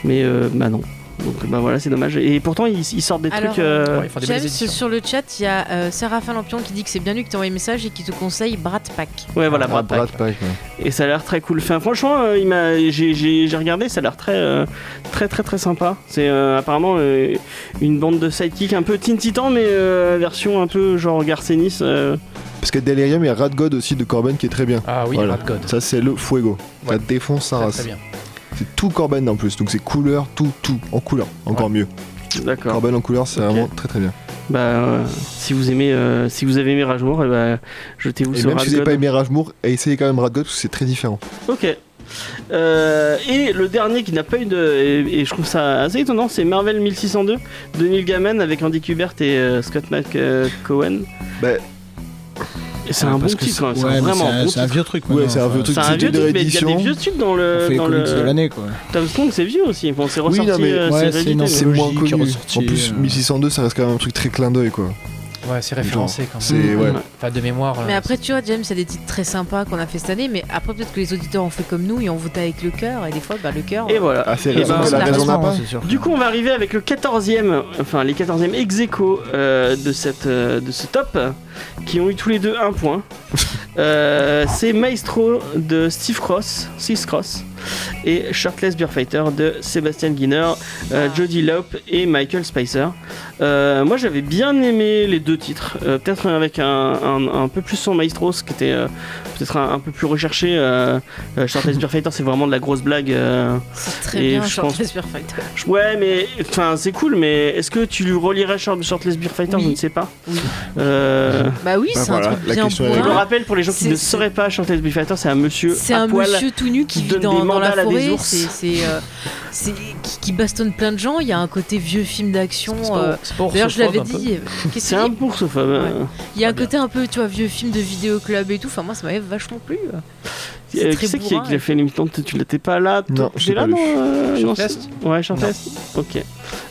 S1: mais euh, bah non. Donc bah voilà c'est dommage. Et pourtant ils, ils sortent des
S4: Alors,
S1: trucs. euh,
S2: Ouais, ils font des belles
S4: James,
S2: éditions.
S4: sur le chat, il y a euh, Séraphin Lampion qui dit que c'est bien lui qui t'a envoyé un message et qui te conseille Brat
S2: Oh
S4: Pack.
S1: Ouais, voilà,
S3: Ah,
S1: Brad Pack.
S3: Brad Pack, ouais.
S1: Et ça a l'air très cool. Enfin, franchement, euh, il m'a, j'ai, j'ai- j'ai regardé, ça a l'air très, euh, très, très, très sympa. C'est euh, apparemment euh, une bande de sidekicks un peu Teen Titan, mais euh, version un peu genre Garcenis. euh.
S3: Parce que Delirium, il y a Rat God aussi de Corben qui est très bien.
S2: Ah oui,
S3: Voilà. Ah,
S2: Rap God.
S3: Ça, c'est le Fuego. Ça
S2: Ouais.
S3: défonce sa
S2: Très,
S3: race.
S2: très bien.
S3: C'est tout Corben en plus, donc c'est couleur, tout, tout, en couleur, encore mieux.
S1: D'accord.
S3: Corben en couleur, c'est
S1: Ok.
S3: vraiment très très bien.
S1: Bah, euh, si vous aimez, euh, si vous avez aimé Rajmour, eh ben, jetez-vous
S3: Et
S1: sur
S3: même si vous n'avez
S1: Radgod.
S3: pas aimé Rajmour, essayez quand même Radgod parce que c'est très différent.
S1: Ok. Euh, et le dernier qui n'a pas eu de. Et, et je trouve ça assez étonnant, c'est Marvel 1602 de Neil Gaiman avec Andy Kubert et euh, Scott McCohen.
S3: Bah,
S1: Et c'est un bon
S6: Ah, Parce que
S1: titre, quand même.
S6: ouais,
S1: C'est
S6: mais
S1: vraiment un bon
S6: C'est un
S1: titre.
S6: vieux truc.
S3: Ouais,
S6: maintenant,
S3: c'est un
S6: enfin,
S3: vieux truc,
S1: C'est un
S3: c'est
S1: vieux
S3: de
S1: truc, mais il y a des
S3: réédition.
S1: vieux trucs dans
S6: On
S1: le.
S6: fait les
S1: dans
S6: comics de
S1: le...
S6: l'année, quoi.
S1: Tom Strong, c'est vieux aussi. Bon, c'est ressorti.
S3: non, mais-
S1: euh,
S6: Ouais,
S1: c'est
S6: c'est
S1: réédité,
S6: non,
S1: mais-
S3: C'est
S6: logique,
S3: moins
S6: qui est
S3: connu.
S6: ressorti,
S3: En plus,
S6: euh,
S3: 1602, ça reste quand même un truc très clin d'œil quoi.
S2: Ouais, c'est référencé quand même.
S1: Mm.
S3: C'est ouais.
S2: Enfin, de mémoire. euh,
S4: Mais après, tu vois, James, il y a des titres très sympas qu'on a fait cette année, mais après, peut-être que les auditeurs ont fait comme nous et ont voté avec le cœur, et des fois, bah, le cœur.
S1: Et voilà.
S3: Ah, c'est
S1: Et ben,
S3: raison, la
S4: voilà.
S3: raison n'a pas.
S6: c'est sûr.
S1: Du coup, on va arriver avec le 14e, enfin les 14e ex aequo, euh, de, cette, euh, de ce top, qui ont eu tous les deux un point. Euh, c'est Maestro de Steve Cross, Six Cross, et Shirtless Beer Fighter de Sébastien Guiner, euh, Jody Lope et Michael Spicer. Euh, moi j'avais bien aimé les deux titres, euh, peut-être avec un, un- un peu plus son Maestro, ce qui était euh, peut-être un, un peu plus recherché. Euh, euh, Shirtless Beer Fighter, c'est vraiment de la grosse blague. euh,
S4: C'est très
S1: Et
S4: bien,
S1: je
S4: Short
S1: pense-
S4: Dress Perfect.
S1: Ouais, mais enfin, c'est cool, mais est-ce que tu lui relirais Short, Shortless Beer Fighter
S4: Oui.
S1: Je ne sais pas.
S4: Oui.
S1: Euh,
S4: Bah oui,
S3: Bah
S4: c'est
S3: voilà,
S4: un truc
S3: la
S4: bien
S3: question est
S1: Je le
S3: réglée.
S4: bourrin.
S1: rappelle pour les gens qui
S4: C'est-
S1: ne sauraient pas Shortless Beer Fighter, c'est un monsieur
S4: C'est
S1: à
S4: un
S1: poil.
S4: monsieur tout nu qui
S1: qui
S4: vit
S1: donne
S4: dans,
S1: des
S4: dans la
S1: mandales à des
S4: forêt,
S1: ours.
S4: c'est- c'est, euh, c'est- qui, qui bastonne plein de gens. Il y a un côté vieux film d'action.
S2: c'est pas-
S4: euh,
S2: c'est pas
S4: D'ailleurs, je
S2: orthophobe,
S4: l'avais
S2: un peu.
S4: dit. euh, qu'est-ce
S1: C'est
S4: que
S1: un
S4: tu dis
S1: boursophobe. euh,
S4: Il y a un
S2: Très bien.
S4: côté un peu, tu vois, vieux film de vidéoclub et tout. Enfin, moi, ça m'avait vachement plu. C'est
S1: euh,
S4: très
S1: qui c'est qui
S4: bourrin,
S1: qui a fait l'émission Tu n'étais pas là toi
S3: Non, je
S1: T'es
S3: l'ai
S1: là
S3: pas
S1: non, euh, non,
S2: Shortless
S1: c'est- Ouais, Shortless Ok.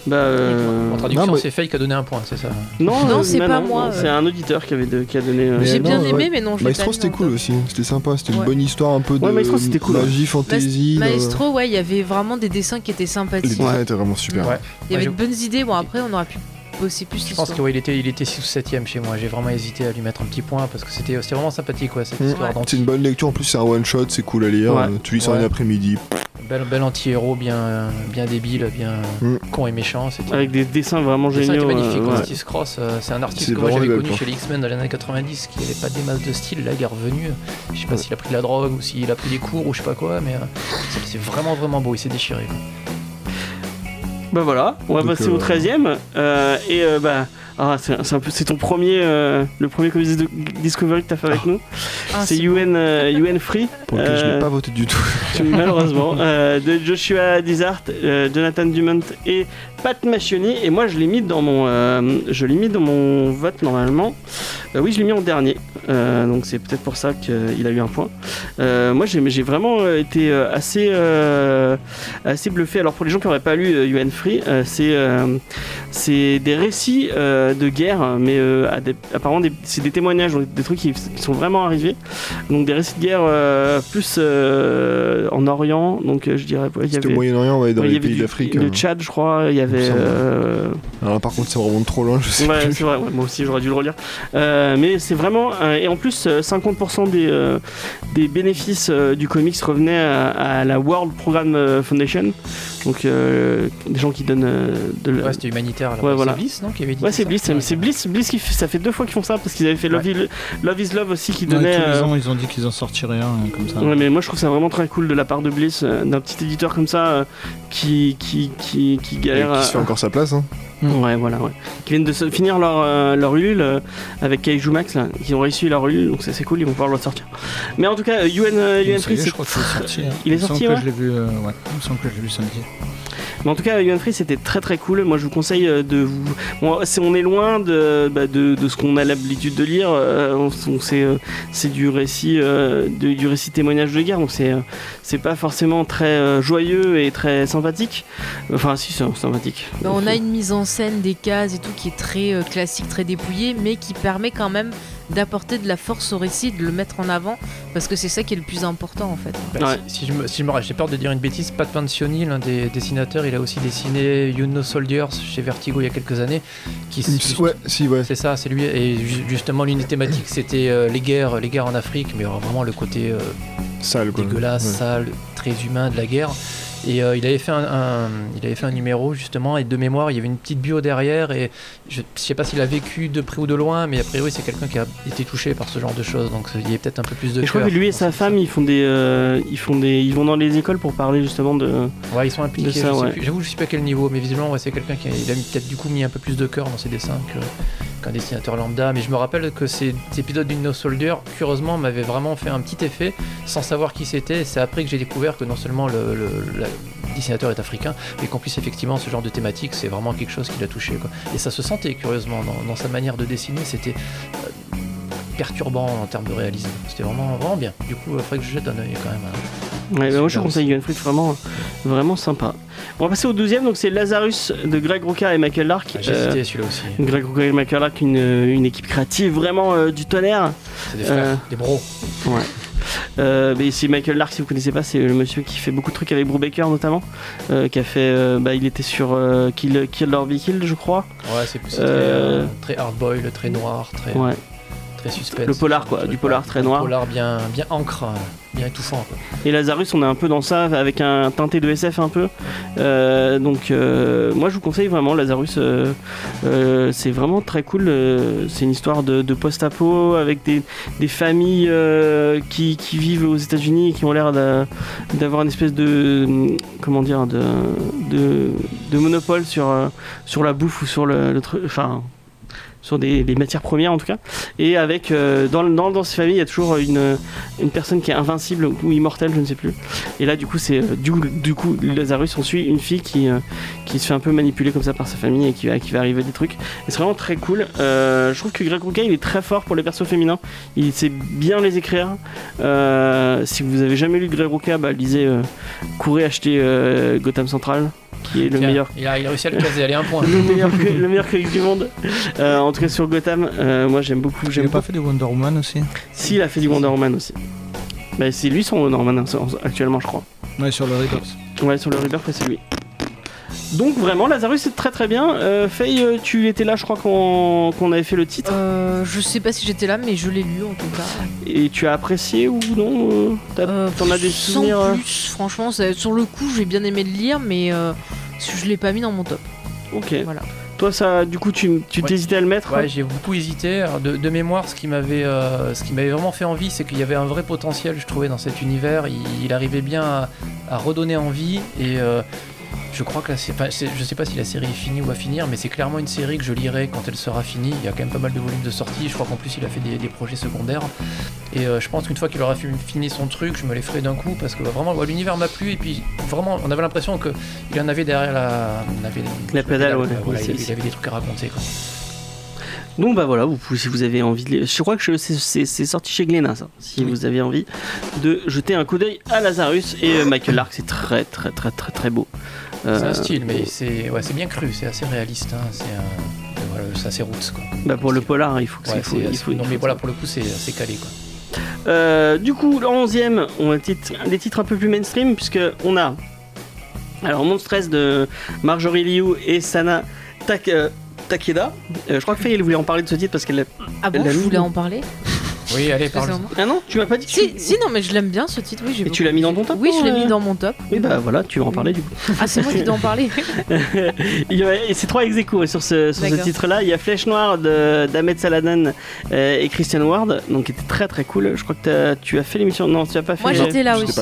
S1: Bah. euh,
S2: En traduction,
S3: Non, mais-
S2: c'est Faye qui a donné un point, c'est ça
S1: Non,
S4: Non,
S1: euh,
S4: c'est pas moi,
S1: C'est
S4: euh.
S1: un auditeur qui, avait de- qui a donné. euh,
S3: Mais
S4: J'ai
S3: non,
S4: bien
S3: ouais.
S4: aimé, mais non, je l'ai pas
S3: Maestro
S4: mis
S3: c'était
S4: en
S3: cool
S4: top.
S3: aussi, c'était sympa, c'était une
S4: Ouais.
S3: bonne histoire un peu de
S1: Ouais, Maestro, c'était cool,
S3: magie, fantasy. de-
S4: Maestro, ouais, il y avait vraiment des dessins qui étaient
S3: Les
S4: sympathiques.
S3: dessins étaient vraiment super.
S2: euh. Ouais.
S4: Il y avait
S2: Ouais,
S4: de bonnes idées. Bon, après, on aurait pu bosser plus
S2: Je pense qu'il
S4: l'histoire.
S2: était, il était 6 ou 7ème chez moi. J'ai vraiment hésité à lui mettre un petit point parce que c'était c'était vraiment sympathique, ouais, cette
S3: Mm.
S2: histoire
S3: C'est
S2: d'anti.
S3: une bonne lecture, en plus c'est un one shot, c'est cool à lire,
S1: Ouais.
S3: euh, tu lis ça en
S2: Ouais.
S3: un après-midi.
S2: Bel, bel anti-héros, bien, bien débile, bien
S3: Mm.
S2: con et méchant. C'était
S1: Avec des dessins vraiment
S2: Le dessin était
S1: géniaux. euh,
S2: magnifique.
S1: ouais.
S2: ouais. Steve Cross, euh, c'est un artiste
S3: C'est
S2: que moi
S3: vraiment
S2: j'avais
S3: rigolo,
S2: connu
S3: quoi.
S2: chez les X-Men dans les années 90 qui n'avait pas des masses de style. Là, il est revenu. Je sais pas s'il a pris de la drogue ou s'il a pris des cours ou je sais pas quoi, mais euh, c'est- c'est vraiment vraiment beau. Il s'est déchiré.
S1: Euh,
S2: quoi.
S1: Bah voilà, on va
S3: Donc,
S1: passer
S3: euh,
S1: au 13 e et euh, bah. Ah, c'est c'est un peu- c'est ton premier, euh, le premier comédie de Discovery que t'as fait avec nous.
S4: Ah,
S1: c'est
S4: c'est-
S1: UN, euh, UN Free,
S3: Pour lequel je
S1: Euh,
S3: n'ai pas voté du tout.
S1: malheureusement, euh, de Joshua Dizart, euh, Jonathan Dumont et Pat Machioni. Et moi, je l'ai mis dans mon, euh, je l'ai mis dans mon vote normalement. Euh, oui, je l'ai mis en dernier, Euh, donc c'est peut-être pour ça qu'il a eu un point. Euh, moi, j'ai j'ai vraiment euh, été euh, assez, euh, assez bluffé. Alors, pour les gens qui n'auraient pas lu euh, UN Free, euh, c'est euh, c'est des récits euh, de guerre, mais euh, à des- apparemment, des- c'est des témoignages, donc des trucs qui, qui sont vraiment arrivés. Donc, des récits de guerre euh, plus euh, en Orient, donc euh, je dirais. ouais, il y
S3: C'était au
S1: avait-
S3: Moyen-Orient, ouais, dans
S1: il y
S3: les
S1: avait
S3: pays
S1: du-
S3: d'Afrique,
S1: Le
S3: hein.
S1: Tchad, je crois, il y
S3: Il me
S1: avait.
S3: semble.
S1: euh,
S3: Alors là, par contre, ça me remonte trop loin, je sais
S1: Ouais,
S3: plus.
S1: c'est vrai, ouais, moi aussi j'aurais dû le relire. Euh, mais c'est vraiment. euh, et en plus, euh, 50% des, euh, des bénéfices euh, du comics revenaient à, à la World Program euh, Foundation. Donc, euh, des gens qui donnent euh, de la-
S2: Ouais, c'était humanitaire. Là.
S1: Ouais, voilà.
S2: C'est Bliss, non qui avait dit
S1: Ouais, c'est
S2: ça
S1: Bliss, c'est Bliss, Bliss qui fait- ça fait deux fois qu'ils font ça parce qu'ils avaient fait Love, is, Love is Love aussi qui donnait.
S6: tous les
S1: euh,
S6: ans, ils ont dit qu'ils en sortiraient un, comme ça.
S1: Ouais, mais moi je trouve ça vraiment très cool de la part de Bliss, euh, d'un petit éditeur comme ça euh, qui, qui, qui, qui
S3: Et
S1: galère
S3: qui se fait
S1: à-
S3: encore sa place, hein.
S1: Ouais, voilà, ouais. Qui viennent de se- finir leur, euh, leur Ulule euh, avec Kaiju Max, là. Ils ont réussi leur Ulule, donc ça c'est cool, ils vont pouvoir le sortir. Mais en tout cas, euh, UN, euh,
S6: Il
S1: UN
S6: est
S1: Free, c'est.
S6: je crois qu'il est sorti. hein.
S1: Il est
S6: me semble
S1: sorti,
S6: que
S1: ouais.
S6: je l'ai vu, euh, ouais. Il me semble que je l'ai vu samedi.
S1: Mais en tout cas, euh, UN Free, c'était très très cool. Moi, je vous conseille euh, de vous. Bon, c'est- on est loin de, bah, de, de ce qu'on a l'habitude de lire. euh, on- on- c'est euh, c'est du récit euh, de- du récit témoignage de guerre, donc c'est euh, c'est pas forcément très euh, joyeux et très sympathique. Enfin, si, c'est sympathique.
S4: Ben, on a une mise en scène des cases et tout qui est très euh, classique, très dépouillée, mais qui permet quand même d'apporter de la force au récit, de le mettre en avant, parce que c'est ça qui est le plus important en fait.
S2: Bah, si, si je me, si je me j'ai peur de dire une bêtise, Pat Mancioni, l'un des dessinateurs, il a aussi dessiné You Know Soldiers chez Vertigo il y a quelques années. Qui
S3: Il me- ouais, si, ouais.
S2: C'est ça, c'est lui. Et ju- justement, l'une des thématiques, c'était euh, les guerres, les guerres en Afrique, mais alors vraiment le côté euh,
S3: Sale, quoi.
S2: dégueulasse,
S3: Ouais.
S2: sale, très humain de la guerre. Et euh, il, avait fait un, un- il avait fait un numéro justement, et de mémoire, il y avait une petite bio derrière, et je ne sais pas s'il a vécu de près ou de loin, mais a priori c'est quelqu'un qui a été touché par ce genre de choses, donc il y a peut-être un peu plus de
S1: Et je crois
S2: cœur.
S1: que lui et sa femme, ils font des, euh, ils font des, ils vont dans les écoles pour parler justement de.
S2: Ouais, ils sont
S1: de
S2: impliqués.
S1: ça,
S2: je sais
S1: ouais.
S2: plus- J'avoue, je sais pas quel niveau, mais visiblement, ouais, c'est quelqu'un qui a, il a mis- peut-être du coup mis un peu plus de cœur dans ses dessins que- qu'un dessinateur lambda. Mais je me rappelle que ces, ces épisodes du No Soldier, curieusement, m'avaient vraiment fait un petit effet sans savoir qui c'était. C'est après que j'ai découvert que non seulement le, le- la- le dessinateur est africain, mais qu'en plus, effectivement, ce genre de thématique, c'est vraiment quelque chose qui l'a touché. quoi. Et ça se sentait, curieusement, dans, dans sa manière de dessiner. C'était euh, perturbant en termes de réalisme. C'était vraiment, vraiment bien. Du coup, il faudrait que je jette un œil quand même. hein. à-
S1: Ouais, bah, moi je
S2: Super
S1: vous conseille Gunfrey, vraiment, vraiment sympa. On va passer au deuxième, donc c'est Lazarus de Greg Rucka et Michael Lark.
S2: J'ai
S1: Euh,
S2: cité celui-là aussi.
S1: Greg Rucka et Michael Lark, une, une équipe créative vraiment euh, du tonnerre.
S2: C'est des frères,
S1: Euh,
S2: des bros.
S1: Ouais. Euh, mais c'est Michael Lark, si vous connaissez pas, c'est le monsieur qui fait beaucoup de trucs avec Brubaker notamment, euh, qui a fait, euh, bah, il était sur euh, Kill, Kill or Be Killed, je crois.
S2: Ouais, c'est plus c'est
S1: Euh,
S2: très, euh, très hard boil, très noir, très,
S1: Ouais.
S2: très suspense.
S1: Le polar, quoi, du polar très noir.
S2: Un polar bien, bien encre, hein, bien étouffant. quoi.
S1: Et Lazarus, on est un peu dans ça, avec un teinté de SF un peu. Euh, donc, euh, moi, je vous conseille vraiment Lazarus. euh, euh, c'est vraiment très cool. euh, c'est une histoire de, de post-apo avec des, des familles euh, qui, qui vivent aux États-Unis et qui ont l'air d'a- d'avoir une espèce de comment dire de, de, de monopole sur euh, sur la bouffe ou sur le, le truc. Enfin, sur des, des matières premières en tout cas. Et avec euh, dans, dans, dans ces familles, il y a toujours une, une personne qui est invincible ou immortelle, je ne sais plus. Et là, du coup, c'est euh, du, coup- du coup Lazarus, on suit une fille qui, euh, qui se fait un peu manipuler comme ça par sa famille et qui, va- qui va arriver des trucs. Et c'est vraiment très cool. Euh, je trouve que Greg Rucka, il est très fort pour les persos féminins. Il sait bien les écrire. Euh, si vous avez jamais lu Greg Rucka, bah, lisez, euh, courez acheter euh, Gotham Central, qui est le
S2: Tiens,
S1: meilleur
S2: Il a, il a réussi à le caser, allez, un point.
S1: le meilleur que, le meilleur comic du monde. Euh, en tout cas sur Gotham, euh, moi j'aime beaucoup.
S6: J'ai
S1: J'aime
S6: pas
S1: pas.
S6: fait des Wonder Woman aussi
S1: S'il a fait du Wonder Woman aussi. Bah, c'est lui son Wonder Woman hein, actuellement, je crois.
S6: Ouais, sur le Records.
S1: Ouais, sur le Rebirth, ouais, c'est lui. Donc vraiment, Lazarus c'est très très bien. Euh, Faye, euh, tu étais là, je crois qu'on qu'on avait fait le titre
S4: Euh, je sais pas si j'étais là, mais je l'ai lu en tout cas.
S1: et tu as apprécié ou non euh, t'as- T'en as des
S4: Sans
S1: souvenirs euh
S4: plus, franchement, ça- sur le coup, j'ai bien aimé le lire, mais euh, je l'ai pas mis dans mon top.
S1: Ok.
S4: Voilà.
S1: Toi ça, du coup, tu tu
S2: Ouais.
S1: t'hésitais à le mettre
S2: Ouais, j'ai beaucoup hésité. Alors, De, de mémoire, ce qui m'avait, euh, ce qui m'avait vraiment fait envie, c'est qu'il y avait un vrai potentiel, je trouvais, dans cet univers. Il, il arrivait bien à, à redonner envie et euh, je crois que là, c'est, enfin, c'est- je sais pas si la série est finie ou à finir, mais c'est clairement une série que je lirai quand elle sera finie. Il y a quand même pas mal de volumes de sortie. Je crois qu'en plus, il a fait des, des projets secondaires. Et euh, je pense qu'une fois qu'il aura fi- fini son truc, je me les ferai d'un coup parce que bah, vraiment, ouais, l'univers m'a plu et puis vraiment, on avait l'impression que il en avait derrière la, on avait-
S1: La pédale, ouais.
S2: voilà, il,
S1: C'est-
S2: avait, il avait des trucs à raconter. quoi.
S1: Donc bah voilà, vous pouvez, si vous avez envie, de les- je crois que je- c'est- c'est c'est sorti chez Glénat ça. Si vous avez envie de jeter un coup d'œil à Lazarus et euh, Michael Lark, c'est très très très très très beau. Euh,
S2: C'est un style, mais c'est ouais, c'est bien cru, c'est assez réaliste, hein, c'est un- euh, voilà, c'est assez roots quoi.
S1: Bah pour le polar, il faut que
S2: Ouais,
S1: c'est- il faut-
S2: c'est
S1: il
S2: assez-
S1: faut- il
S2: non
S1: faut
S2: mais voilà pour le coup c'est assez calé quoi.
S1: Euh, du coup, la 11e, on a des titres- des titres un peu plus mainstream, puisque on a. Alors, Monstress de Marjorie Liu et Sana Tak- euh, Takeda. Euh, je crois que Faye, elle voulait en parler de ce titre parce qu'elle l'a.
S4: Ah bon,
S1: elle l'a
S4: je
S1: mis.
S4: voulais en parler
S2: Oui, allez,
S4: Excusez-moi.
S1: Ah non, tu m'as pas dit que
S4: Si, si, non, mais je l'aime bien ce titre, oui. j'ai
S1: Et
S4: beaucoup-
S1: tu l'as mis dans ton top
S4: Oui, je l'ai
S1: ou, euh
S4: mis dans mon top.
S1: Oui, bah voilà, tu vas en parler du coup.
S4: Ah, c'est moi qui dois en parler.
S1: Il y a- et c'est trois ex aequo sur ce, sur ce
S4: D'accord.
S1: titre-là. Il y a Flèche Noire de- d'Ahmed Saladin euh, et Christian Ward, donc qui était très très cool. Je crois que t'as- tu as fait l'émission. Non, tu as pas fait.
S4: Moi, j'étais là aussi.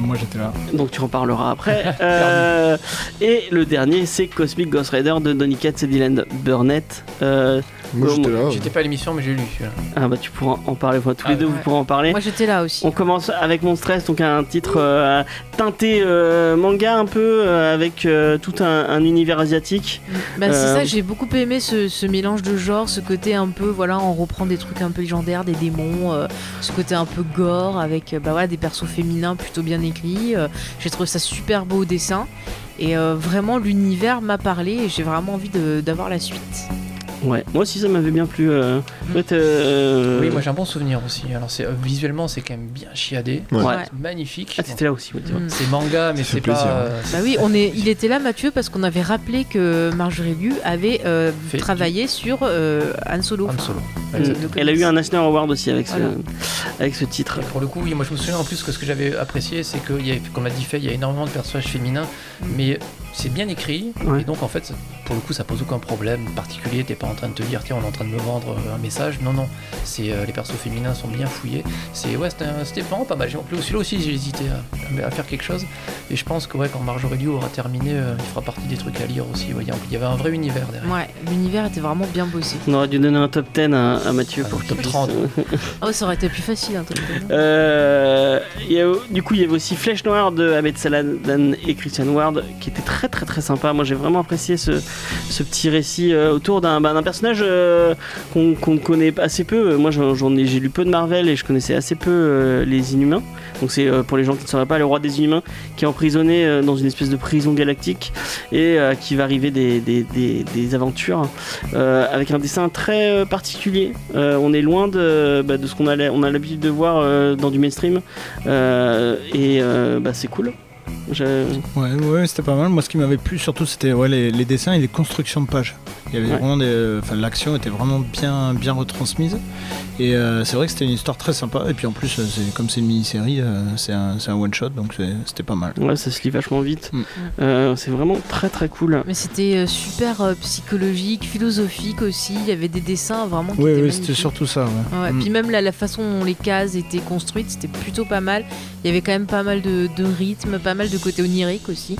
S6: moi j'étais là.
S1: Donc tu en parleras après. Euh, et le dernier, c'est Cosmic Ghost Rider de Donny Katz et Dylan Burnett. Euh,
S3: Moi,
S1: bon,
S3: j'étais là.
S2: J'étais pas à l'émission mais j'ai lu. celui-là.
S1: Ah bah tu pourras en parler, enfin, tous
S2: Ah,
S1: les deux vous pourrez en parler.
S4: Moi, j'étais là aussi.
S1: On commence avec Monstress, donc un titre euh, teinté euh, manga un peu, euh, avec euh, tout un, un univers asiatique.
S4: Bah, c'est
S1: Euh,
S4: ça, j'ai beaucoup aimé ce, ce mélange de genres, ce côté un peu, voilà, on reprend des trucs un peu légendaires, des démons, euh, ce côté un peu gore avec euh, bah, voilà, des persos féminins plutôt bien écrits. euh, j'ai trouvé ça super beau au dessin. Et euh, vraiment, l'univers m'a parlé et j'ai vraiment envie de- d'avoir la suite.
S1: Ouais, moi aussi ça m'avait bien plu. euh. Toi, t'es, euh,
S2: Oui, moi j'ai un bon souvenir aussi. Alors c'est euh, visuellement c'est quand même bien chiadé,
S1: Ouais.
S2: C'est
S1: Ouais.
S2: magnifique.
S1: Ah, t'étais là aussi, ouais, c'est vrai.
S2: C'est manga mais c'est pas.
S1: plaisir. hein.
S2: euh,
S4: Bah oui, on est, il était là, Mathieu, parce qu'on avait rappelé que Marjorie Liu avait euh,
S2: Fait
S4: travaillé sur euh, Han Solo. Euh,
S2: Han Solo.
S1: Mm. Elle a eu un National Award aussi avec ce,
S4: Voilà.
S1: avec ce titre.
S2: Pour le coup, oui, moi je me souviens en plus que ce que j'avais apprécié, c'est qu'il y avait, comme a dit Faye, il y a énormément de personnages féminins, mais c'est bien écrit,
S1: Ouais.
S2: et donc en fait, ça- pour le coup, ça pose aucun problème particulier, t'es pas en train de te dire, tiens, on est en train de me vendre euh, un message, non, non, c'est euh, les persos féminins sont bien fouillés, c'est, ouais, c'était un- c'était vraiment pas mal, J'ai- celui-là aussi, j'ai hésité à, à faire quelque chose, et je pense que, ouais, quand Marjorie Liu aura terminé, euh, il fera partie des trucs à lire aussi, ouais, il y a- il y avait un vrai univers derrière.
S4: Ouais, l'univers était vraiment bien bossé.
S1: On aurait dû donner un top 10 à, à Mathieu pour top 30.
S4: Oh, ça aurait été plus facile, un truc comme ça.
S1: Euh, il y a- du coup, il y avait aussi Flèche Noire de Ahmed Saladin et Christian Ward, qui était très très très sympa. Moi, j'ai vraiment apprécié ce, ce petit récit euh, autour d'un bah, d'un personnage euh, qu'on qu'on connaît assez peu. Moi, j'en j'en ai- j'ai lu peu de Marvel et je connaissais assez peu euh, les Inhumains. Donc, c'est euh, pour les gens qui ne sauraient pas, le roi des Inhumains qui est emprisonné euh, dans une espèce de prison galactique et euh, qui va arriver des, des- des- des aventures euh, avec un dessin très euh, particulier. Euh, on est loin de, bah, de ce qu'on a, la- on a l'habitude de voir euh, dans du mainstream Euh, et euh, bah, c'est cool. Je-
S6: Ouais, ouais, c'était pas mal. Moi, ce qui m'avait plu surtout, c'était ouais, les, les dessins et les constructions de pages. Il y avait
S1: Ouais.
S6: vraiment des. Enfin, l'action était vraiment bien, bien retransmise. Et euh, c'est vrai que c'était une histoire très sympa. Et puis en plus, euh, c'est, comme c'est une mini-série, euh, c'est, un, c'est un one-shot, donc c'est- c'était pas mal.
S1: Ouais, ça se lit vachement vite. Euh, c'est vraiment très très cool.
S4: Mais c'était euh, super euh, psychologique, philosophique aussi. Il y avait des dessins vraiment. qui
S6: Oui,
S4: étaient
S6: oui,
S4: magnifiques.
S6: c'était surtout ça. Ouais.
S4: Ouais,
S6: Mm.
S4: Puis même la, la façon dont les cases étaient construites, c'était plutôt pas mal. Il y avait quand même pas mal de, de rythme, pas mal de côté onirique aussi.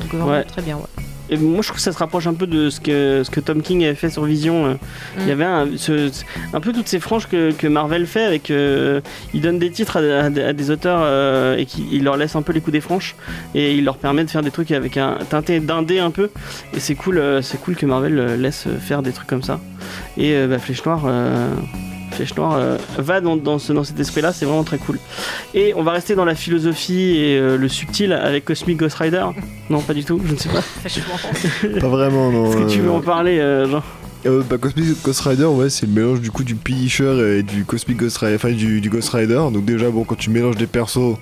S4: Donc vraiment
S1: Ouais.
S4: très bien. Ouais.
S1: Et moi, je trouve que ça se rapproche un peu de ce que, ce que Tom King avait fait sur Vision. euh. Il y avait un, ce- ce- un peu toutes ces franges que, que Marvel fait avec. euh, il donne des titres à, à- à des auteurs euh, et qui- il leur laisse un peu les coups des franches et il leur permet de faire des trucs avec un teinté dindé un peu. Et c'est cool, euh, c'est cool que Marvel euh, laisse faire des trucs comme ça. Et euh, bah, Flèche Noire. euh, Flèche Noire euh, va dans, dans ce- dans cet esprit-là, c'est vraiment très cool. Et on va rester dans la philosophie et euh, le subtil avec Cosmic Ghost Rider. Non, pas du tout, je ne sais pas.
S3: Pas vraiment, non.
S1: Est-ce que tu
S3: euh,
S1: veux en parler, euh, Jean
S3: Euh, bah, Cosmic Ghost Rider, ouais, c'est le mélange du coup du Punisher et du Cosmic Ghost Rider, enfin du, du Ghost Rider. Donc déjà, bon, quand tu mélanges des persos,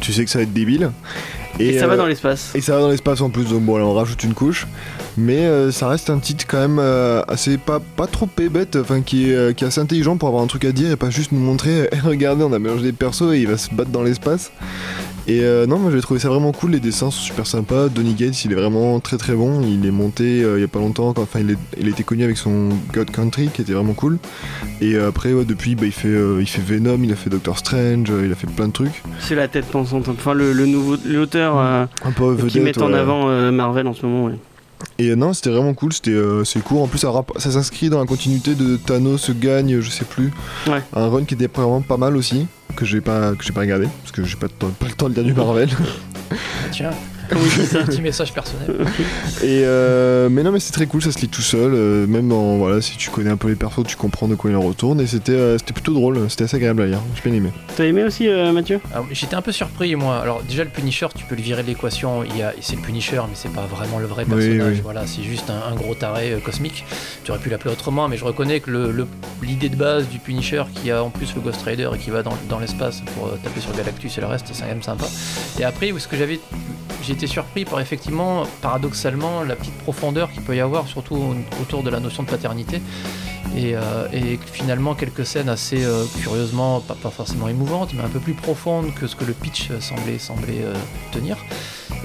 S3: tu sais que ça va être débile.
S1: Et ça va dans l'espace.
S3: Et ça va dans l'espace en plus, donc bon, là, on rajoute une couche. Mais euh, ça reste un titre quand même euh, assez pas, pas trop pébête, enfin qui est, euh, qui est assez intelligent pour avoir un truc à dire et pas juste nous montrer, eh, regardez, on a mélangé des persos et il va se battre dans l'espace. Et euh, non, moi j'ai trouvé ça vraiment cool, les dessins sont super sympas. Donny Gates, il est vraiment très très bon. Il est monté euh, il y a pas longtemps, quand, enfin il, est- il était connu avec son God Country qui était vraiment cool. Et euh, après, ouais, depuis, bah, il, fait, euh, il fait Venom, il a fait Doctor Strange, euh, il a fait plein de trucs.
S1: C'est la tête pensante, enfin le, le nouveau l'auteur euh,
S3: Un peu
S1: qui
S3: vedette,
S1: met en
S3: ouais.
S1: avant euh, Marvel en ce moment. ouais.
S3: Et euh, non, c'était vraiment cool, c'était euh, c'est court. En plus, ça, rapp- ça s'inscrit dans la continuité de Thanos gagne, je sais plus. Un run qui était vraiment pas mal aussi, que j'ai pas que j'ai pas regardé parce que j'ai pas, de temps- pas le temps de lire du Marvel.
S2: Tiens. Comme il dit, c'est un petit message personnel.
S3: Et euh, mais non, mais c'est très cool, ça se lit tout seul. euh, même en, voilà, si tu connais un peu les persos, tu comprends de quoi il en retourne. Et c'était euh, c'était plutôt drôle, c'était assez agréable à lire. J'ai bien aimé.
S1: T'as aimé aussi, euh, Mathieu
S2: Alors, Ah J'étais un peu surpris, moi. Alors, déjà, le Punisher, tu peux le virer de l'équation. Il y a- C'est le Punisher, mais c'est pas vraiment le vrai
S3: Oui,
S2: personnage.
S3: oui.
S2: Voilà, c'est juste un, un gros taré euh, cosmique. Tu aurais pu l'appeler autrement, mais je reconnais que le- le- l'idée de base du Punisher, qui a en plus le Ghost Rider et qui va dans, dans l'espace pour euh, taper sur Galactus et le reste, c'est quand même sympa. Et après, ce que j'avais. J'ai été surpris par effectivement, paradoxalement, la petite profondeur qu'il peut y avoir, surtout au- autour de la notion de paternité et, euh, et finalement quelques scènes assez euh, curieusement, pas, pas forcément émouvantes, mais un peu plus profondes que ce que le pitch euh, semblait, semblait euh, tenir.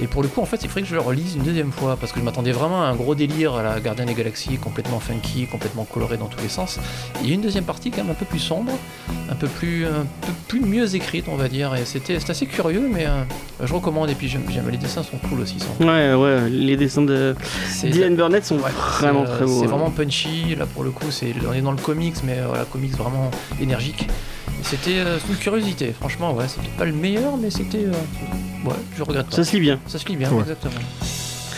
S2: Et pour le coup, en fait, il faudrait que je le relise une deuxième fois, parce que je m'attendais vraiment à un gros délire à la Gardien des Galaxies, complètement funky, complètement coloré dans tous les sens. Et une deuxième partie quand même un peu plus sombre, un peu plus, un peu plus mieux écrite, on va dire. Et c'était c'est assez curieux, mais euh, je recommande. Et puis j'aime, j'aime- les dessins sont cool aussi. Sont...
S1: Ouais, ouais, les dessins de
S2: C'est-
S1: Dylan Burnett sont
S2: C'est,
S1: vraiment
S2: euh,
S1: très beaux.
S2: C'est
S1: hein.
S2: vraiment punchy. Là, pour le coup, c'est, on est dans le comics, mais euh, voilà, comics vraiment énergique. Et C'était euh, c'est une curiosité, franchement, ouais, c'était pas le meilleur, mais c'était. euh, ouais, je regrette pas.
S1: Ça se lit bien.
S2: Ça se lit bien,
S1: Ouais.
S2: exactement.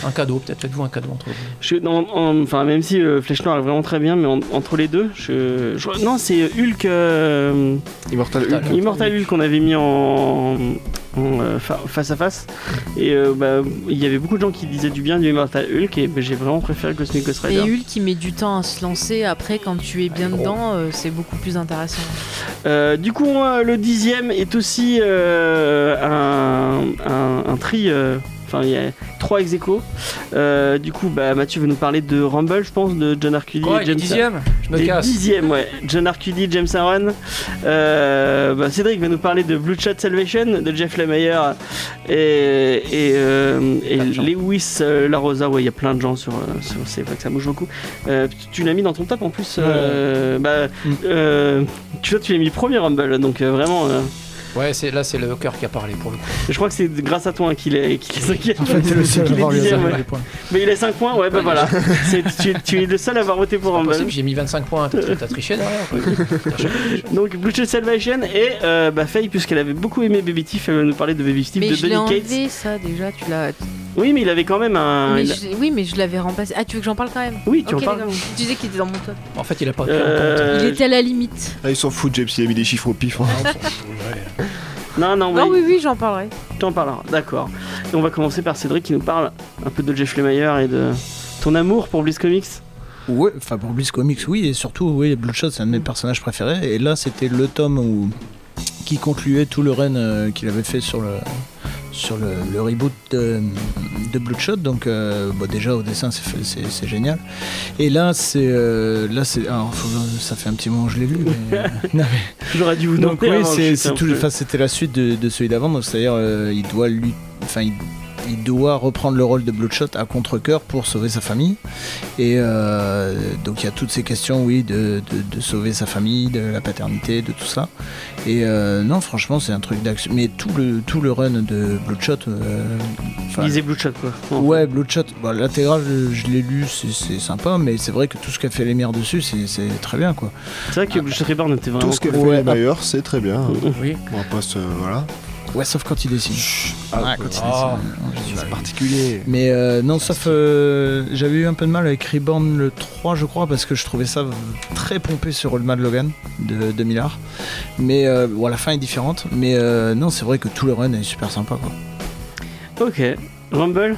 S2: Un cadeau, peut-être faites-vous un cadeau entre vous.
S1: Je- en- en- enfin, même si euh, Flèche Noire est vraiment très bien, mais en- entre les deux, je, je- non, c'est Hulk. euh,
S3: Immortal
S1: Hulk. qu'on avait mis en, en, euh, fa- face à face. Et euh, bah, il y avait beaucoup de gens qui disaient du bien du Immortal Hulk, et bah, j'ai vraiment préféré Cosmic Ghost
S4: Et
S1: Rider.
S4: Hulk qui met du temps à se lancer, après quand tu es bien dedans, euh, c'est beaucoup plus intéressant.
S1: Euh, du coup, moi, le dixième est aussi euh, un, un- un tri. euh, Enfin, il y a trois ex aequo. Euh, du coup, bah, Mathieu veut nous parler de Rumble, je pense, de John Arcudi
S2: Quoi,
S1: et
S2: il est
S1: James.
S2: dixième Je me
S1: Il est
S2: casse.
S1: Dixième, ouais. John Arcudi, James Aaron. Euh, bah, Cédric va nous parler de Blue Chat Salvation de Jeff Lemire et, et, euh, et Lewis euh, La Rosa. Ouais, il y a plein de gens sur. euh, sur c'est vrai que ça bouge beaucoup. Euh, tu- tu l'as mis dans ton top en plus. euh, bah,
S2: Mm.
S1: euh, tu vois, tu l'as mis premier Rumble, donc euh, vraiment. euh,
S2: Ouais, c'est, là, c'est le cœur qui a parlé pour le coup.
S1: je crois que c'est grâce à toi hein, qu'il est, qu'il est qu'il-
S2: En fait, c'est le seul à
S1: qu'il est
S2: avoir eu
S1: dixième,
S2: les
S1: ouais.
S2: points.
S1: Mais il a 5 points, ouais, bah voilà. C'est- tu, tu es le seul à avoir voté pour Rumble.
S2: J'ai mis 25 points, t'as, t'as triché derrière quoi.
S1: Donc Blue Chill Salvation et euh, bah, Faye, puisqu'elle avait beaucoup aimé Baby Tiff, elle va nous parler de Baby Tiff,
S4: Mais
S1: de
S4: je l'ai
S1: Donny Cates.
S4: enlevé ça déjà, tu l'as.
S1: Oui, mais il avait quand même un.
S4: Mais
S1: Ah, il-
S4: je- Oui, mais je l'avais remplacé. Ah, tu veux que j'en parle quand même
S1: Oui, tu en
S4: Ok,
S1: parles.
S4: d'accord. Tu disais qu'il était dans mon top.
S2: En fait, il a pas.
S3: Euh,
S4: Il était à la limite.
S3: Ah, ils s'en foutent, James, il a mis des chiffres au pif. hein.
S1: Non, non,
S4: Non,
S1: Ah oui.
S4: oui, oui, j'en parlerai.
S1: T'en parleras, d'accord. Et on va commencer par Cédric qui nous parle un peu de Jeff Lemire et de ton amour pour Bliss Comics.
S6: Ouais, enfin pour Bliss Comics, oui, et surtout, oui, Bloodshot, c'est un de mes personnages préférés. Et là, c'était le tome où... qui concluait tout le run euh, qu'il avait fait sur le sur le, le reboot de, de Bloodshot. Donc, euh, bah, déjà au dessin, c'est fait- c'est c'est génial. Et là, c'est euh, là, c'est alors, faut- ça fait un petit moment que je l'ai lu. mais- euh, Non, mais-
S1: J'aurais dû vous
S6: donc
S1: demander
S6: oui,
S1: avant,
S6: c'est
S1: hein, je
S6: c'est
S1: sais un
S6: tout.
S1: peu.
S6: enfin, c'était la suite de, de celui d'avant. Donc c'est-à-dire, euh, il doit lui, enfin, il, il doit reprendre le rôle de Bloodshot à contre-cœur pour sauver sa famille. Et euh, donc il y a toutes ces questions, oui, de, de- de sauver sa famille, de la paternité, de tout ça. Et euh, non, franchement, c'est un truc d'action. Mais tout le tout le run de Bloodshot. euh, enfin,
S1: Lisez Bloodshot quoi.
S6: Ouais, Bloodshot, bah, l'intégrale, je, je l'ai lu, c'est- c'est sympa, mais c'est vrai que tout ce qu'a fait Lemire dessus, c'est c'est très bien, quoi.
S1: C'est vrai que Bloodshot Reborn était vraiment.
S6: Tout
S3: Tout ce qu'elle fait
S6: Ouais,
S3: les meilleurs, c'est très bien. hein.
S2: Oui.
S3: Bon, après, c'est- voilà.
S6: Ouais, sauf quand il dessine.
S3: Ah,
S6: Ouais, quand il dessine.
S3: ah,
S6: c'est
S3: particulier.
S6: Mais euh, non, sauf euh, j'avais eu un peu de mal avec Reborn le 3, je crois, parce que je trouvais ça très pompé sur Old Man Logan de, de Millard. Mais euh, bon, la fin est différente. Mais euh, non, c'est vrai que tout le run est super sympa. Quoi.
S1: Ok, Rumble.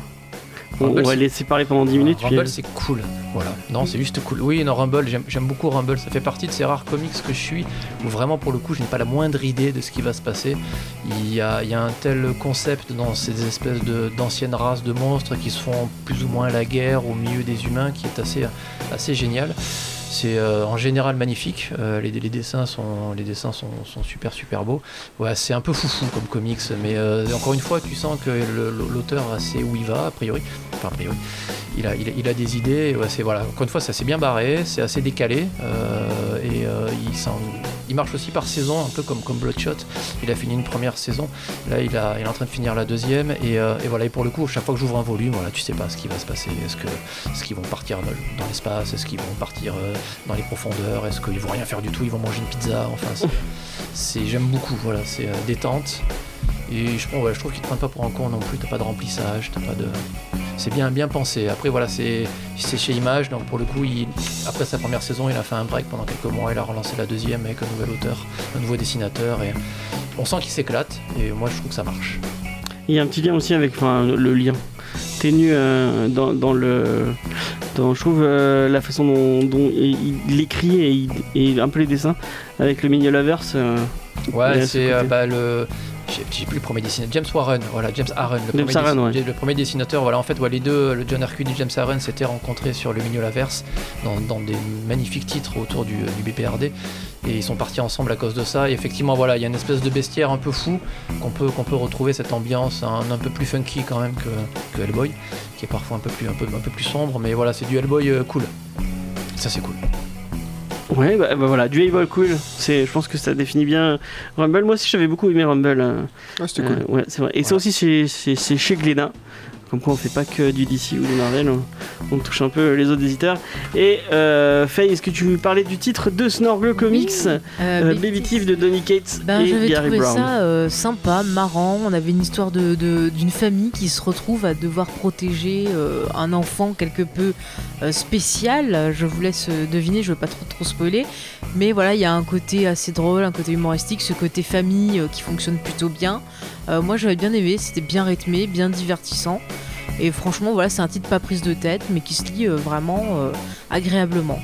S1: On-
S2: Rumble,
S1: on va
S2: c'est-
S1: laisser parler pendant 10 minutes. puis-
S2: Euh, Rumble, c'est cool. Voilà. Non, c'est juste cool. Oui, non, Rumble, j'aime j'aime beaucoup Rumble. Ça fait partie de ces rares comics que je suis où vraiment, pour le coup, je n'ai pas la moindre idée de ce qui va se passer. Il y a, il y a un tel concept dans ces espèces de- d'anciennes races de monstres qui se font plus ou moins la guerre au milieu des humains qui est assez, assez génial. C'est euh, en général magnifique. Euh, les, les dessins sont, les dessins sont, sont super super beaux. Ouais, c'est un peu foufou comme comics, mais euh, encore une fois, tu sens que le- l'auteur sait où il va a priori. Enfin, a priori, il a, il a- il a des idées. et ouais, c'est voilà. Encore une fois, c'est assez bien barré, c'est assez décalé euh, et euh, il, s'en- il marche aussi par saison, un peu comme comme Bloodshot. Il a fini une première saison. Là, il, a- il est en train de finir la deuxième et, euh, et voilà. Et pour le coup, chaque fois que j'ouvre un volume, voilà, tu sais pas ce qui va se passer. Est-ce que est-ce qu'ils vont partir dans- dans l'espace Est-ce qu'ils vont partir euh, dans les profondeurs Est-ce qu'ils vont rien faire du tout Ils vont manger une pizza Enfin, c'est- c'est j'aime beaucoup. Voilà, c'est euh, détente. Et je, ouais, je trouve qu'ils ne prennent pas pour un con non plus, t'as pas de remplissage, t'as pas de. C'est bien, bien pensé. Après, voilà, c'est c'est chez Image, donc pour le coup, il, après sa première saison, il a fait un break pendant quelques mois, il a relancé la deuxième avec un nouvel auteur, un nouveau dessinateur, et on sent qu'il s'éclate, et moi je trouve que ça marche.
S1: Il y a un petit lien aussi avec enfin, le lien ténu euh, dans, dans le. dans- je trouve euh, la façon dont, dont il, il écrit et, il- et un peu les dessins avec le Mignolaverse. euh, il y
S2: Ouais,
S1: a ce
S2: c'est euh,
S1: côté.
S2: bah, le. J'ai j'ai plus le premier dessinateur. James Warren, voilà, James Aaron. Le,
S1: James
S2: premier
S1: Aaron,
S2: dessi- le premier dessinateur, voilà, en fait, ouais, les deux, le John Arcudi et James Aaron s'étaient rencontrés sur le Mignolaverse dans, dans des magnifiques titres autour du, du BPRD. Et ils sont partis ensemble à cause de ça. Et effectivement, voilà, il y a une espèce de bestiaire un peu fou qu'on peut, qu'on peut retrouver cette ambiance hein, un, un peu plus funky quand même que, que Hellboy, qui est parfois un peu plus, un peu, un peu plus sombre. Mais voilà, c'est du Hellboy euh, cool. Ça, c'est cool.
S1: Ouais, bah, bah voilà, du Evil Cool, c'est, je pense que ça définit bien Rumble. Moi aussi, j'avais beaucoup aimé Rumble. euh,
S3: Ah, c'était cool.
S1: ouais, c'est vrai. Et ça aussi, c'est, c'est, c'est chez Glénat. Comme quoi, on fait pas que du DC ou du Marvel, on, on touche un peu les autres éditeurs. Et euh, Faye, est-ce que tu parlais du titre de Snorgle Comics, euh, Baby Thief de Donny Cates
S4: Ben,
S1: et
S4: j'avais
S1: Gary
S4: trouvé
S1: Brown
S4: ça euh, sympa, marrant. On avait une histoire de- de- d'une famille qui se retrouve à devoir protéger euh, un enfant quelque peu euh, spécial. Je vous laisse euh, deviner, je veux pas trop, trop spoiler. Mais voilà, il y a un côté assez drôle, un côté humoristique, ce côté famille euh, qui fonctionne plutôt bien. Euh, moi, j'avais bien aimé, c'était bien rythmé, bien divertissant. Et franchement, voilà, c'est un titre pas prise de tête, mais qui se lit euh, vraiment euh, agréablement.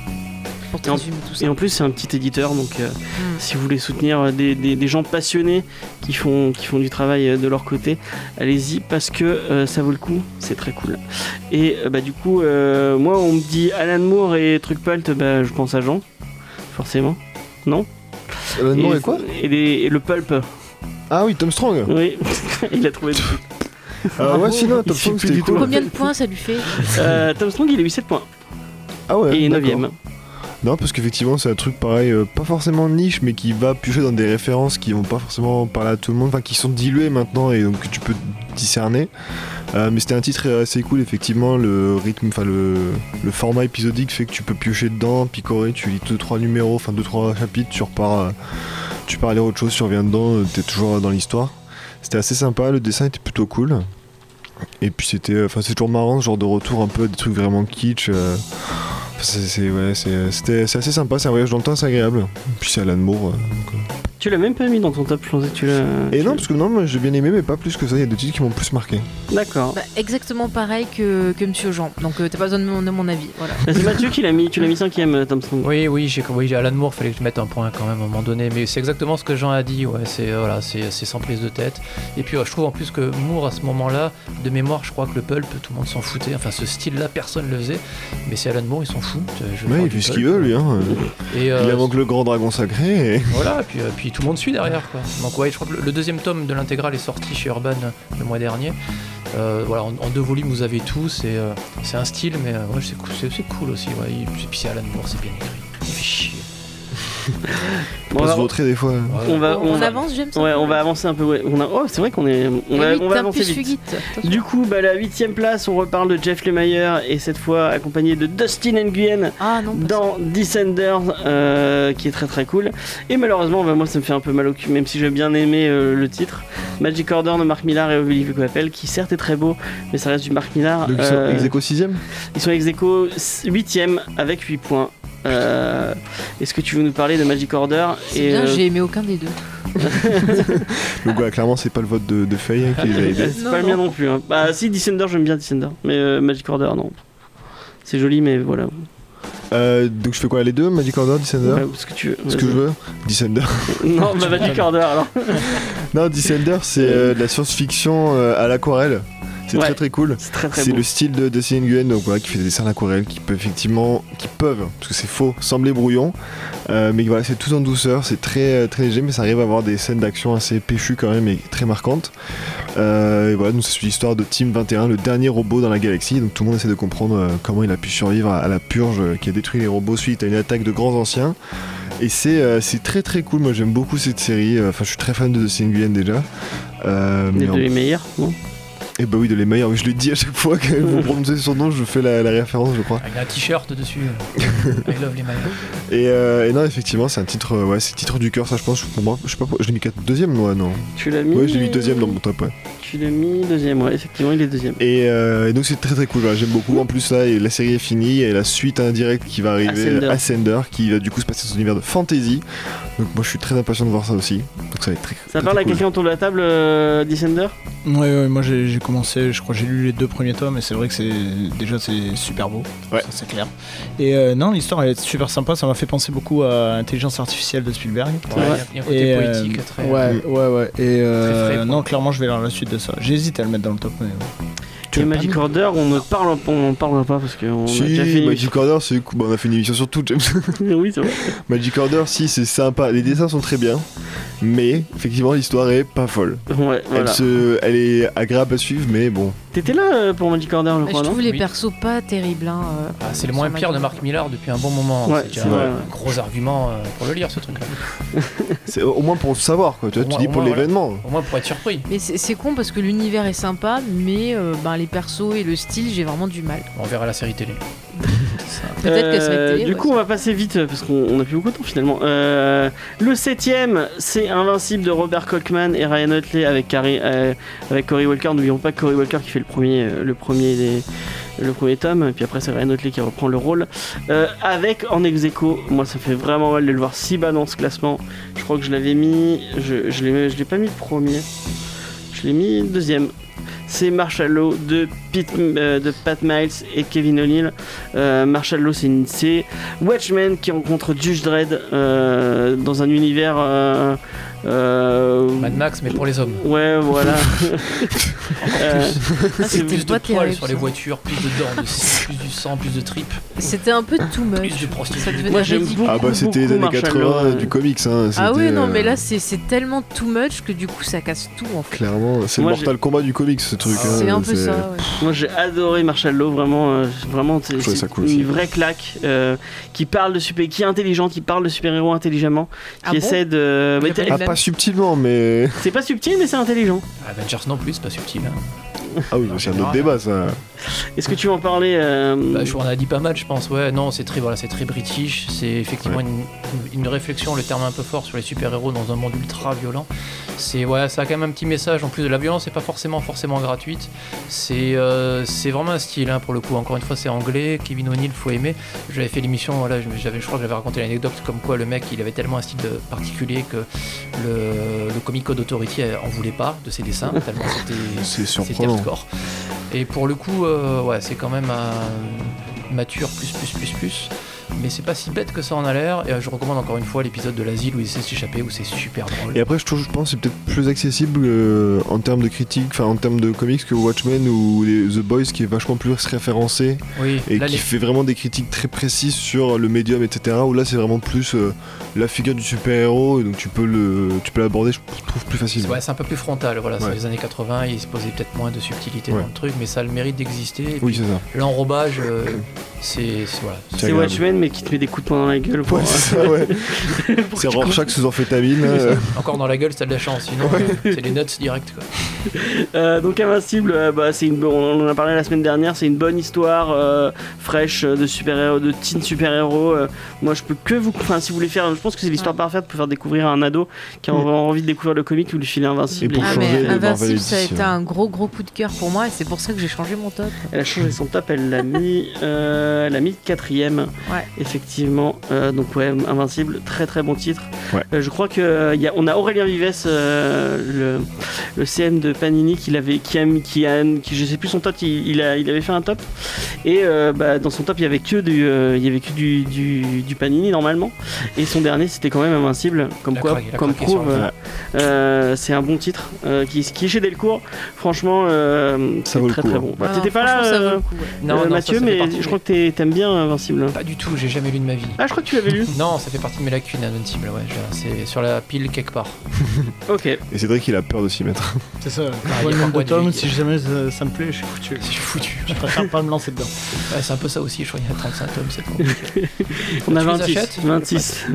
S4: Pour te
S1: Et en,
S4: résumer tout ça.
S1: et en plus, c'est un petit éditeur, donc euh,
S4: Hmm.
S1: si vous voulez soutenir euh, des, des- des gens passionnés qui font, qui font du travail euh, de leur côté, allez-y parce que euh, ça vaut le coup, c'est très cool. Et euh, bah, du coup, euh, moi, on me dit Alan Moore et Truckpalt, bah, je pense à Jean, forcément. Non
S3: Alan Moore et quoi
S1: et, des- et le Pulp.
S3: Ah oui, Tom Strong
S1: Oui, il a trouvé.
S3: Ah ouais, sinon,
S1: Il
S3: Tom
S1: sait
S3: Strong,
S1: plus
S3: c'était
S1: du tout.
S3: cool.
S4: Combien de points ça lui fait
S1: Euh, Tom Strong, il a eu 7 points.
S3: Ah ouais
S1: Et
S3: d'accord.
S1: 9ème.
S3: Non, parce qu'effectivement, c'est un truc pareil, euh, pas forcément de niche, mais qui va piocher dans des références qui vont pas forcément parler à tout le monde, enfin qui sont diluées maintenant et donc que tu peux discerner. Euh, mais c'était un titre assez cool, effectivement, le rythme, enfin le, le format épisodique fait que tu peux piocher dedans, picorer, tu lis 2-3 numéros, enfin 2-3 chapitres, tu repars, euh, tu pars lire autre chose, tu reviens dedans, euh, t'es toujours dans l'histoire. C'était assez sympa, le dessin était plutôt cool. Et puis c'était, euh, enfin c'est toujours marrant ce genre de retour un peu à des trucs vraiment kitsch. euh. Enfin, c'est, c'est- ouais, c'est- euh, c'était, c'est assez sympa, c'est un voyage dans le temps, c'est agréable. Puis c'est Alan Moore. euh, donc, euh.
S1: Tu l'as même pas mis dans ton top, je pensais que tu l'as.
S3: Et non, parce que non, moi j'ai bien aimé, mais pas plus que ça. Il y a deux titres qui m'ont plus marqué.
S1: D'accord.
S4: Bah, exactement pareil que, que Monsieur Jean. Donc euh, t'as pas besoin de mon, de mon avis. Voilà.
S1: Bah, c'est Mathieu qui l'a mis, tu l'as mis 5ème, Tom Strong.
S2: Oui, oui, j'ai oui, Alan Moore, fallait que je mette un point quand même à un moment donné, mais c'est exactement ce que Jean a dit, ouais, c'est euh, voilà, c'est c'est sans prise de tête. Et puis ouais, je trouve en plus que Moore à ce moment-là, de mémoire, je crois que le pulp, tout le monde s'en foutait, enfin ce style-là, personne le faisait, mais c'est Alan Moore, ils s'en foutent. euh, je vais
S3: Ouais,
S2: faire
S3: il
S2: du
S3: fait ce
S2: pulp.
S3: qu'il veut, lui. Hein.
S2: Et, euh,
S3: il invoque le grand dragon sacré. Et...
S2: Voilà, puis, euh, puis tout le monde suit derrière. Quoi. Donc ouais, je crois que le, le deuxième tome de l'intégrale est sorti chez Urban euh, le mois dernier. Euh, voilà, en, en deux volumes, vous avez tout. C'est euh, c'est un style, mais euh, ouais, c'est cool, c'est- c'est cool aussi. Ouais. Et puis puis c'est Alan Moore, c'est bien écrit. Il fait chier.
S3: On se vautrer des fois.
S1: Euh, On va,
S4: On
S1: va-
S4: avance, James, un
S1: Ouais,
S4: peu
S1: on va avancer un peu. ouais. On a... Oh, c'est vrai qu'on est. On
S4: Et
S1: va,
S4: oui,
S1: on va
S4: t'as un
S1: avancer
S4: plus
S1: vite.
S4: fuguite.
S1: Du coup, bah, la huitième place, on reparle de Jeff Lemire et cette fois accompagné de Dustin Nguyen
S4: Ah,
S1: dans Descenders, euh, qui est très très cool. Et malheureusement, bah, moi ça me fait un peu mal au cul, même si j'ai bien aimé euh, le titre. Magic Order de Marc Millar et Olivier Coppel, qui certes est très beau, mais ça reste du Marc Millar. euh,
S3: Donc, ils sont ex aequo sixième
S1: Ils sont ex aequo 8ème avec 8 points. Euh, Est-ce que tu veux nous parler de Magic Order
S4: C'est bien,
S1: euh,
S4: j'ai aimé aucun des deux. Bah,
S3: Donc, ouais, clairement, c'est pas le vote de, de Faye hein, qui les a aidés.
S1: C'est pas le mien non plus. hein. Bah si, Descender, j'aime bien Descender. Mais euh, Magic Order, non. C'est joli, mais voilà.
S3: Euh, donc, je fais quoi Les deux Magic Order, Descender
S1: Ouais, ce que tu veux.
S3: Ce que
S1: vas-y.
S3: je veux Descender.
S1: Non, bah Magic Order alors.
S3: Non, Descender, c'est euh, de la science-fiction euh, à l'aquarelle. C'est
S1: Ouais,
S3: très très cool.
S1: C'est très très
S3: C'est
S1: beau.
S3: le style de Dustin Nguyen, donc voilà, qui fait des dessins à l'aquarelle, qui peuvent effectivement, qui peuvent, hein, parce que c'est faux, sembler brouillon, Euh, mais voilà, c'est tout en douceur, c'est très euh, très léger, mais ça arrive à avoir des scènes d'action assez péchues quand même et très marquantes. Euh, et voilà, donc c'est l'histoire de Team 21, le dernier robot dans la galaxie, donc tout le monde essaie de comprendre euh, comment il a pu survivre à, à la purge euh, qui a détruit les robots suite à une attaque de grands anciens. Et c'est euh, c'est très très cool, moi j'aime beaucoup cette série, Euh, enfin je suis très fan de Dustin Nguyen déjà. Euh,
S1: Les
S3: mais en-
S1: deux les meilleurs, non
S3: Et bah oui, de les meilleurs. Je le dis à chaque fois que vous prononcez son nom, je fais la, la référence, je crois.
S2: Il a un t-shirt dessus. I love les maillots.
S3: Et, euh, et non, effectivement, c'est un titre, euh, ouais, c'est titre du cœur, ça je pense. Pour moi, je sais pas, pourquoi- je l'ai mis 4 deuxième, moi, non
S1: Tu l'as mis
S3: Ouais, je l'ai mis deuxième dans mon top, ouais.
S1: Tu l'as mis deuxième, ouais, effectivement, il est deuxième.
S3: Et, euh, et donc c'est très très cool, ouais, j'aime beaucoup. En plus là, et la série est finie et la suite indirecte qui va arriver,
S1: Ascender.
S3: Ascender, qui va du coup se passer dans un univers de fantasy. Donc moi je suis très impatient de voir ça aussi. Donc ça va être très
S1: Ça parle à quelqu'un autour de la table, euh, Descender
S6: Ouais, ouais, moi j'ai j'ai commencé, je crois que j'ai lu les deux premiers tomes et c'est vrai que c'est déjà c'est super beau, ouais. c'est clair. Et euh, non, l'histoire elle est super sympa, ça m'a fait penser beaucoup à Intelligence artificielle de Spielberg.
S2: Ouais, il y a- il y a un côté
S6: Et, euh,
S2: poétique très-
S6: Ouais, ouais, ouais. Et euh,
S2: frais, quoi.
S6: non, clairement, je vais lire la suite de ça. J'hésite à le mettre dans le top, mais ouais.
S1: Et Magic Order, on ne parle, on en parle pas parce qu'on
S3: Si,
S1: a bah, déjà fait.
S3: Magic Order, c'est cool. Bah, on a fait une émission sur tout, James.
S1: oui, c'est vrai.
S3: Magic Order, si, c'est sympa. Les dessins sont très bien, mais effectivement, l'histoire est pas folle.
S1: Ouais,
S3: Elle,
S1: voilà.
S3: se... Elle est agréable à suivre, mais bon.
S1: T'étais là euh, pour Magic Order, je
S4: Je
S1: crois, non
S4: trouve les persos pas terribles. hein, euh,
S2: Ah, c'est le
S4: sur
S2: moins
S4: Magic
S2: pire de
S4: Order.
S2: Mark Millar depuis un bon moment. hein.
S1: Ouais,
S2: c'est déjà
S3: c'est vrai,
S2: un
S3: ouais.
S2: gros argument euh, pour le lire ce truc-là.
S3: C'est au moins pour savoir, quoi. Tu, vois,
S2: Au
S3: tu
S2: moins-
S3: dis
S2: au
S3: pour
S2: moins, voilà.
S3: l'événement.
S2: Au moins pour être surpris.
S4: Mais c'est c'est con parce que l'univers est sympa, mais euh, ben, les persos et le style, j'ai vraiment du mal.
S2: On verra la série télé.
S4: Peut-être que ça va
S1: Euh,
S4: être télé,
S1: Du
S4: ouais,
S1: coup, on va passer vite euh, parce qu'on n'a plus beaucoup de temps finalement. Euh, le septième, c'est Invincible de Robert Kochman et Ryan Hutley avec, Carrie- euh, avec Cory Walker. N'oublions pas Cory Walker qui fait le premier, euh, le premier des- le premier tome, et puis après c'est Ryan Otley qui reprend le rôle, Euh, avec en ex aequo, moi ça fait vraiment mal de le voir si bas dans ce classement, je crois que je l'avais mis, je, je l'ai je l'ai pas mis premier, je l'ai mis deuxième, c'est Marshall Law de, Pete- euh, de Pat Miles et Kevin O'Neill, euh, Marshall Law c'est une c'est Watchmen qui rencontre Judge Dredd euh, dans un univers... euh, euh,
S2: Mad Max, mais pour les hommes.
S1: Ouais, voilà. Euh,
S4: Ah,
S2: C'est
S4: c'était
S2: plus de
S4: pas
S2: poils
S4: terrible,
S2: sur les
S4: ça.
S2: voitures, plus de dents, de sang, plus du sang, plus de tripes,
S4: C'était un peu too
S2: plus
S4: much.
S2: de
S4: Ça
S2: prostituées.
S4: devenait
S1: Moi, j'aime
S4: ridicule.
S1: beaucoup.
S3: Ah bah c'était les années
S1: beaucoup,
S3: 80
S1: Marshall, euh,
S3: du comics hein.
S4: Ah oui,
S3: c'était,
S4: non, mais
S3: euh,
S4: là, c'est- c'est tellement too much que du coup, ça casse tout en fait.
S3: Clairement, c'est le
S1: Moi,
S3: Mortal Kombat du comics ce truc. hein,
S4: Ah,
S1: euh,
S4: C'est un peu
S3: c'est-
S4: ça, ouais.
S1: Moi j'ai adoré Marshall Law, vraiment, euh, vraiment c'est
S3: trouvais
S1: c'est
S3: ça cool
S1: une
S3: aussi.
S1: vraie claque euh, qui parle de super, qui est intelligente, qui parle de super héros intelligemment, qui
S4: Ah bon
S1: essaie de.
S4: J'ai
S1: mais
S4: pas
S1: t'es-
S3: Ah, pas subtilement, mais.
S1: c'est pas subtil mais c'est intelligent.
S2: Avengers non plus, c'est pas subtil. hein.
S3: Ah oui, bah, c'est un autre débat ça.
S1: Est-ce que tu veux en parler euh,
S2: Bah, je vous en ai dit pas mal, je pense. Ouais, non, c'est très, voilà, c'est très british. C'est effectivement une, une réflexion, le terme un peu fort, sur les super-héros dans un monde ultra violent. C'est ouais, ça a quand même un petit message. En plus de la violence, c'est pas forcément forcément gratuite. C'est euh, c'est vraiment un style hein, pour le coup. Encore une fois, c'est anglais. Kevin O'Neill, faut aimer. J'avais fait l'émission, voilà, j'avais, je crois que j'avais raconté l'anecdote comme quoi le mec, il avait tellement un style de- particulier que le, le Comic Code Authority euh, en voulait pas de ses dessins. Tellement c'était c'était
S3: C'est surprenant.
S2: hardcore. Et pour le coup, euh, ouais, c'est quand même un mature plus plus plus plus. Mais c'est pas si bête que ça en a l'air. Et euh, je recommande encore une fois l'épisode de l'asile où il essaie de s'échapper, où c'est super drôle.
S3: Et après, je, trouve, je pense que c'est peut-être plus accessible euh, en termes de critique, enfin en termes de comics que Watchmen ou les- The Boys qui est vachement plus référencé
S2: oui,
S3: et
S2: là,
S3: qui
S2: les-
S3: fait vraiment des critiques très précises sur le médium, etc. Où là, c'est vraiment plus euh, la figure du super-héros et donc tu peux le, tu peux l'aborder, je trouve, plus facilement.
S2: ouais, c'est un peu plus frontal. Voilà, c'est
S3: Ouais.
S2: les années 80, il se posait peut-être moins de subtilité
S3: Ouais.
S2: dans le truc, mais ça a le mérite d'exister. Et
S3: Oui,
S2: puis,
S3: c'est ça.
S2: L'enrobage, euh, c'est c'est- voilà.
S1: C'est
S3: agréable.
S1: Watchmen mais qui te met des coups de poing dans la gueule. Pour,
S3: Ouais, c'est ça, ouais. C'est Rorschach sous amphétamine. euh,
S2: Encore dans la gueule, t'as de la chance. Sinon, euh, c'est les notes directes. Quoi.
S1: Euh, donc Invincible, euh, bah, c'est une, on en a parlé la semaine dernière, c'est une bonne histoire euh, fraîche euh, de super-héros, de teen super-héros. euh, moi, je peux que vous, enfin, si vous voulez faire, je pense que c'est l'histoire parfaite pour faire découvrir à un ado qui a envie de découvrir le comic ou lui filer Invincible.
S3: Mm. Et pour
S4: Ah,
S3: changer
S4: mais
S3: les Marvel
S4: Invincible, ça a
S3: Edition.
S4: été un gros gros coup de cœur pour moi et c'est pour ça que j'ai changé mon top.
S1: Elle a changé son top, elle l'a mis, euh, elle l'a mis quatrième.
S4: Ouais.
S1: Effectivement, euh, donc ouais, Invincible, très très bon titre.
S3: Ouais.
S1: Euh, je crois que euh, y a, on a Aurélien Vives, euh, le, le CM de Panini, qui l'avait, qui a, mis- qui a, qui je sais plus son top, il, il a, il avait fait un top. Et euh, bah, dans son top, il y avait que du, euh, il y avait que du, du, du Panini normalement. Et son dernier, c'était quand même Invincible, comme
S2: Il a
S1: quoi,
S2: craqué, il a
S1: comme
S2: craqué sur
S1: prouve,
S2: le
S1: euh, euh, c'est un bon titre euh, qui, qui est chez Delcourt. Franchement, euh, c'est
S3: vaut le
S1: très
S3: coup,
S1: très
S3: hein.
S1: bon.
S4: Ah,
S1: T'étais pas là.
S4: franchement, ça vaut
S1: euh,
S4: le coup, ouais.
S1: euh,
S2: ça,
S1: Mathieu,
S2: ça fait
S1: mais
S2: partie
S1: je
S2: des-
S1: crois que t'es t'es- t'aimes bien Invincible
S2: Pas du tout, j'ai jamais lu de ma vie.
S1: Ah, je crois que tu l'avais lu.
S2: non, ça fait partie de mes lacunes, Invincible, ouais. je- C'est sur la pile quelque part.
S1: Ok.
S3: Et c'est vrai qu'il a peur de s'y mettre.
S11: C'est ça,
S2: Ah,
S11: je vois
S2: y a
S11: le
S2: pas
S11: nombre de
S2: de
S11: tomes,
S2: vie.
S11: si jamais ça, ça me plaît, je suis foutu. Je
S2: suis foutu.
S11: Je préfère pas me lancer dedans.
S2: Ouais, c'est un peu ça aussi, je crois qu'il y a 35 tomes, c'est compliqué.
S1: On a
S2: Tu les
S1: 26.
S2: achètes
S1: 26.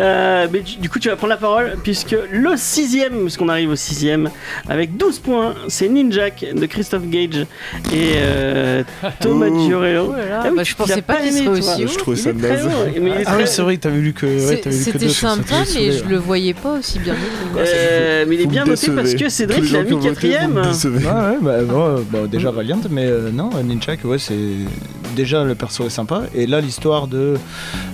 S1: Euh, mais du du coup, tu vas prendre la parole puisque le sixième, puisqu'on arrive au sixième, avec 12 points, c'est Ninjak de Christophe Gage et euh, Thomas
S6: Oh.
S1: Giorello.
S4: Oh là là,
S1: Ah oui,
S4: bah, je
S1: tu
S4: pensais
S1: l'as
S4: pas qu'il
S1: aimé,
S4: serait
S1: toi.
S4: aussi haut. Je trouvais
S1: Il
S4: ça
S1: est très
S4: naze.
S1: haut, mais il est
S6: Ah oui,
S1: très-
S6: c'est vrai que t'avais lu que. Ouais,
S4: C'est-
S6: t'avais lu que
S4: C'était
S6: deux, ça t'avait
S4: sympa, mais
S6: saoulé,
S4: je
S6: ouais.
S4: le voyais pas aussi bien.
S1: Euh, mais il est
S6: Vous
S1: bien
S6: me
S1: noté parce
S6: décevez.
S1: que
S6: Tous
S1: Cédric
S6: les
S1: l'a
S6: gens qui
S1: mis
S6: ont voté, vous
S1: quatrième.
S6: me décevez. Ouais, ouais, bah, bon, bon, déjà Valiant, mais euh, non, Ninjak, ouais, c'est. Déjà, le perso est sympa. Et là, l'histoire de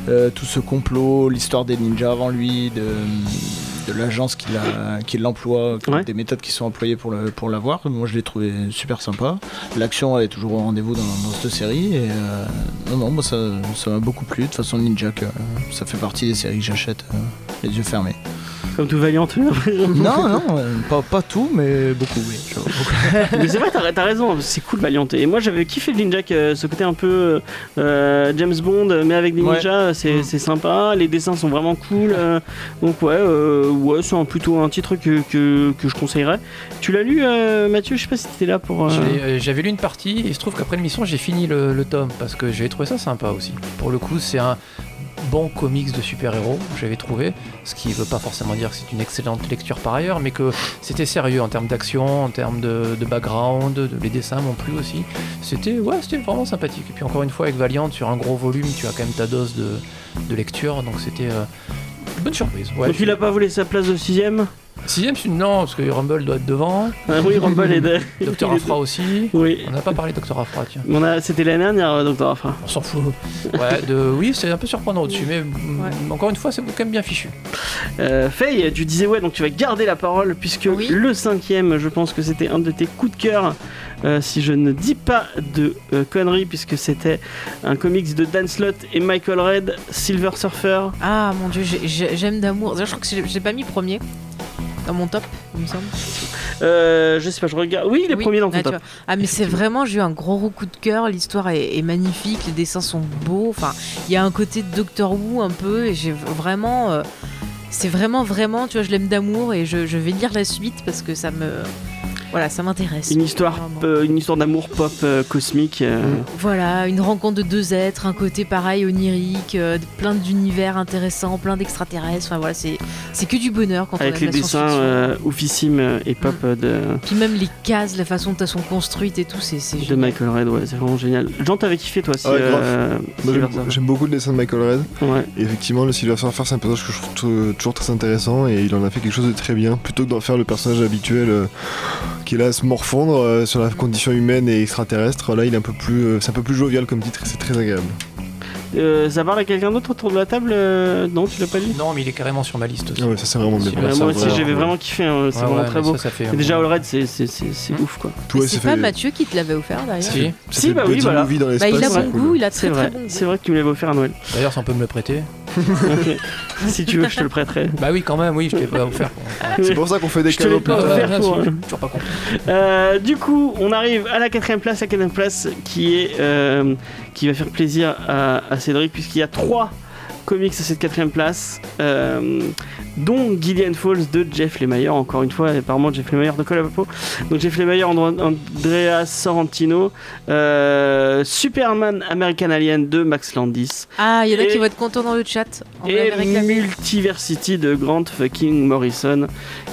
S6: euh, tout ce complot, l'histoire des ninjas avant lui, de, de l'agence qui l'a- qui l'emploie, des méthodes qui sont employées pour l'avoir, pour l'avoir, moi je l'ai trouvé super sympa. L'action elle est toujours au rendez-vous dans, dans cette série. Et, euh, non, non, moi ça ça m'a beaucoup plu. De toute façon, Ninjak, euh, ça fait partie des séries que j'achète euh, les yeux fermés.
S1: Comme tout Valiant.
S6: Non, non, euh, pas, pas tout, mais beaucoup, oui. je- beaucoup.
S1: mais c'est vrai, t'as, t'as raison, c'est cool Valiant. Et moi j'avais kiffé le Ninja, que ce côté un peu euh, James Bond, mais avec des
S6: Ouais.
S1: ninjas, c'est,
S2: Mm.
S1: c'est sympa. Les dessins sont vraiment cool. euh, donc ouais, euh, ouais, c'est un- plutôt un titre que, que, que je conseillerais. Tu l'as lu, euh, Mathieu Je sais pas si t'étais là pour. euh,
S2: Je l'ai- euh, J'avais lu une partie et il se trouve qu'après l'émission j'ai fini le, le tome parce que j'avais trouvé ça sympa aussi. Pour le coup c'est un bon comics de super-héros j'avais trouvé, ce qui veut pas forcément dire que c'est une excellente lecture par ailleurs, mais que c'était sérieux en termes d'action, en termes de, de background, de, les dessins m'ont plu aussi. C'était ouais c'était vraiment sympathique. Et puis encore une fois avec Valiant sur un gros volume tu as quand même ta dose de, de lecture donc c'était euh, une bonne surprise. Ouais,
S1: Donc il a pas voulu sa place de sixième
S2: Sixième, c'est- non, parce que Rumble doit être devant.
S1: Ah oui, Rumble est de-
S2: Docteur
S1: il est
S2: Afra
S1: de-
S2: aussi.
S1: Oui.
S2: On n'a pas parlé de Docteur Afra, tiens.
S1: On a, c'était l'année dernière, euh, Docteur Afra.
S2: On s'en fout. Ouais, de, oui, c'est un peu surprenant au-dessus, mais mm, encore une fois, c'est quand même bien fichu.
S1: Euh, Faye, tu disais ouais, donc tu vas garder la parole puisque le cinquième, je pense que c'était un de tes coups de cœur, euh, si je ne dis pas de euh, conneries, puisque c'était un comics de Dan Slott et Michael Red, Silver Surfer.
S4: Ah mon dieu, j'ai- j'ai- j'aime d'amour. D'ailleurs, je crois que je je l'ai pas mis premier dans mon top, il me semble.
S1: Euh, je sais pas, je regarde. Oui, il est premier dans ton
S4: ah, tu
S1: top.
S4: vois. Ah, mais c'est vraiment, j'ai eu un gros gros coup de cœur. L'histoire est, est magnifique, les dessins sont beaux. Enfin, il y a un côté de Doctor Who un peu, et j'ai vraiment. euh, c'est vraiment, vraiment, tu vois, je l'aime d'amour et je, je vais lire la suite parce que ça me. Voilà, ça m'intéresse.
S1: Une histoire, euh, une histoire d'amour pop euh, cosmique. euh,
S4: Voilà, une rencontre de deux êtres, un côté pareil onirique, euh, plein d'univers intéressants, plein d'extraterrestres. Enfin voilà, c'est c'est que du bonheur quand on
S1: Avec
S4: aime
S1: les
S4: la Mm.
S1: dessins
S4: science-fiction.
S1: euh, oufissimes euh, et pop euh, de,
S4: Puis même les cases, la façon dont elles sont construites et tout, c'est c'est
S1: de
S4: génial.
S1: Michael Red, ouais, c'est vraiment génial. Jean, t'avais kiffé toi, si,
S3: Ouais, grave.
S1: euh,
S3: Moi,
S1: Silver
S3: j'aime-
S1: Surfer.
S3: J'aime beaucoup le dessin de Michael Red. Et effectivement, le Silver Surfer, c'est un personnage que je trouve tou- toujours très intéressant et il en a fait quelque chose de très bien. Plutôt que d'en faire le personnage habituel euh, qui est là à se morfondre euh, sur la condition humaine et extraterrestre, là, il est un peu plus, euh, c'est un peu plus jovial comme titre et c'est très agréable.
S1: Euh, ça parle à quelqu'un d'autre autour de la table Euh, Non, tu l'as pas lu
S2: Non, mais il est carrément sur ma liste aussi.
S3: Ah ouais, ça, c'est vraiment bien.
S1: Ouais, moi aussi j'avais vraiment kiffé, hein, c'est
S2: Ouais,
S1: vraiment
S2: ouais,
S1: très
S2: mais
S1: beau.
S2: ça, ça fait
S1: Et
S2: un
S1: déjà,
S2: bon-
S1: Allred, c'est c'est- c'est- c'est ouf quoi.
S3: Tout, ouais,
S4: C'est
S3: ça
S4: pas
S3: fait-
S4: Mathieu qui te l'avait offert d'ailleurs
S1: Si,
S3: ça
S1: si
S3: fait
S1: bah oui,
S3: buddy
S1: voilà.
S3: movie dans
S4: Bah, il a
S3: l'espace,
S4: bon
S3: c'est
S4: goût,
S3: cool.
S4: il a
S1: C'est
S4: très très
S1: vrai,
S4: bon goût.
S1: c'est vrai que tu me l'avais offert à Noël.
S2: D'ailleurs, si on peut me le prêter.
S1: Ok. si tu veux, je te le prêterai.
S2: Bah oui, quand même, oui, je t'ai pas offert.
S3: C'est pour ça qu'on fait des
S1: Je te l'ai
S3: cadeaux
S1: pas
S3: plus tard.
S1: offert,
S3: Ouais,
S1: toi.
S3: c'est-
S2: toujours pas compris.
S1: Euh, du coup, on arrive à la quatrième place, la quatrième place qui est euh, qui va faire plaisir à, à Cédric puisqu'il y a trois comics à cette quatrième place, euh, dont Gillian Falls de Jeff Lemire. Encore une fois, apparemment Jeff Lemire de Colapapo. Donc Jeff Lemire, Andro- Andrea Sorrentino, euh, Superman American Alien de Max Landis.
S4: Ah, il y en a
S1: Et-
S4: qui vont être contents dans le chat. On
S1: et
S4: l'avait réclamé.
S1: Multiversity de Grant fucking Morrison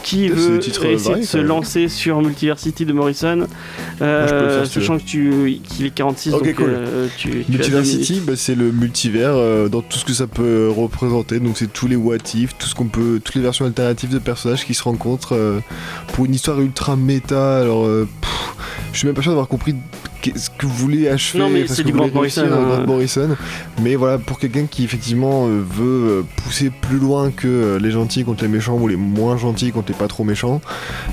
S1: qui
S3: Ah, c'est
S1: veut
S3: des titres
S1: essayer
S3: variés,
S1: de se
S3: quand même.
S1: lancer sur Multiversity de Morrison
S3: Moi, je peux le
S1: euh,
S3: faire, si tu veux.
S1: sachant que tu qu'il est 46
S3: Ok,
S1: donc
S3: cool.
S1: euh, tu, tu as deux minutes.
S3: Multiversity, bah, c'est le multivers euh, dans tout ce que ça peut représenter. Donc c'est tous les what if, tout ce qu'on peut, toutes les versions alternatives de personnages qui se rencontrent euh, pour une histoire ultra méta. Alors, euh, pff, je suis même pas sûr d'avoir compris ce que vous voulez achever.
S1: Non, mais
S3: enfin, ce
S1: c'est
S3: que
S1: du
S3: vous voulez
S1: Grant
S3: réussir,
S1: Morrison,
S3: euh,
S1: hein.
S3: Grant Morrison. Mais voilà, pour quelqu'un qui effectivement euh, veut euh, pousser plus loin que euh, les gentils contre les méchants ou les moins gentils contre les pas trop méchants,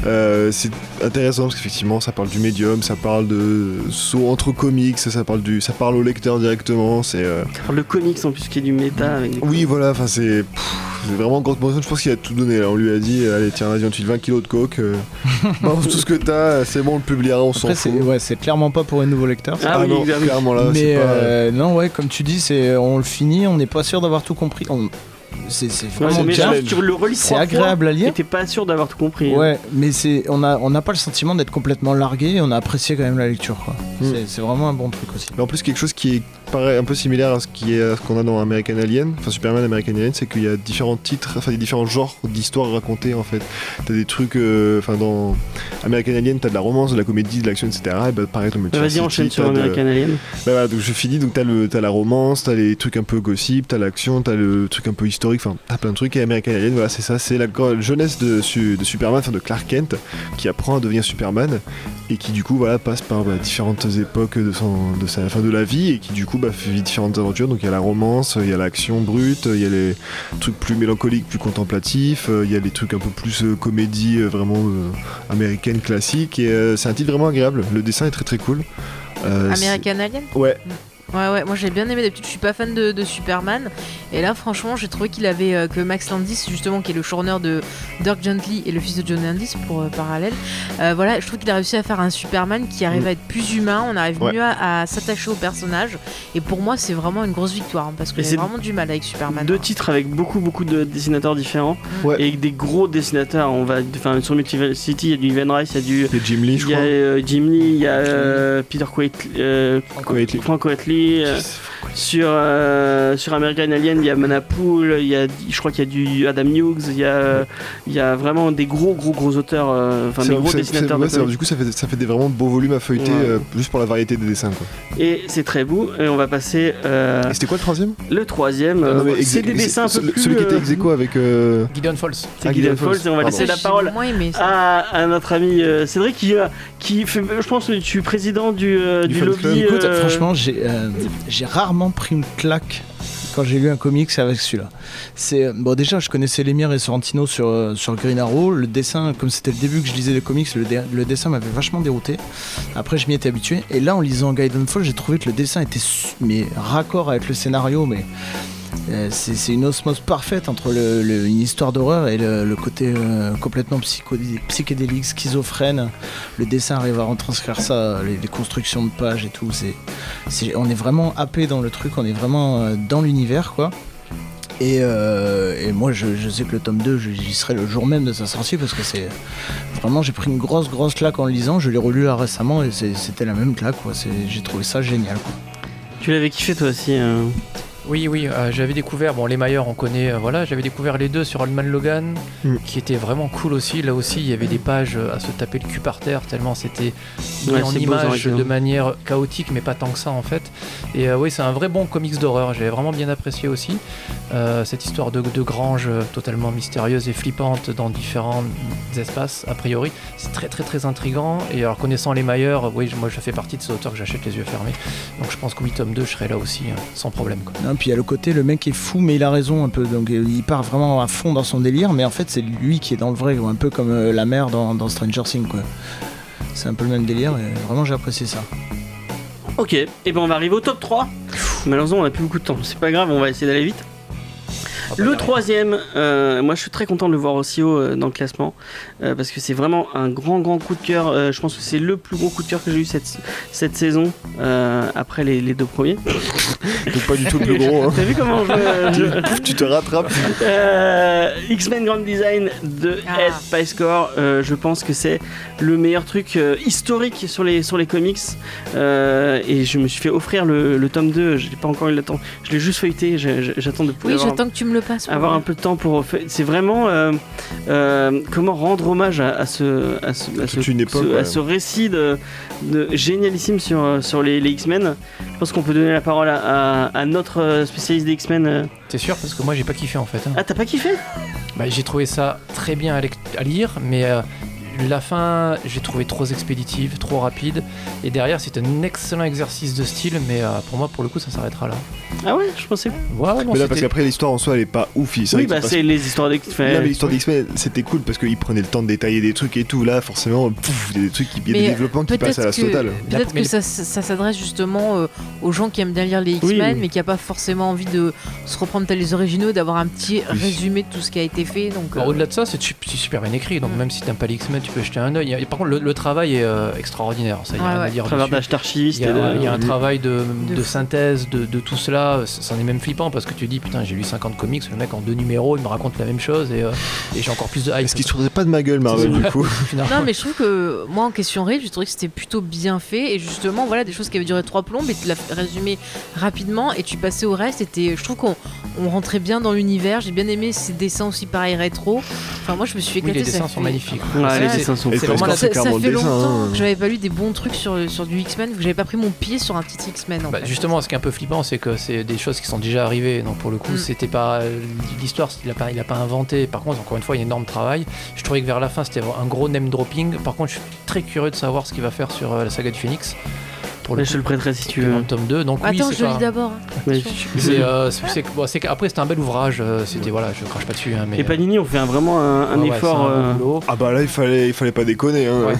S3: euh, c'est intéressant parce qu'effectivement ça parle du médium, ça parle de saut entre comics, ça parle du, ça parle au lecteur directement. C'est euh,
S1: Alors, le comics en plus qui est du méta avec des-
S3: oui voilà, enfin c'est pff, j'ai vraiment grosse motivation. Je pense qu'il a tout donné. là. On lui a dit euh, Allez, tiens, vas-y, on te file 20 kilos de coke. euh, balance tout ce que t'as, euh, c'est bon, on le publiera, on s'en
S6: Après, c'est
S3: fout.
S6: ouais, c'est clairement pas pour un nouveau lecteur. ça.
S3: Ah Ah oui, non, ah oui. clairement, là,
S6: Mais
S3: c'est pas-
S6: euh, non, ouais, comme tu dis, c'est on le finit, on n'est pas sûr d'avoir tout compris. On- C'est c'est vraiment
S1: mais
S6: bien.
S1: genre, tu le relis
S6: C'est
S1: trois fois
S6: agréable à lire.
S1: et euh, t'es pas sûr d'avoir tout compris. hein.
S6: Ouais, mais c'est on a on n'a pas le sentiment d'être complètement largué. On a apprécié quand même la lecture. quoi.
S3: Hmm.
S6: C'est- C'est vraiment un bon truc aussi.
S3: Mais en plus, quelque chose qui est pareil, un peu similaire à ce qui est- à ce qu'on a dans American Alien, enfin Superman American Alien, c'est qu'il y a différents titres, enfin des différents genres d'histoires racontées en fait. T'as des trucs, euh, enfin dans American Alien, t'as de la romance, de la comédie, de l'action, etc. Et bah pareil, dans Multiversity,
S1: vas-y, enchaîne sur
S3: t'as de-
S1: American Alien.
S3: Bah, voilà, donc je finis, donc t'as le- t'as la romance, t'as les trucs un peu gossip, t'as l'action, t'as le truc un peu historique, enfin t'as plein de trucs. Et American Alien, voilà, c'est ça, c'est la gr- jeunesse de, su- de Superman, enfin de Clark Kent, qui apprend à devenir Superman et qui du coup voilà passe par bah, différentes époques de, son, de sa fin de la vie et qui du coup bah, vit différentes aventures. Donc il y a la romance, il y a l'action brute, il y a les trucs plus mélancoliques, plus contemplatifs, euh, il y a les trucs un peu plus euh, comédie euh, vraiment euh, américaine classique. Et euh, c'est un titre vraiment agréable. Le dessin est très très cool. Euh, c'est-
S4: American Alien
S3: Ouais,
S4: Ouais, ouais, moi j'ai bien aimé d'habitude, je suis pas fan de, de Superman. Et là, franchement, j'ai trouvé qu'il avait. euh, que Max Landis, justement, qui est le showrunner de Dirk Gently et le fils de John Landis, pour euh, parallèle, euh, voilà, je trouve qu'il a réussi à faire un Superman qui arrive
S5: Mm.
S4: à être plus humain, on arrive
S1: Ouais.
S4: mieux à, à s'attacher au personnage. Et pour moi, c'est vraiment une grosse victoire, hein, parce que
S1: Et
S4: j'ai
S1: c'est-
S4: vraiment du mal avec Superman.
S1: Deux titres avec beaucoup beaucoup de dessinateurs différents et avec des gros dessinateurs. On va, enfin sur Multiversity, il y a du Ivan Rice, il y a du
S3: Jim Lee, je
S1: il y a
S3: crois.
S1: euh, Jim Lee, il y a euh, Peter Coet- euh,
S3: Coetley.
S1: Frank Coetley. euh, sur euh, sur American Alien, il y a Manapool, il y a, je crois qu'il y a du Adam Hughes, il y a euh, il y a vraiment des gros gros gros auteurs, euh, enfin
S3: C'est-
S1: des gros
S3: c'est-
S1: dessinateurs.
S3: c'est- ouais,
S1: de
S3: c'est-
S1: comics.
S3: du coup, ça fait, ça fait des vraiment beaux volumes à feuilleter
S1: Ouais.
S3: euh, juste pour la variété des dessins. Quoi.
S1: Et c'est très beau. Et on va passer. euh,
S3: C'était quoi le troisième
S1: Le troisième.
S3: Ah non, mais
S1: Ah. euh, c'est
S3: ex-
S1: des
S3: ex-
S1: dessins un peu
S3: celui-
S1: plus.
S3: Celui qui était
S1: euh,
S3: ex aequo avec. euh,
S2: Gideon Falls.
S1: C'est
S3: Ah,
S1: Guillaume
S3: Guillaume
S1: Falls
S3: Fox,
S1: et on va
S3: pardon.
S1: laisser la
S3: J'ai
S1: parole Ah,
S4: moins aimé
S1: à, à notre ami euh, Cédric qui, euh, qui fait, je pense que tu es président du, euh, du lobby.
S6: Bah, Écoute,
S1: euh,
S6: franchement, j'ai euh, j'ai rarement pris une claque quand j'ai lu un comics avec celui-là. C'est euh, bon déjà, je connaissais Lemire et Sorrentino sur euh, sur Green Arrow. Le dessin, comme c'était le début que je lisais les comics, le, dé- le dessin m'avait vachement dérouté. Après, je m'y étais habitué. Et là, en lisant Guidon Fall, j'ai trouvé que le dessin était su- mais raccord avec le scénario, mais euh, c'est c'est une osmose parfaite entre le- le- une histoire d'horreur et le, le côté euh, complètement psycho- psychédélique, schizophrène. Le dessin arrive à retranscrire ça, les, les constructions de pages et tout. c'est c'est- on est vraiment happé dans le truc, on est vraiment euh, dans l'univers, quoi. Et, euh, et moi, je, je sais que le tome 2, je- j'y serai le jour même de sa sortie parce que c'est vraiment, j'ai pris une grosse, grosse claque en le lisant. Je l'ai relu là récemment et c'est- c'était la même claque, quoi. C'est- J'ai trouvé ça génial, quoi.
S1: Tu l'avais kiffé toi aussi. hein.
S2: Oui, oui, euh, j'avais découvert, bon, les Mailleurs, on connaît, euh, voilà, j'avais découvert les deux sur Allman Logan,
S1: Mm.
S2: qui était vraiment cool aussi. Là aussi, il y avait des pages euh, à se taper le cul par terre, tellement c'était mis
S1: Ouais,
S2: en
S1: c'est beau, hein. ça,
S2: image
S1: original.
S2: de manière chaotique, mais pas tant que ça en fait. Et euh, oui, c'est un vrai bon comics d'horreur, j'avais vraiment bien apprécié aussi. Euh, cette histoire de, de grange euh, totalement mystérieuse et flippante dans différents espaces, a priori, c'est très très très intrigant. Et alors, connaissant les Mailleurs, euh, oui, je- moi je fais partie de ces auteurs que j'achète les yeux fermés. Donc je pense que oui, tome 2, je serai là aussi, euh, sans problème. quoi.
S6: Non, puis il y a le côté, le mec est fou, mais il a raison un peu. Donc euh, il part vraiment à fond dans son délire, mais en fait, c'est lui qui est dans le vrai, un peu comme euh, la mère dans, dans Stranger Things, quoi. C'est un peu le même délire, et vraiment, j'ai apprécié ça.
S1: Ok, et ben on va arriver au top 3. Malheureusement, on a plus beaucoup de temps. C'est pas grave, on va essayer d'aller
S3: Ah,
S1: vite.
S3: bah,
S2: Ah, bah,
S1: Le troisième, euh, moi je suis très content de le voir aussi haut euh, dans le classement euh, parce que c'est vraiment un grand grand coup de cœur. Euh, je pense que c'est le plus gros coup de cœur que j'ai eu cette, cette saison euh, après les, les deux premiers.
S3: Donc pas du tout le plus gros. hein.
S1: T'as vu comment euh, je- je,
S3: tu, tu te rattrapes.
S1: euh, X-Men Grand Design de Ed Pyscore, euh, je pense que c'est le meilleur truc euh, historique sur les, sur les comics. Euh, et je me suis fait offrir le, le tome 2, je l'ai pas encore eu le temps. Je l'ai juste feuilleté, je- je- j'attends de
S4: Oui,
S1: avoir-
S4: j'attends que tu me le passes. pour
S1: avoir
S4: voir.
S1: un peu de temps pour faire- c'est vraiment euh, euh, comment rendre hommage à, à ce à ce, à ce-
S3: une époque,
S1: ce- à
S3: ouais.
S1: ce récit de, de- génialissime sur euh, sur les, les X-Men je pense qu'on peut donner la parole à, à- à notre euh, spécialiste des X-Men euh.
S2: T'es sûr Parce que moi j'ai pas kiffé en fait. hein.
S1: ah t'as pas kiffé
S2: Bah, j'ai trouvé ça très bien à, lec- à lire, mais euh, La fin, j'ai trouvé trop expéditive, trop rapide. Et derrière, c'est un excellent exercice de style, mais euh, pour moi, pour le coup, ça s'arrêtera là.
S1: Ah ouais, je pensais.
S2: Ouais, ouais, non,
S3: mais là, parce
S2: c'était-
S3: qu'après, l'histoire en soi, elle est pas ouf. C'est
S1: Oui,
S3: vrai que
S1: bah
S3: passe-
S1: c'est les histoires euh, d'X-Men.
S3: Non, mais l'histoire d'X-Men, c'était cool parce qu'ils prenaient le temps de détailler des trucs et tout. Là, forcément, pouf, il y a des trucs qui, il y a des
S4: Mais euh,
S3: développements qui
S4: peut-être
S3: passent à la
S4: que-
S3: totale.
S4: Peut-être que ça, ça- ça s'adresse justement euh, aux gens qui aiment bien lire les
S3: Oui,
S4: X-Men,
S3: oui.
S4: mais qui n'ont pas forcément envie de se reprendre tels les originaux, d'avoir un petit résumé de tout ce qui a été fait. Donc,
S2: Alors,
S4: euh,
S2: Bah, Au-delà de ça, c'est su- c'est super bien écrit, donc même si t'aimes pas les X-Men, tu peux jeter un œil. Il y a- Par contre, le, le travail est euh, extraordinaire, ça y a
S1: Ouais,
S2: rien à
S1: ouais.
S2: dire.
S1: Travers
S2: dessus.
S1: d'âge d'archiviste
S2: Il y a,
S1: et de-
S2: il y a un
S1: Mhm.
S2: travail de,
S1: De
S2: de
S1: fou.
S2: synthèse de, de tout cela, c- c'en est même flippant parce que tu dis putain, j'ai lu 50 comics, le mec en deux numéros, il me raconte la même chose et, euh, et j'ai encore plus de hype. Est-ce qu'il se
S3: faudrait pas de ma gueule, Marvel, du coup
S2: Finalement.
S4: Non, mais je trouve que moi en question réelle, j'ai trouvé que c'était plutôt bien fait et justement, voilà, des choses qui avaient duré trois plombes et tu l'as résumé rapidement et tu passais au reste. Et t'es- je trouve qu'on on rentrait bien dans l'univers. J'ai bien aimé ces dessins aussi pareil rétro. Enfin, moi je me suis
S2: Oui,
S4: éclaté.
S2: les
S4: ça
S2: dessins
S4: fait-
S2: sont magnifiques.
S1: Ouais,
S2: C'est-
S1: les
S2: c'est-
S1: dessins sont
S2: c'est
S1: fous.
S2: vraiment la-
S4: ça, ça fait
S2: dessin,
S4: longtemps
S2: hein.
S4: que j'avais pas lu des bons trucs sur, sur du X-Men, que j'avais pas pris mon pied sur un titre X-Men. en
S2: Bah,
S4: fait.
S2: justement, ce qui est un peu flippant, c'est que c'est des choses qui sont déjà arrivées. Donc pour le coup,
S4: Mm.
S2: c'était pas euh, l'histoire, il a pas, il a pas inventé. Par contre, encore une fois, il y a un énorme travail. Je trouvais que vers la fin, c'était un gros name dropping. Par contre, je suis très curieux de savoir ce qu'il va faire sur euh, la saga du Phoenix. Pour
S1: Mais je te le prêterai si tu veux.
S2: Dans le tome 2. Donc oui,
S4: Attends,
S2: c'est
S4: je le
S2: pas-
S4: lis d'abord. hein.
S1: Oui.
S2: C'est, euh, c'est- c'est- bon, c'est qu'après, c'était un bel ouvrage. euh, C'était voilà, je crache pas dessus. hein, mais
S1: Et Panini, on fait un- vraiment un, un
S2: Ah Ouais, ouais,
S1: effort.
S2: c'est un bon
S1: euh,
S2: boulot.
S3: Ah bah là, il fallait, il fallait pas déconner. Hein.
S2: Ouais.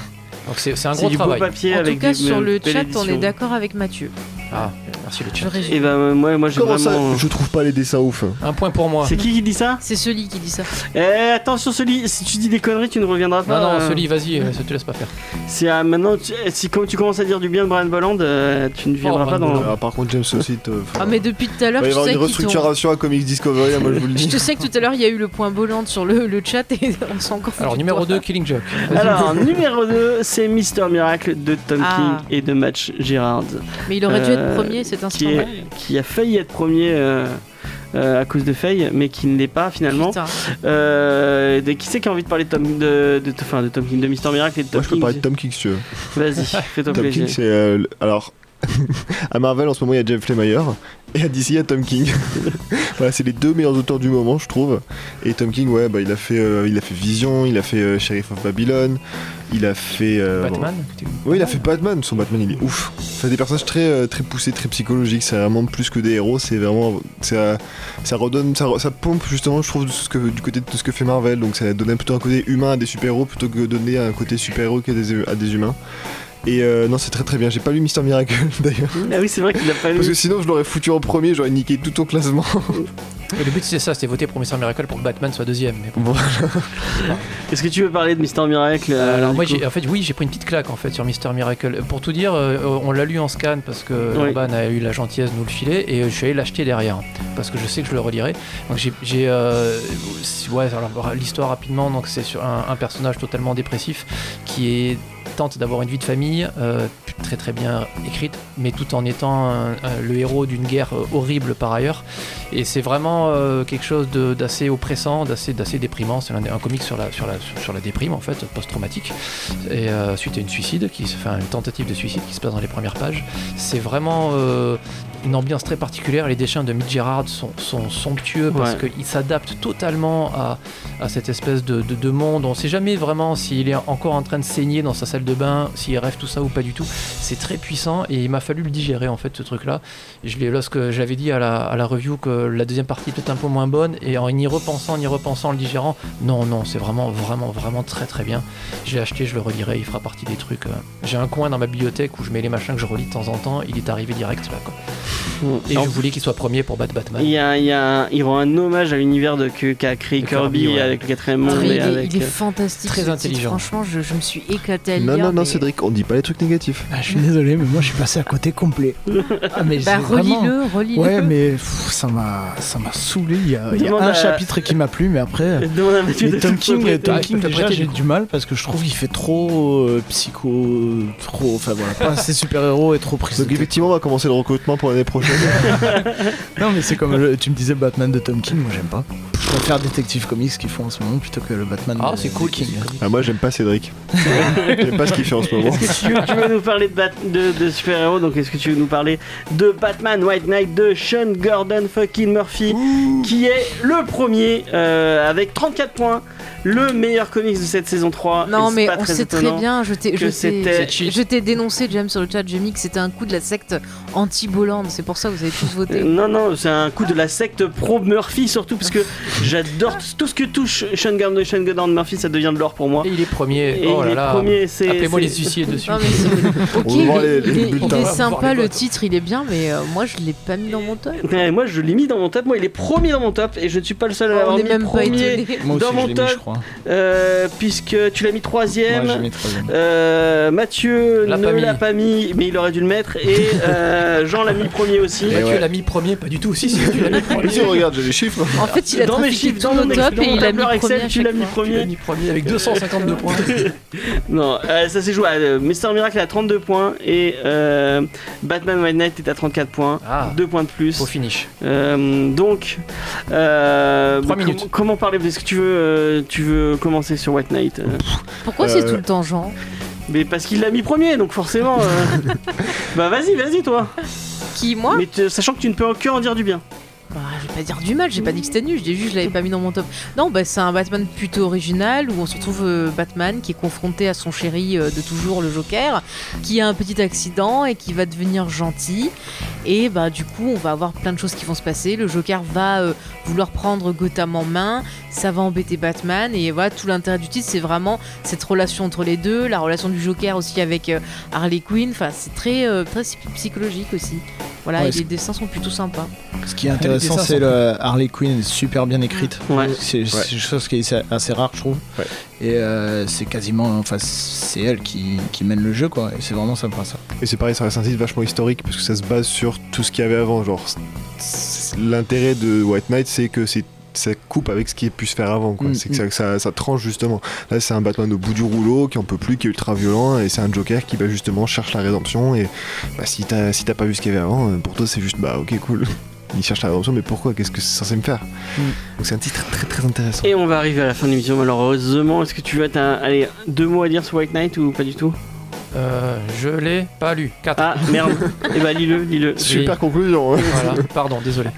S2: donc c'est c'est un
S1: C'est
S2: gros
S1: du beau
S2: travail.
S1: papier
S4: en
S1: avec
S4: tout cas,
S1: des- euh,
S4: sur
S1: une
S4: le
S1: belle
S4: chat, on
S1: édition.
S4: est d'accord avec Mathieu.
S2: Ah, merci le
S4: Je
S2: chat.
S4: le résume.
S1: Et ben euh, moi, moi j'ai
S3: Comment
S1: vraiment.
S3: ça Je trouve pas les dessins ouf.
S2: Un point pour moi.
S1: C'est qui qui dit ça
S4: C'est celui qui dit ça.
S1: Eh, attention, celui, si tu dis des conneries, tu ne reviendras pas.
S2: Non, non,
S1: euh,
S2: celui, vas-y, euh, ça te laisse pas faire.
S1: C'est ah, maintenant, tu- eh, si quand tu commences à dire du bien de Brian Bolland, euh, tu ne viendras
S2: Oh,
S1: pas dans.
S3: Ah, par contre, j'aime ce site. euh,
S4: Ah, mais depuis tout à
S3: Il
S4: l'heure,
S3: va y
S4: je
S3: avoir
S4: sais
S3: une
S4: qu'ils t'ont-
S3: restructuration à Comics Discovery, moi je vous le
S4: Je
S3: dis.
S4: te sais que tout à l'heure, il y a eu le point Bolland sur le, le chat et on s'est encore foutu
S2: Alors,
S4: de
S2: numéro
S4: toi.
S2: 2, Killing Joke. hein. Vas-y.
S1: Alors, numéro 2, c'est Mister Miracle de Tom
S4: Ah.
S1: King et de Match Gerard.
S4: Mais il aurait dû
S1: Euh,
S4: être premier, c'est un
S1: qui, est- qui a failli être premier euh, euh, à cause de Faye, mais qui ne l'est pas finalement.
S4: Putain.
S1: Euh, de- qui c'est qui a envie de parler de Tom, de, de, enfin, de Tom King, de Mister Miracle et de Tom
S3: Moi je peux
S1: King
S3: parler de Tom King si tu veux.
S1: Vas-y, fais-toi
S3: Tom
S1: plaisir.
S3: King, c'est. euh, le- alors, à Marvel en ce moment, il y a Jeff Lemire. Et à DC, il y a Tom King. voilà, c'est les deux meilleurs auteurs du moment, je trouve. Et Tom King, ouais, bah, il, a fait, euh, il a fait Vision, il a fait euh, Sheriff of Babylon, il a fait. euh,
S2: Batman
S3: bon. Oui, il a fait Batman. Son Batman, il est ouf. C'est des personnages très, euh, très poussés, très psychologiques. C'est vraiment plus que des héros. C'est vraiment. Ça, ça redonne. Ça, ça pompe, justement, je trouve, de ce que- du côté de tout ce que fait Marvel. Donc, ça donne plutôt un côté humain à des super-héros plutôt que donner un côté super-héros qu'à des, à des humains. Et euh, non, c'est très très bien. J'ai pas lu Mister Miracle d'ailleurs.
S1: Ah oui, c'est vrai qu'il a pas
S3: Parce que
S1: lu.
S3: sinon, je l'aurais foutu en premier, j'aurais niqué tout ton classement.
S2: Et le but c'était ça, c'était voter pour Mr. Miracle pour que Batman soit deuxième. Mais bon.
S1: Est-ce que tu veux parler de Mister Miracle euh,
S2: Alors
S1: du
S2: moi,
S1: coup
S2: j'ai- en fait, oui, j'ai pris une petite claque en fait sur Mister Miracle. Pour tout dire, euh, on l'a lu en scan parce que
S1: Oui.
S2: Urban a eu la gentillesse de nous le filer et euh, je suis allé l'acheter derrière parce que je sais que je le relirai. Donc j'ai, j'ai, euh, si- ouais, alors, l'histoire rapidement. Donc c'est sur un, un personnage totalement dépressif qui est- tente d'avoir une vie de famille euh, très très bien écrite, mais tout en étant un- un- le héros d'une guerre euh, horrible par ailleurs. Et c'est vraiment euh, quelque chose de- d'assez oppressant, d'assez d'assez déprimant. C'est un, un comic sur la, sur, la, sur la déprime, en fait, post-traumatique. Et euh, suite à une suicide, qui se fait une tentative de suicide qui se passe dans les premières pages. C'est vraiment euh, une ambiance très particulière. Les dessins de Mick Gerard sont, sont somptueux parce
S1: Ouais.
S2: qu'ils s'adaptent totalement à, à cette espèce de, de- de monde. On ne sait jamais vraiment s'il est encore en train de saigner dans sa salle de bain, s'il rêve tout ça ou pas du tout. C'est très puissant et il m'a fallu le digérer, en fait, ce truc-là. Je l'ai- lorsque j'avais dit à la, à la review que la deuxième partie était un peu moins bonne, et en y repensant, en y repensant, en le digérant, non, non, c'est vraiment, vraiment, vraiment très, très bien. Je l'ai acheté, je le relirai, il fera partie des trucs. euh. J'ai un coin dans ma bibliothèque où je mets les machins que je relis de temps en temps, il est arrivé direct là, quoi. Et
S1: Alors,
S2: je voulais qu'il soit premier pour battre Batman.
S1: Il, y a, il, y a un- il rend un hommage à l'univers de- que- qu'a créé
S2: De
S1: Kirby,
S2: Kirby, ouais.
S1: avec le quatrième
S4: Ah,
S1: monde.
S4: mais il,
S1: et
S4: est,
S1: avec,
S4: il est
S1: euh,
S4: fantastique.
S2: très
S4: ce titre.
S2: intelligent.
S4: Franchement, je, je me suis éclaté à le
S3: Non,
S4: lire,
S3: non, non,
S4: mais-
S3: Cédric, on dit pas les trucs négatifs.
S6: Ah, je suis désolé, mais moi je suis passé à côté complet. Ah, mais
S4: Bah,
S6: c'est vraiment-
S4: relis-le, relis-le.
S6: Ouais, mais pff, ça m'a, ça m'a saoulé. Il y a, il y a
S1: Demande
S6: un
S1: à-
S6: chapitre qui m'a plu, mais après. euh,
S1: Demande à Mathieu
S6: mais
S1: de
S6: Tom
S1: te
S6: King, euh,
S1: prêter.
S6: Tom
S1: Ouais,
S6: King,
S1: te
S6: déjà,
S1: prêter,
S6: j'ai
S1: du coup.
S6: du mal parce que je trouve qu'il fait trop euh, psycho, trop. Enfin voilà, pas assez super héros et trop prise.
S3: Donc, effectivement, on va commencer le recrutement pour l'année l'année prochaine.
S6: non, mais c'est comme le- tu me disais Batman de Tom King, moi j'aime pas. Je préfère Detective Comics qu'ils font en ce moment plutôt que le Batman
S3: Ah,
S6: de
S3: c'est
S6: de
S3: cool,
S6: King.
S3: Ah, moi j'aime pas Cédric. j'aime pas ce qu'il fait en ce moment.
S1: Est-ce que tu veux, tu veux nous parler de, Bat- de, de super-héros Donc, est-ce que tu veux nous parler de Batman White Knight de Sean Gordon fucking Murphy, qui est le premier euh, avec 34 points, le meilleur comics de cette saison 3 Ah,
S4: Non,
S1: Et c'est
S4: mais
S1: pas
S4: on
S1: très
S4: sait très
S1: étonnant
S4: bien. Je t'ai,
S1: que
S4: je
S1: c'était.
S4: t'ai, je t'ai dénoncé, James, sur le chat. J'ai mis que c'était un coup de la secte anti-Bolland. C'est pour ça que vous avez tous voté.
S1: Euh, Non, non, c'est un coup de la secte pro-Murphy surtout, parce que j'adore tout ce que touche Sean Gordon, Sean Gordon Murphy, ça devient de l'or pour moi. Et
S2: il est premier,
S1: Et
S2: oh là là.
S1: premier, c'est.
S2: Appelez-moi
S1: c'est-
S2: les huissiers dessus.
S4: Non, mais c'est- ok,
S1: On va voir
S4: il,
S1: les-
S4: il
S1: les
S4: est- il
S1: bulletins.
S4: est
S1: On va voir
S4: sympa
S1: les
S4: le
S1: votes.
S4: titre, il est bien, mais euh, moi je l'ai pas mis dans mon top.
S1: Ouais, moi je l'ai mis dans mon top, moi il est premier dans mon top et je ne suis pas le seul à l'avoir
S4: Oh, est
S1: mis
S4: même pas
S1: Euh, premier
S4: étonnés.
S6: Moi aussi,
S1: dans
S6: je
S1: mon
S6: l'ai mis,
S1: top
S6: je crois.
S1: euh, puisque tu l'as mis troisième,
S6: Ouais, j'ai mis troisième.
S1: Euh, Mathieu
S2: L'a
S1: ne
S2: pas mis.
S1: l'a pas mis mais il aurait dû le mettre et euh, Jean l'a mis premier aussi.
S2: Mathieu l'a mis premier, pas du tout. Si, si, tu l'as mis premier.
S3: Si, regarde, j'ai les chiffres.
S4: En fait, il a
S1: Dans mes
S4: trafiqué
S1: chiffres, dans
S4: tout nos
S1: mon
S4: top
S1: Excel,
S4: et il a
S1: dans
S4: mis
S1: mon
S4: premier.
S1: Excel,
S4: à
S1: tu l'as
S4: chaque
S1: mis
S4: fois.
S1: premier.
S2: mis premier avec 252 points.
S1: Non, euh, ça s'est joué à euh, Mister Miracle à 32 points et euh, Batman White Knight est à 34 points, 2 points de plus. Au
S2: Ah, finish.
S1: donc, euh,
S2: Trois
S1: bah,
S2: minutes.
S1: com- comment parler Parce que tu veux, euh, tu veux commencer sur White Knight. euh.
S4: Pourquoi c'est tout le temps Jean
S1: Mais parce qu'il l'a mis premier, donc forcément. euh, bah vas-y, vas-y toi.
S4: Qui moi
S1: Mais te- sachant que tu ne peux que en dire du bien.
S4: Bah, je vais pas dire du mal, j'ai pas dit que c'était nul, j'ai juste je l'avais pas mis dans mon top. Non, bah c'est un Batman plutôt original où on se retrouve euh, Batman qui est confronté à son chéri euh, de toujours, le Joker, qui a un petit accident et qui va devenir gentil. Et bah du coup, on va avoir plein de choses qui vont se passer. Le Joker va euh, vouloir prendre Gotham en main, ça va embêter Batman et voilà tout l'intérêt du titre, c'est vraiment cette relation entre les deux, la relation du Joker aussi avec euh, Harley Quinn. Enfin, c'est très euh, très psychologique aussi. Voilà,
S6: Ouais,
S4: et
S6: c'est-
S4: les dessins sont plutôt sympas.
S6: Ce qui est intéressant, c'est le Harley Quinn est super bien écrite. C'est c'est
S4: Ouais.
S6: une chose qui est assez rare, je trouve. Et euh, c'est quasiment, enfin, c'est elle qui, qui mène le jeu, quoi. Et c'est vraiment sympa ça.
S3: Et c'est pareil, ça reste un titre vachement historique parce que ça se base sur tout ce qu'il y avait avant. Genre, c- c- l'intérêt de White Knight, c'est que c'est ça coupe avec ce qui a pu se faire avant. quoi.
S6: Mm,
S3: c'est que ça, ça, ça tranche justement. Là, c'est un Batman au bout du rouleau qui en peut plus, qui est ultra violent, et c'est un Joker qui bah, justement cherche la rédemption. Et bah, si t'as si t'as pas vu ce qu'il y avait avant, euh, pour toi, c'est juste bah ok cool. Il cherche la rédemption, mais pourquoi Qu'est-ce que c'est censé me faire Donc c'est un titre très très intéressant.
S1: Et on va arriver à la fin de l'émission malheureusement. Est-ce que tu veux t'as un- allez, deux mots à dire sur White Knight ou pas du tout
S2: Euh, je l'ai pas lu. 4.
S1: Ah merde. Et bah lis-le, lis-le.
S2: Super hein.
S3: conclusion.
S2: Voilà, pardon, désolé.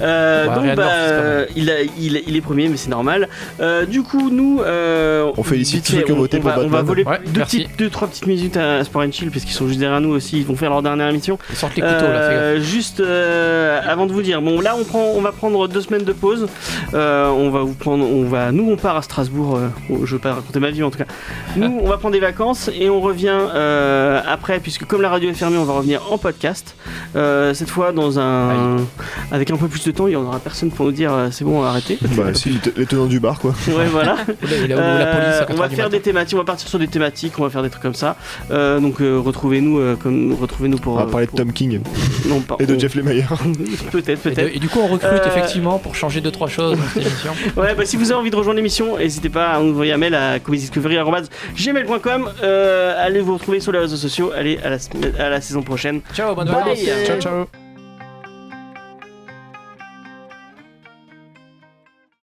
S1: Euh,
S2: Bah,
S1: donc
S2: Ryan
S1: bah,
S2: Murphy, c'est pas
S1: euh, il, a- il, il est premier mais c'est normal. Euh, du coup nous euh,
S3: On félicite
S1: vite fait,
S3: ceux qui ont
S1: on-
S3: voté
S1: on
S3: pour
S1: va, on va
S3: Batman.
S1: voler
S3: Ouais,
S1: deux,
S3: merci.
S1: petites- deux, trois petites minutes à Sport and Chill parce qu'ils sont juste derrière nous aussi. Ils vont faire leur dernière émission.
S2: sortent les couteaux, là, fais gaffe.
S1: Euh, Juste euh, avant de vous dire, bon là on prend, on va prendre deux semaines de pause. Euh, on va vous prendre, on va, nous on part à Strasbourg. euh, oh, je veux pas raconter ma vie en tout cas. Nous
S3: Ah.
S1: on va prendre des vacances et on revient euh, après puisque comme la radio est fermée, on va revenir en podcast. Euh, cette fois dans un, avec un peu plus de temps, il y en aura personne pour nous dire euh, c'est bon arrêtez.
S3: Bah, si, les tenants du bar quoi.
S1: Ouais, voilà.
S3: là où la police à
S1: euh, on va
S3: 4 du
S1: faire
S3: matin.
S1: des thématiques, on va partir sur des thématiques, on va faire des trucs comme ça. Euh, donc euh, retrouvez-nous euh, comme retrouvez-nous pour.
S3: On va
S1: euh,
S3: parler de
S1: pour-
S3: Tom King
S1: Non, pas-
S3: et de
S1: on-
S3: Jeff Lemire.
S1: Peut-être,
S2: Et, de-
S1: peut-être.
S2: et du coup, on recrute
S1: Euh,
S2: effectivement pour changer deux trois choses dans cette émission.
S1: Ouais, bah si vous avez envie de rejoindre l'émission, n'hésitez pas à nous envoyer un mail à comedydiscovery.com. Euh, allez vous retrouver sur les réseaux sociaux. Allez à la, à la saison prochaine.
S2: Ciao, bonne
S1: Bye.
S2: vacances. Ciao, ciao.